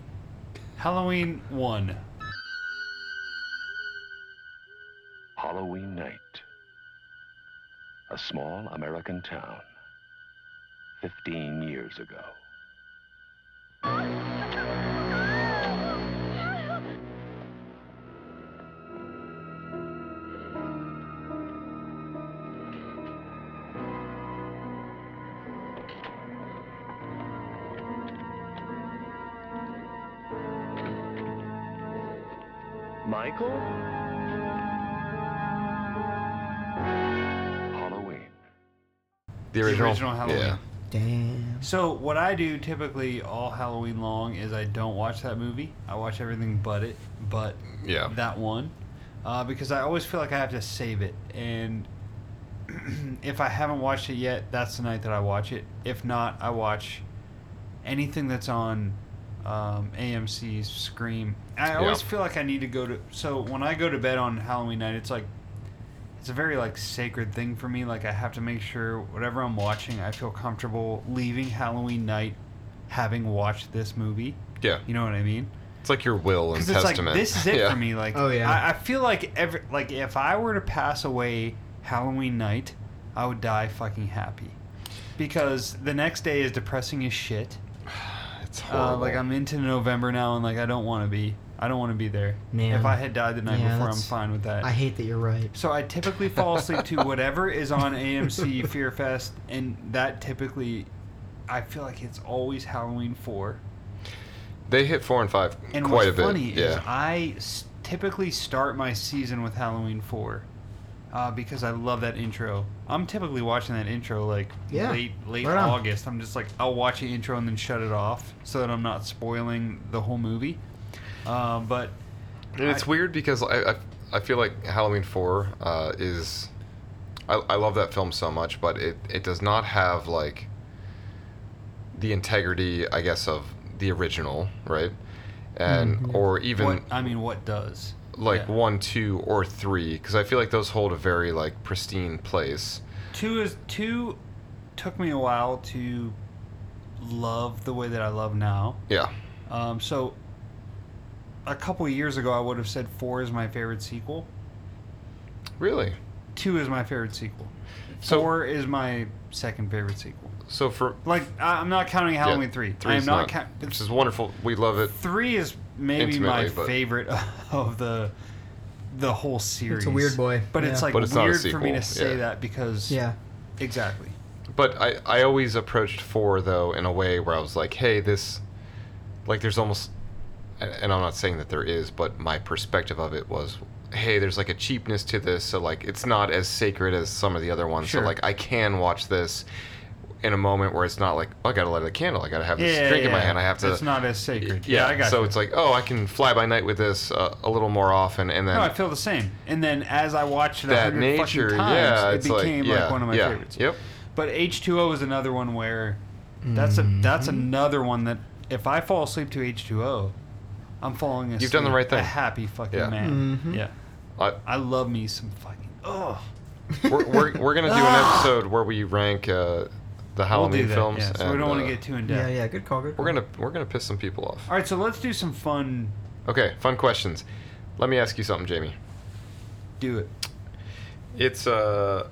C: Halloween 1.
K: Halloween night. A small American town. 15 years ago. Michael? Halloween.
B: The original,
C: original Halloween.
B: Yeah.
A: Damn.
C: So, what I do typically all Halloween long is I don't watch that movie. I watch everything but it, but
B: Yeah.
C: that one. Uh, because I always feel like I have to save it. And if I haven't watched it yet, that's the night that I watch it. If not, I watch anything that's on um, AMC's Scream. I always
B: Yeah.
C: feel like I need to go to. So when I go to bed on Halloween night, it's like it's a very like sacred thing for me. Like I have to make sure whatever I'm watching, I feel comfortable leaving Halloween night having watched this movie.
B: Yeah.
C: You know what I mean?
B: It's like your will and
C: Because it's
B: testament.
C: like this is it
B: yeah.
C: for me. Like
A: Oh, yeah.
C: I, I feel like every like if I were to pass away Halloween night, I would die fucking happy. Because the next day is depressing as shit.
B: It's horrible.
C: Uh, like I'm into November now, and like I don't want to be. I don't want to be there.
A: Man.
C: If I had died the night
A: Yeah,
C: before, I'm
A: that's-
C: fine with that.
A: I hate that you're right.
C: so I typically fall asleep to whatever is on AMC Fear Fest, and that typically, I feel like it's always Halloween four.
B: They hit four and five
C: And
B: quite a
C: what's
B: bit.
C: funny is
B: yeah.
C: I s- typically start my season with Halloween four, uh, because I love that intro. I'm typically watching that intro like
A: Yeah,
C: late late
A: right on.
C: August. I'm just like I'll watch an intro and then shut it off so that I'm not spoiling the whole movie. Um, but
B: And it's weird because I, I, I feel like Halloween 4 uh, is. I, I love that film so much, but it, it does not have, like, the integrity, I guess, of the original, right? And,
C: Mm-hmm.
B: or even,
C: what I mean, what does?
B: like,
C: yeah.
B: 1, 2, or 3, because I feel like those hold a very, like, pristine place.
C: Two is two. Took me a while to love the way that I love now.
B: Yeah.
C: Um, so, a couple of years ago, I would have said four is my favorite sequel.
B: Really?
C: Two is my favorite sequel.
B: So-
C: Four is my second favorite sequel.
B: So, for.
C: Like I- I'm not counting
B: yeah,
C: Halloween three. I am
B: three's
C: not,
B: not
C: count.
B: Which is wonderful. We love it.
C: Three is maybe my
B: Intimately, but-
C: favorite of the the whole series.
A: weird boy,
C: but it's
A: yeah.
C: like
B: But it's not a
C: weird for me
B: sequel,
C: to say
B: yeah.
C: that because
A: Yeah.
C: exactly.
B: But I, I always approached four though in a way where I was like, hey, this, like, there's almost, and- and I'm not saying that there is, but my perspective of it was, hey, there's like a cheapness to this, so like it's not as sacred as some of the other ones.
C: Sure.
B: So like I can watch this in a moment where it's not like oh, I gotta light a candle, I gotta have this
C: Yeah,
B: drink in my
C: yeah.
B: hand, I have to.
C: It's not as sacred.
B: yeah,
C: Yeah, I got
B: so
C: you.
B: it's like oh, I can fly by night with this uh, a little more often, and then
C: No, I feel the same. And then as I watched it a
B: that
C: hundred
B: nature,
C: fucking times,
B: yeah,
C: it
B: it's like,
C: became like,
B: yeah,
C: one of my
B: yeah,
C: favorites.
B: Yep.
C: But H two O is another one where that's a
A: Mm-hmm.
C: that's another one that if I fall asleep to H two O, I'm falling asleep.
B: You've done the right
C: A
B: thing.
C: happy fucking
B: Yeah.
C: man.
A: Mm-hmm.
C: Yeah.
B: I-
C: I love me some fucking. Oh.
B: we're, we're, we're gonna do an episode where we rank uh, the
C: We'll
B: Halloween
C: do that.
B: films.
C: yeah, so we
B: and,
C: don't want
B: uh,
C: to get too in depth.
A: Yeah, yeah. Good call. Good.
B: We're gonna we're gonna piss some people off.
C: All right, so let's do some fun.
B: Okay, fun questions. Let me ask you something, Jamie.
C: Do it.
B: It's uh,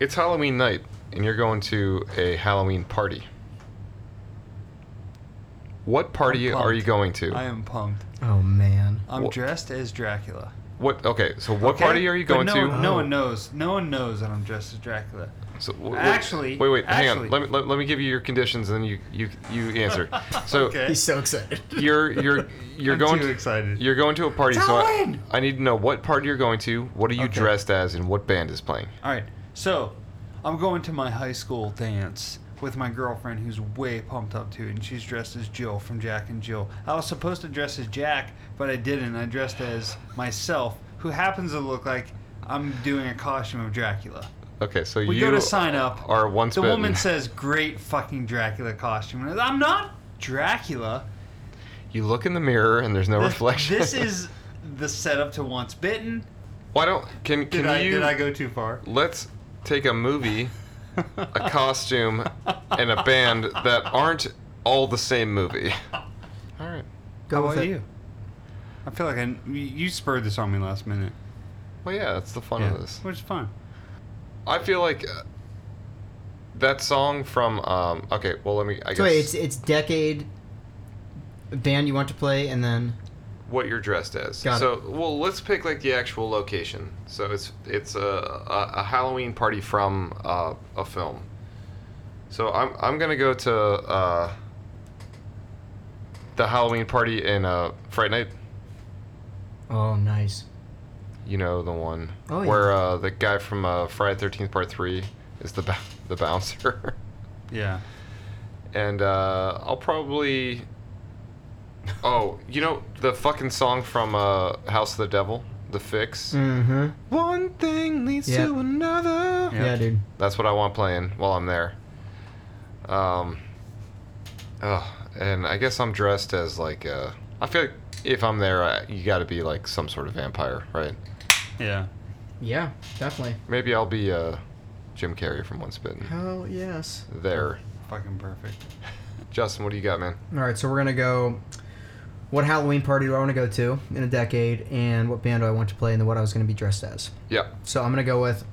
B: it's Halloween night, and you're going to a Halloween party. What party
C: I'm
B: are you
C: pumped.
B: going to?
C: I am pumped.
A: Oh man.
C: I'm
B: Wha-
C: dressed as Dracula.
B: What? Okay, so what
C: Okay?
B: party are you
C: But
B: going
C: no,
B: to?
C: No one knows. No one knows that I'm dressed as Dracula.
B: So, w- w-
C: Actually-
B: wait, wait, hang
C: actually-
B: on. Let me let, let me give you your conditions, and then you you you answer. So
C: Okay.
A: so excited.
B: you're you're you're
C: I'm
B: going
C: too
B: to
C: excited.
B: You're going to a party,
C: It's
B: so I,
C: Halloween!
B: I need to know what party you're going to. What are you
C: Okay.
B: dressed as, and what band is playing?
C: All right. So, I'm going to my high school dance with my girlfriend who's way pumped up too and she's dressed as Jill from Jack and Jill. I was supposed to dress as Jack, but I didn't. I dressed as myself who happens to look like I'm doing a costume of Dracula.
B: Okay, so
C: We
B: you
C: go to sign up.
B: Are once
C: the
B: bitten.
C: woman says, "Great fucking Dracula costume." And I was, I'm not Dracula.
B: you look in the mirror and there's no
C: This-
B: reflection.
C: This is the setup to Once Bitten.
B: why don't can
C: Did
B: can
C: I
B: you
C: did I go too far?
B: let's take a movie, a costume, and a band that aren't all the same movie. All right.
A: Go
C: How
A: with
C: about
A: it.
C: you? I feel like I you spurred this on me last minute.
B: Well, yeah, that's the fun
C: yeah,
B: of this.
C: which is fun.
B: I feel like uh, that song from um. Okay, well let me. I
A: So
B: guess
A: wait, it's it's decade band you want to play, and then
B: what you're dressed as.
A: Got it.
B: so, well, let's pick like the actual location. So it's it's a, a, a Halloween party from uh, a film. So I'm I'm gonna go to uh, the Halloween party in uh, Fright Night.
A: oh nice.
B: You know the one
A: Oh, yeah.
B: where uh, the guy from uh, Friday Thirteenth Part Three is the bou- the bouncer,
C: Yeah.
B: and uh, I'll probably. Oh, you know the fucking song from uh, House of the Devil, The Fix.
A: Mm-hmm.
B: One thing leads
A: Yeah.
B: to another.
C: Yeah.
A: Yeah, dude.
B: That's what I want playing while I'm there. Um. Oh, and I guess I'm dressed as like uh. I feel like if I'm there, I, you got to be like some sort of vampire, right?
C: Yeah.
A: Yeah, definitely.
B: Maybe I'll be uh, Jim Carrey from Once Bitten.
A: Hell yes.
B: There,
C: Fucking perfect.
B: Justin. What do you got, man?
A: All right, so we're gonna go. What Halloween party do I want to go to in a decade, and what band do I want to play, and what I was gonna be dressed as?
B: Yeah.
A: So I'm gonna go with.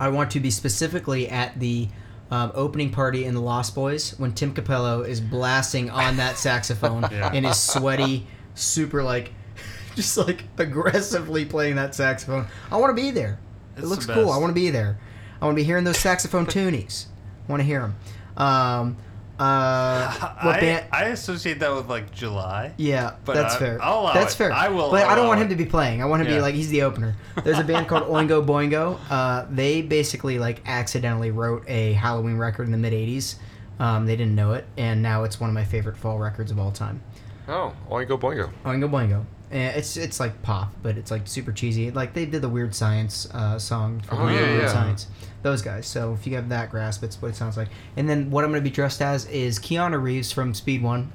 A: I want to be specifically at the um, opening party in the Lost Boys when Tim Capello is blasting on that saxophone
C: Yeah.
A: and is sweaty, super like, just like aggressively playing that saxophone. I want to be there. it
C: It's
A: looks
C: the
A: cool. I
C: best.
A: want to be there. I want to be hearing those saxophone tunies. I want to hear them. Um, uh, what
C: I,
A: band?
C: I associate that with like July.
A: Yeah,
C: But
A: that's
C: I-
A: fair.
C: I'll allow
A: that's
C: it.
A: fair.
C: I will
A: But I don't
C: allow
A: want
C: it.
A: him to be playing. I want him to
C: Yeah.
A: be like he's the opener. There's a band called Oingo Boingo. Uh, they basically like accidentally wrote a Halloween record in the mid '80s. Um, they didn't know it, and now it's one of my favorite fall records of all time.
B: Oh, Oingo Boingo.
A: Oingo Boingo. And it's it's like pop, but it's like super cheesy. Like they did the Weird Science uh, song for
B: Oh, yeah,
A: Weird
B: yeah.
A: Science. Those guys. So if you have that grasp, it's what it sounds like. And then what I'm going to be dressed as is Keanu Reeves from Speed One.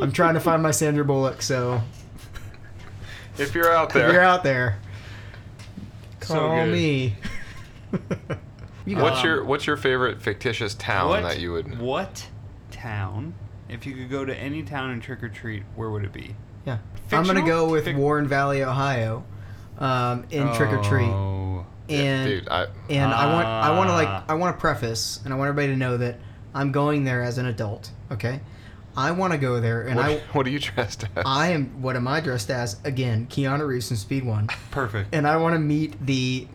A: I'm trying to find my Sandra Bullock, so
B: If you're out
A: if you're
B: there,
A: out there,
C: So
A: call
C: good.
A: me. you got
B: what's
C: Um,
B: your what's your favorite fictitious town
C: what,
B: that you would?
C: What town? If you could go to any town and trick or treat, where would it be?
A: yeah. I'm going to
C: Fictional?
A: go with
C: Fic-
A: Warren Valley, Ohio, um, in Trick or Treat.
C: Oh.
A: And
B: Dude, I
A: and I want I want to
C: Ah.
A: like I want to preface and I want everybody to know that I'm going there as an adult. Okay, I want to go there, and
B: what,
A: I
B: what are you dressed as?
A: I am what am I dressed as? Again, Keanu Reeves in Speed One.
C: Perfect.
A: And I want to meet the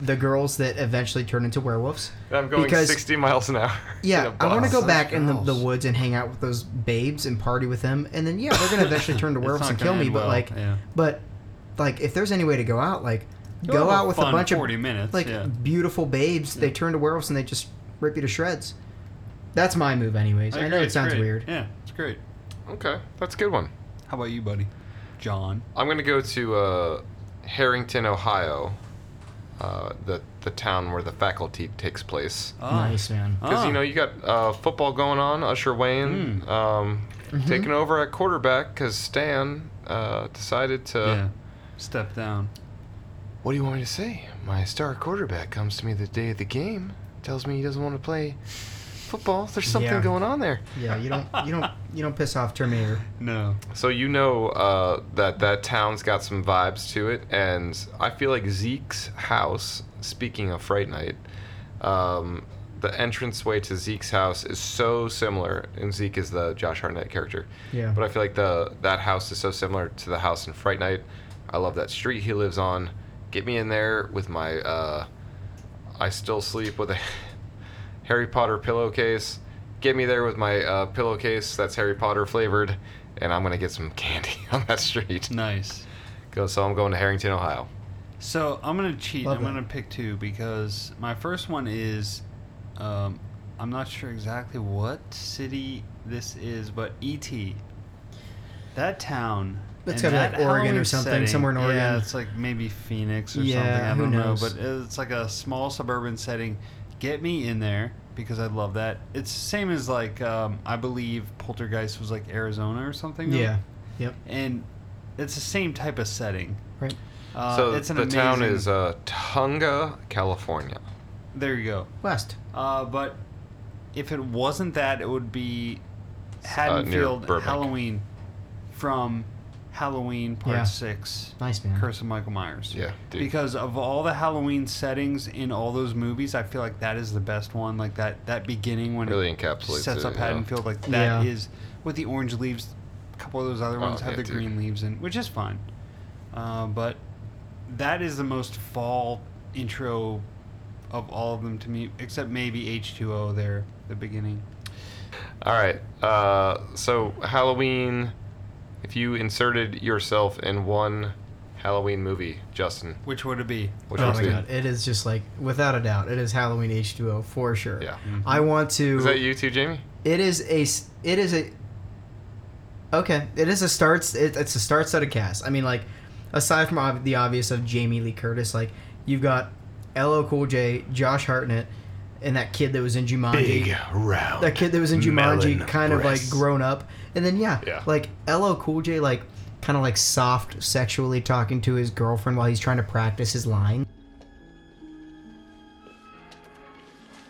A: the girls that eventually turn into werewolves.
B: I'm going
A: because-
B: 60 miles an hour. in
A: Yeah,
B: a
A: I want to
B: bus.
A: go back in the, the woods and hang out with those babes and party with them, and then yeah, they're gonna eventually turn to
C: It's
A: werewolves
C: not
A: and kill
C: gonna
A: me.
C: end
A: But
C: well,
A: like,
C: yeah.
A: but like, if there's any way to go out, like,
C: You'll
A: go
C: have a
A: out with a
C: fun
A: bunch
C: 40
A: of
C: minutes,
A: like
C: yeah.
A: beautiful babes. They turn to werewolves and they just rip you to shreds. That's my move, anyways. I, know
C: agree,
A: it
C: it's
A: sounds
C: great.
A: weird.
C: Yeah, it's great.
B: Okay, that's a good one.
C: How about you, buddy? John.
B: I'm gonna go to uh, Harrington, Ohio, uh, the the town where the faculty takes place.
A: Nice man.
B: Because you know you got uh, football going on. Usher Wayne um,
A: Mm-hmm.
B: taking over at quarterback because Stan uh, decided to.
C: yeah. Step down.
B: What do you want me to say? My star quarterback comes to me the day of the game, tells me he doesn't want to play football. There's something
A: Yeah.
B: going on there.
A: Yeah, you don't you don't you don't piss off Terminator.
C: No.
B: So you know uh, that that town's got some vibes to it, and I feel like Zeke's house. Speaking of Fright Night, um, the entranceway to Zeke's house is so similar, and Zeke is the Josh Hartnett character.
A: Yeah.
B: But I feel like the that house is so similar to the house in Fright Night. I love that street he lives on. Get me in there with my. Uh, I still sleep with a Harry Potter pillowcase. Get me there with my uh, pillowcase that's Harry Potter flavored, and I'm gonna get some candy on that street.
C: Nice.
B: Go. So I'm going to Harrington, Ohio.
C: So I'm gonna cheat.
A: Love
C: I'm
A: that.
C: gonna pick two because my first one is, um, I'm not sure exactly what city this is, but ET. That town.
A: It's
C: and
A: gotta be like
C: that
A: Oregon or
C: Halloween
A: something,
C: setting-
A: somewhere in Oregon.
C: Yeah, it's like maybe Phoenix or
A: Yeah,
C: something. I
A: who
C: don't
A: knows?
C: know, but it's like a small suburban setting. Get me in there because I love that. It's same as like um, I believe Poltergeist was like Arizona or something.
A: Yeah. Yep.
C: and it's the same type of setting.
A: Right.
C: Uh,
B: so
C: it's an
B: the town
C: amazing-
B: is uh, Tonga, California.
C: There you go.
A: West.
C: Uh, but if it wasn't that, it would be
B: uh, near
C: Haddonfield
B: Burbank.
C: Halloween from Halloween Part
A: Yeah.
C: Six,
A: Nice man.
C: Curse of Michael Myers.
B: Yeah, dude.
C: Because of all the Halloween settings in all those movies, I feel like that is the best one. Like that that beginning when
B: Really
C: it
B: encapsulates
C: sets
B: it,
C: up
B: yeah.
C: Haddonfield. Like that is
A: Yeah.
C: with the orange leaves. A couple of those other ones have
B: Oh, yeah,
C: the
B: dude.
C: green leaves in, which is fine. Uh, but that is the most fall intro of all of them to me, except maybe H2O there, the beginning.
B: All right. Uh, so Halloween. If you inserted yourself in one Halloween movie, Justin,
C: Which would it be?
B: which
A: Oh
B: would
A: my
B: be?
A: god, it is just like without a doubt, it is Halloween H2O for sure.
B: Yeah.
A: I want to
B: Is that you too, Jamie?
A: It is a s- it is a Okay, it is a starts it, it's a start set of cast. I mean like aside from ob- the obvious of Jamie Lee Curtis, like you've got LL Cool J, Josh Hartnett, and that kid that was in Jumanji.
B: round.
A: that kid that was in Jumanji,
B: melon
A: kind of like
B: breasts.
A: grown up, and then yeah,
B: Yeah.
A: like LL Cool J, like kind of like soft sexually talking to his girlfriend while he's trying to practice his line.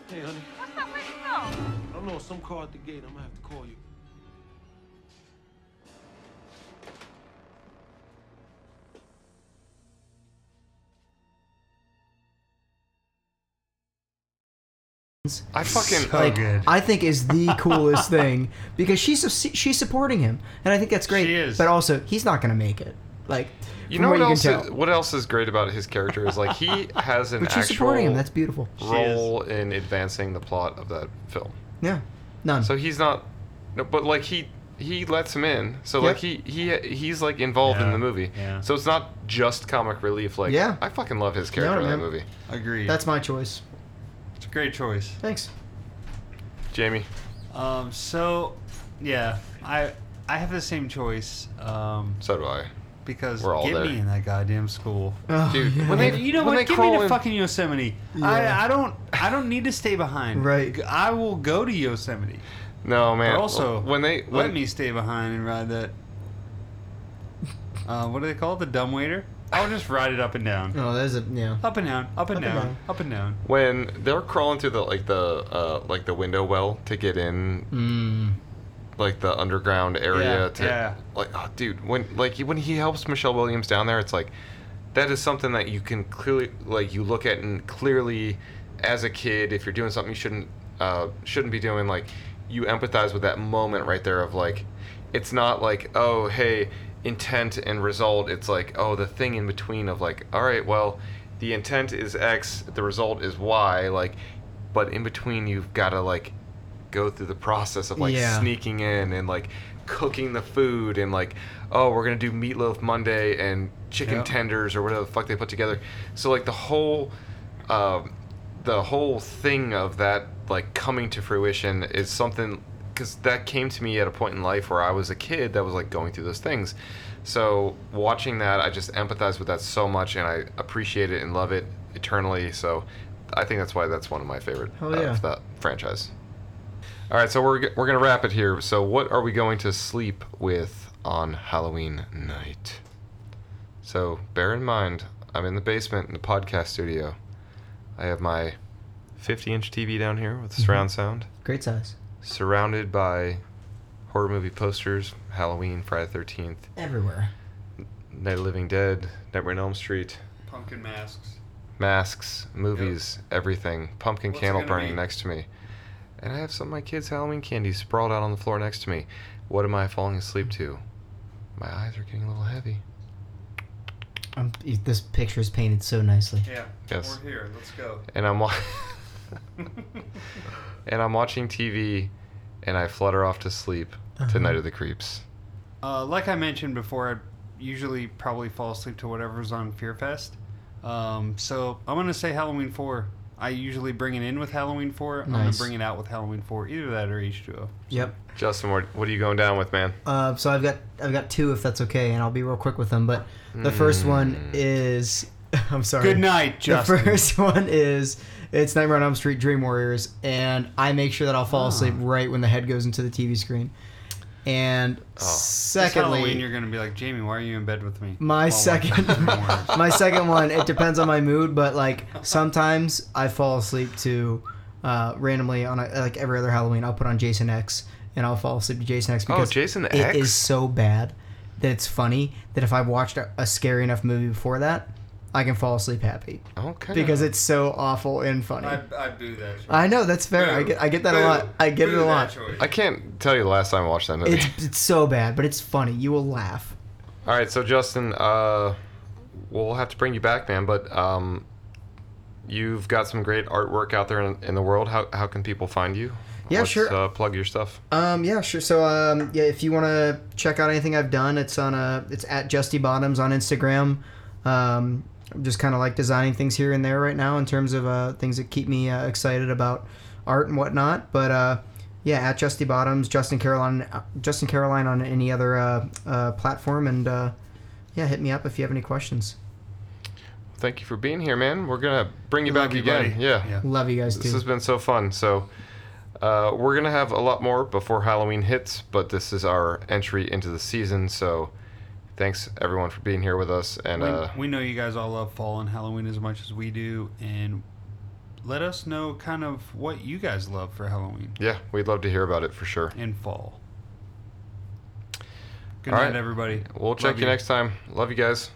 L: Hey, honey. What's up? Where'd you go? I don't know. Some car at the gate. I'm gonna have to call you.
B: I fucking
A: like I think is the coolest thing because she's su- she's supporting him, and I think that's great.
C: She is.
A: But also, he's not gonna make it. Like
B: You
A: from
B: know
A: what,
B: what,
A: you
B: else?
A: can tell.
B: Is, what else is great about his character is like he has an
A: but she's
B: actual
A: supporting him. That's beautiful.
B: role in advancing the plot of that film.
A: Yeah, none.
B: So he's not, no, but like he he lets him in. So like he he he's like involved in
C: Yeah,
B: the movie.
C: yeah.
B: So it's not just comic relief. Like
A: Yeah.
B: I fucking love his character in that
A: man.
B: movie.
C: Agreed.
A: that's my choice.
C: it's a great choice.
A: Thanks.
B: Jamie,
C: Um, so, yeah, I I have the same choice um,
B: so do I.
C: because
B: We're all
C: get
B: there.
C: me in that goddamn school.
A: Oh,
B: Dude,
A: yeah.
B: when they
C: you know
B: when
C: what?
B: they
C: Give
B: crawl
C: me to
B: in-
C: fucking Yosemite.
A: Yeah.
C: I, I don't I don't need to stay behind.
A: Right.
C: G- I will go to Yosemite.
B: no man.
C: But also,
B: when they
C: let
B: when
C: me stay behind and ride that. Uh, what do they call it? The dumb waiter. I'll just ride it up and down,
A: Oh, there's a yeah.
C: up and down,
A: Up
C: up and
A: and
C: down,
A: down.
C: up and down.
B: when they're crawling through the like the uh, like the window well to get in
A: Mm.
B: like the underground area
C: Yeah,
B: to
C: yeah.
B: like oh dude when like he- when he helps Michelle Williams down there it's like that is something that you can clearly like you look at and clearly as a kid if you're doing something you shouldn't uh, shouldn't be doing. Like, you empathize with that moment right there of like, it's not like, oh, hey, intent and result. It's like, oh, the thing in between of like, all right, well, the intent is X, the result is Y. Like, but in between, you've got to like go through the process of like
A: Yeah.
B: sneaking in and like cooking the food and like oh we're gonna do meatloaf monday and chicken
C: Yeah.
B: tenders or whatever the fuck they put together so like the whole um, the whole thing of that like coming to fruition is something because that came to me at a point in life where i was a kid that was like going through those things so watching that i just empathize with that so much and i appreciate it and love it eternally so i think that's why that's one of my favorite
A: Hell
B: uh,
A: yeah.
B: of that franchise all right, so we're, g- we're going to wrap it here. So, what are we going to sleep with on Halloween night? So, bear in mind, I'm in the basement in the podcast studio. I have my 50 inch TV down here with surround sound,
A: Great size.
B: surrounded by horror movie posters, Halloween, Friday the 13th,
A: Everywhere.
B: Night of the Living Dead, Nightmare on Elm Street,
C: Pumpkin masks.
B: masks, movies, everything. Pumpkin
C: What's it
B: candle
C: gonna
B: burning
C: be?
B: next to me. And I have some of my kids' Halloween candy sprawled out on the floor next to me. What am I falling asleep to? My eyes are getting a little heavy.
A: Um, this picture's painted so nicely.
C: Yeah.
B: Yes.
C: We're here. Let's go.
B: And I'm wa- and I'm watching TV and I flutter off to sleep
A: Uh-huh.
B: to Night of the Creeps.
C: Uh, like I mentioned before, I usually probably fall asleep to whatever's on Fearfest. Um, so I'm gonna say Halloween Four. I usually bring it in with Halloween Four. I'm gonna
A: Nice.
C: bring it out with Halloween Four. Either that or H2O.
A: Yep.
B: Justin, what what are you going down with, man?
A: Uh, so I've got I've got two if that's okay, and I'll be real quick with them. But the first
C: Hmm.
A: one is I'm sorry.
C: Good night, Justin.
A: The first one is it's Nightmare on Elm Street Dream Warriors, and I make sure that I'll
C: Ah.
A: fall asleep right when the head goes into the TV screen. And
C: this
A: secondly,
C: Oh. Halloween, you're gonna be like Jamie. Why are you in bed with me?
A: my
C: While
A: second
C: watching Dream Warriors.
A: my second one it depends on my mood but like sometimes i fall asleep to uh, randomly on a, like every other halloween i'll put on jason x and i'll fall asleep to jason x
B: Oh,
A: because
B: Jason
A: it
B: X?
A: is so bad that it's funny that if i've watched a, a scary enough movie before that i can fall asleep happy
B: Okay.
A: Uh, because it's so awful and funny
C: I,
A: i,
C: I boo that. Shit.
A: know that's fair I,
C: Boo.
A: get, I get that
C: Boo.
A: a lot i get it
C: Boo
A: a
C: that
A: lot
C: choice.
B: I can't tell you the last time I watched that movie.
A: it's, it's so bad but it's funny you will laugh
B: All right, so Justin, uh, we'll have to bring you back, man. But um, you've got some great artwork out there in, in the world. How, how can people find you?
A: Yeah,
B: Let's,
A: sure.
B: Uh, plug your stuff.
A: Um, yeah, sure. So, um, yeah, if you want to check out anything I've done, it's on a, it's at Justy Bottoms on Instagram. Um, I'm just kind of like designing things here and there right now in terms of uh, things that keep me uh, excited about art and whatnot. But uh, yeah, at Justy Bottoms, Justin Caroline, Justin Caroline on any other uh, uh, platform, and uh, yeah, hit me up if you have any questions.
B: Thank you for being here, man. We're gonna bring you
C: Love
B: back
C: you,
B: again.
C: buddy.
B: Yeah.
C: Yeah.
A: Love you guys
B: This
A: too.
B: has been so fun. So uh, we're gonna have a lot more before Halloween hits, but this is our entry into the season. So thanks everyone for being here with us. And
C: we,
B: uh,
C: we know you guys all love fall and Halloween as much as we do, and let us know kind of what you guys love for Halloween
B: yeah, we'd love to hear about it for sure.
C: and fall. Good
B: All
C: night,
B: right.
C: everybody.
B: We'll check
C: Love
B: you next time. Love you guys.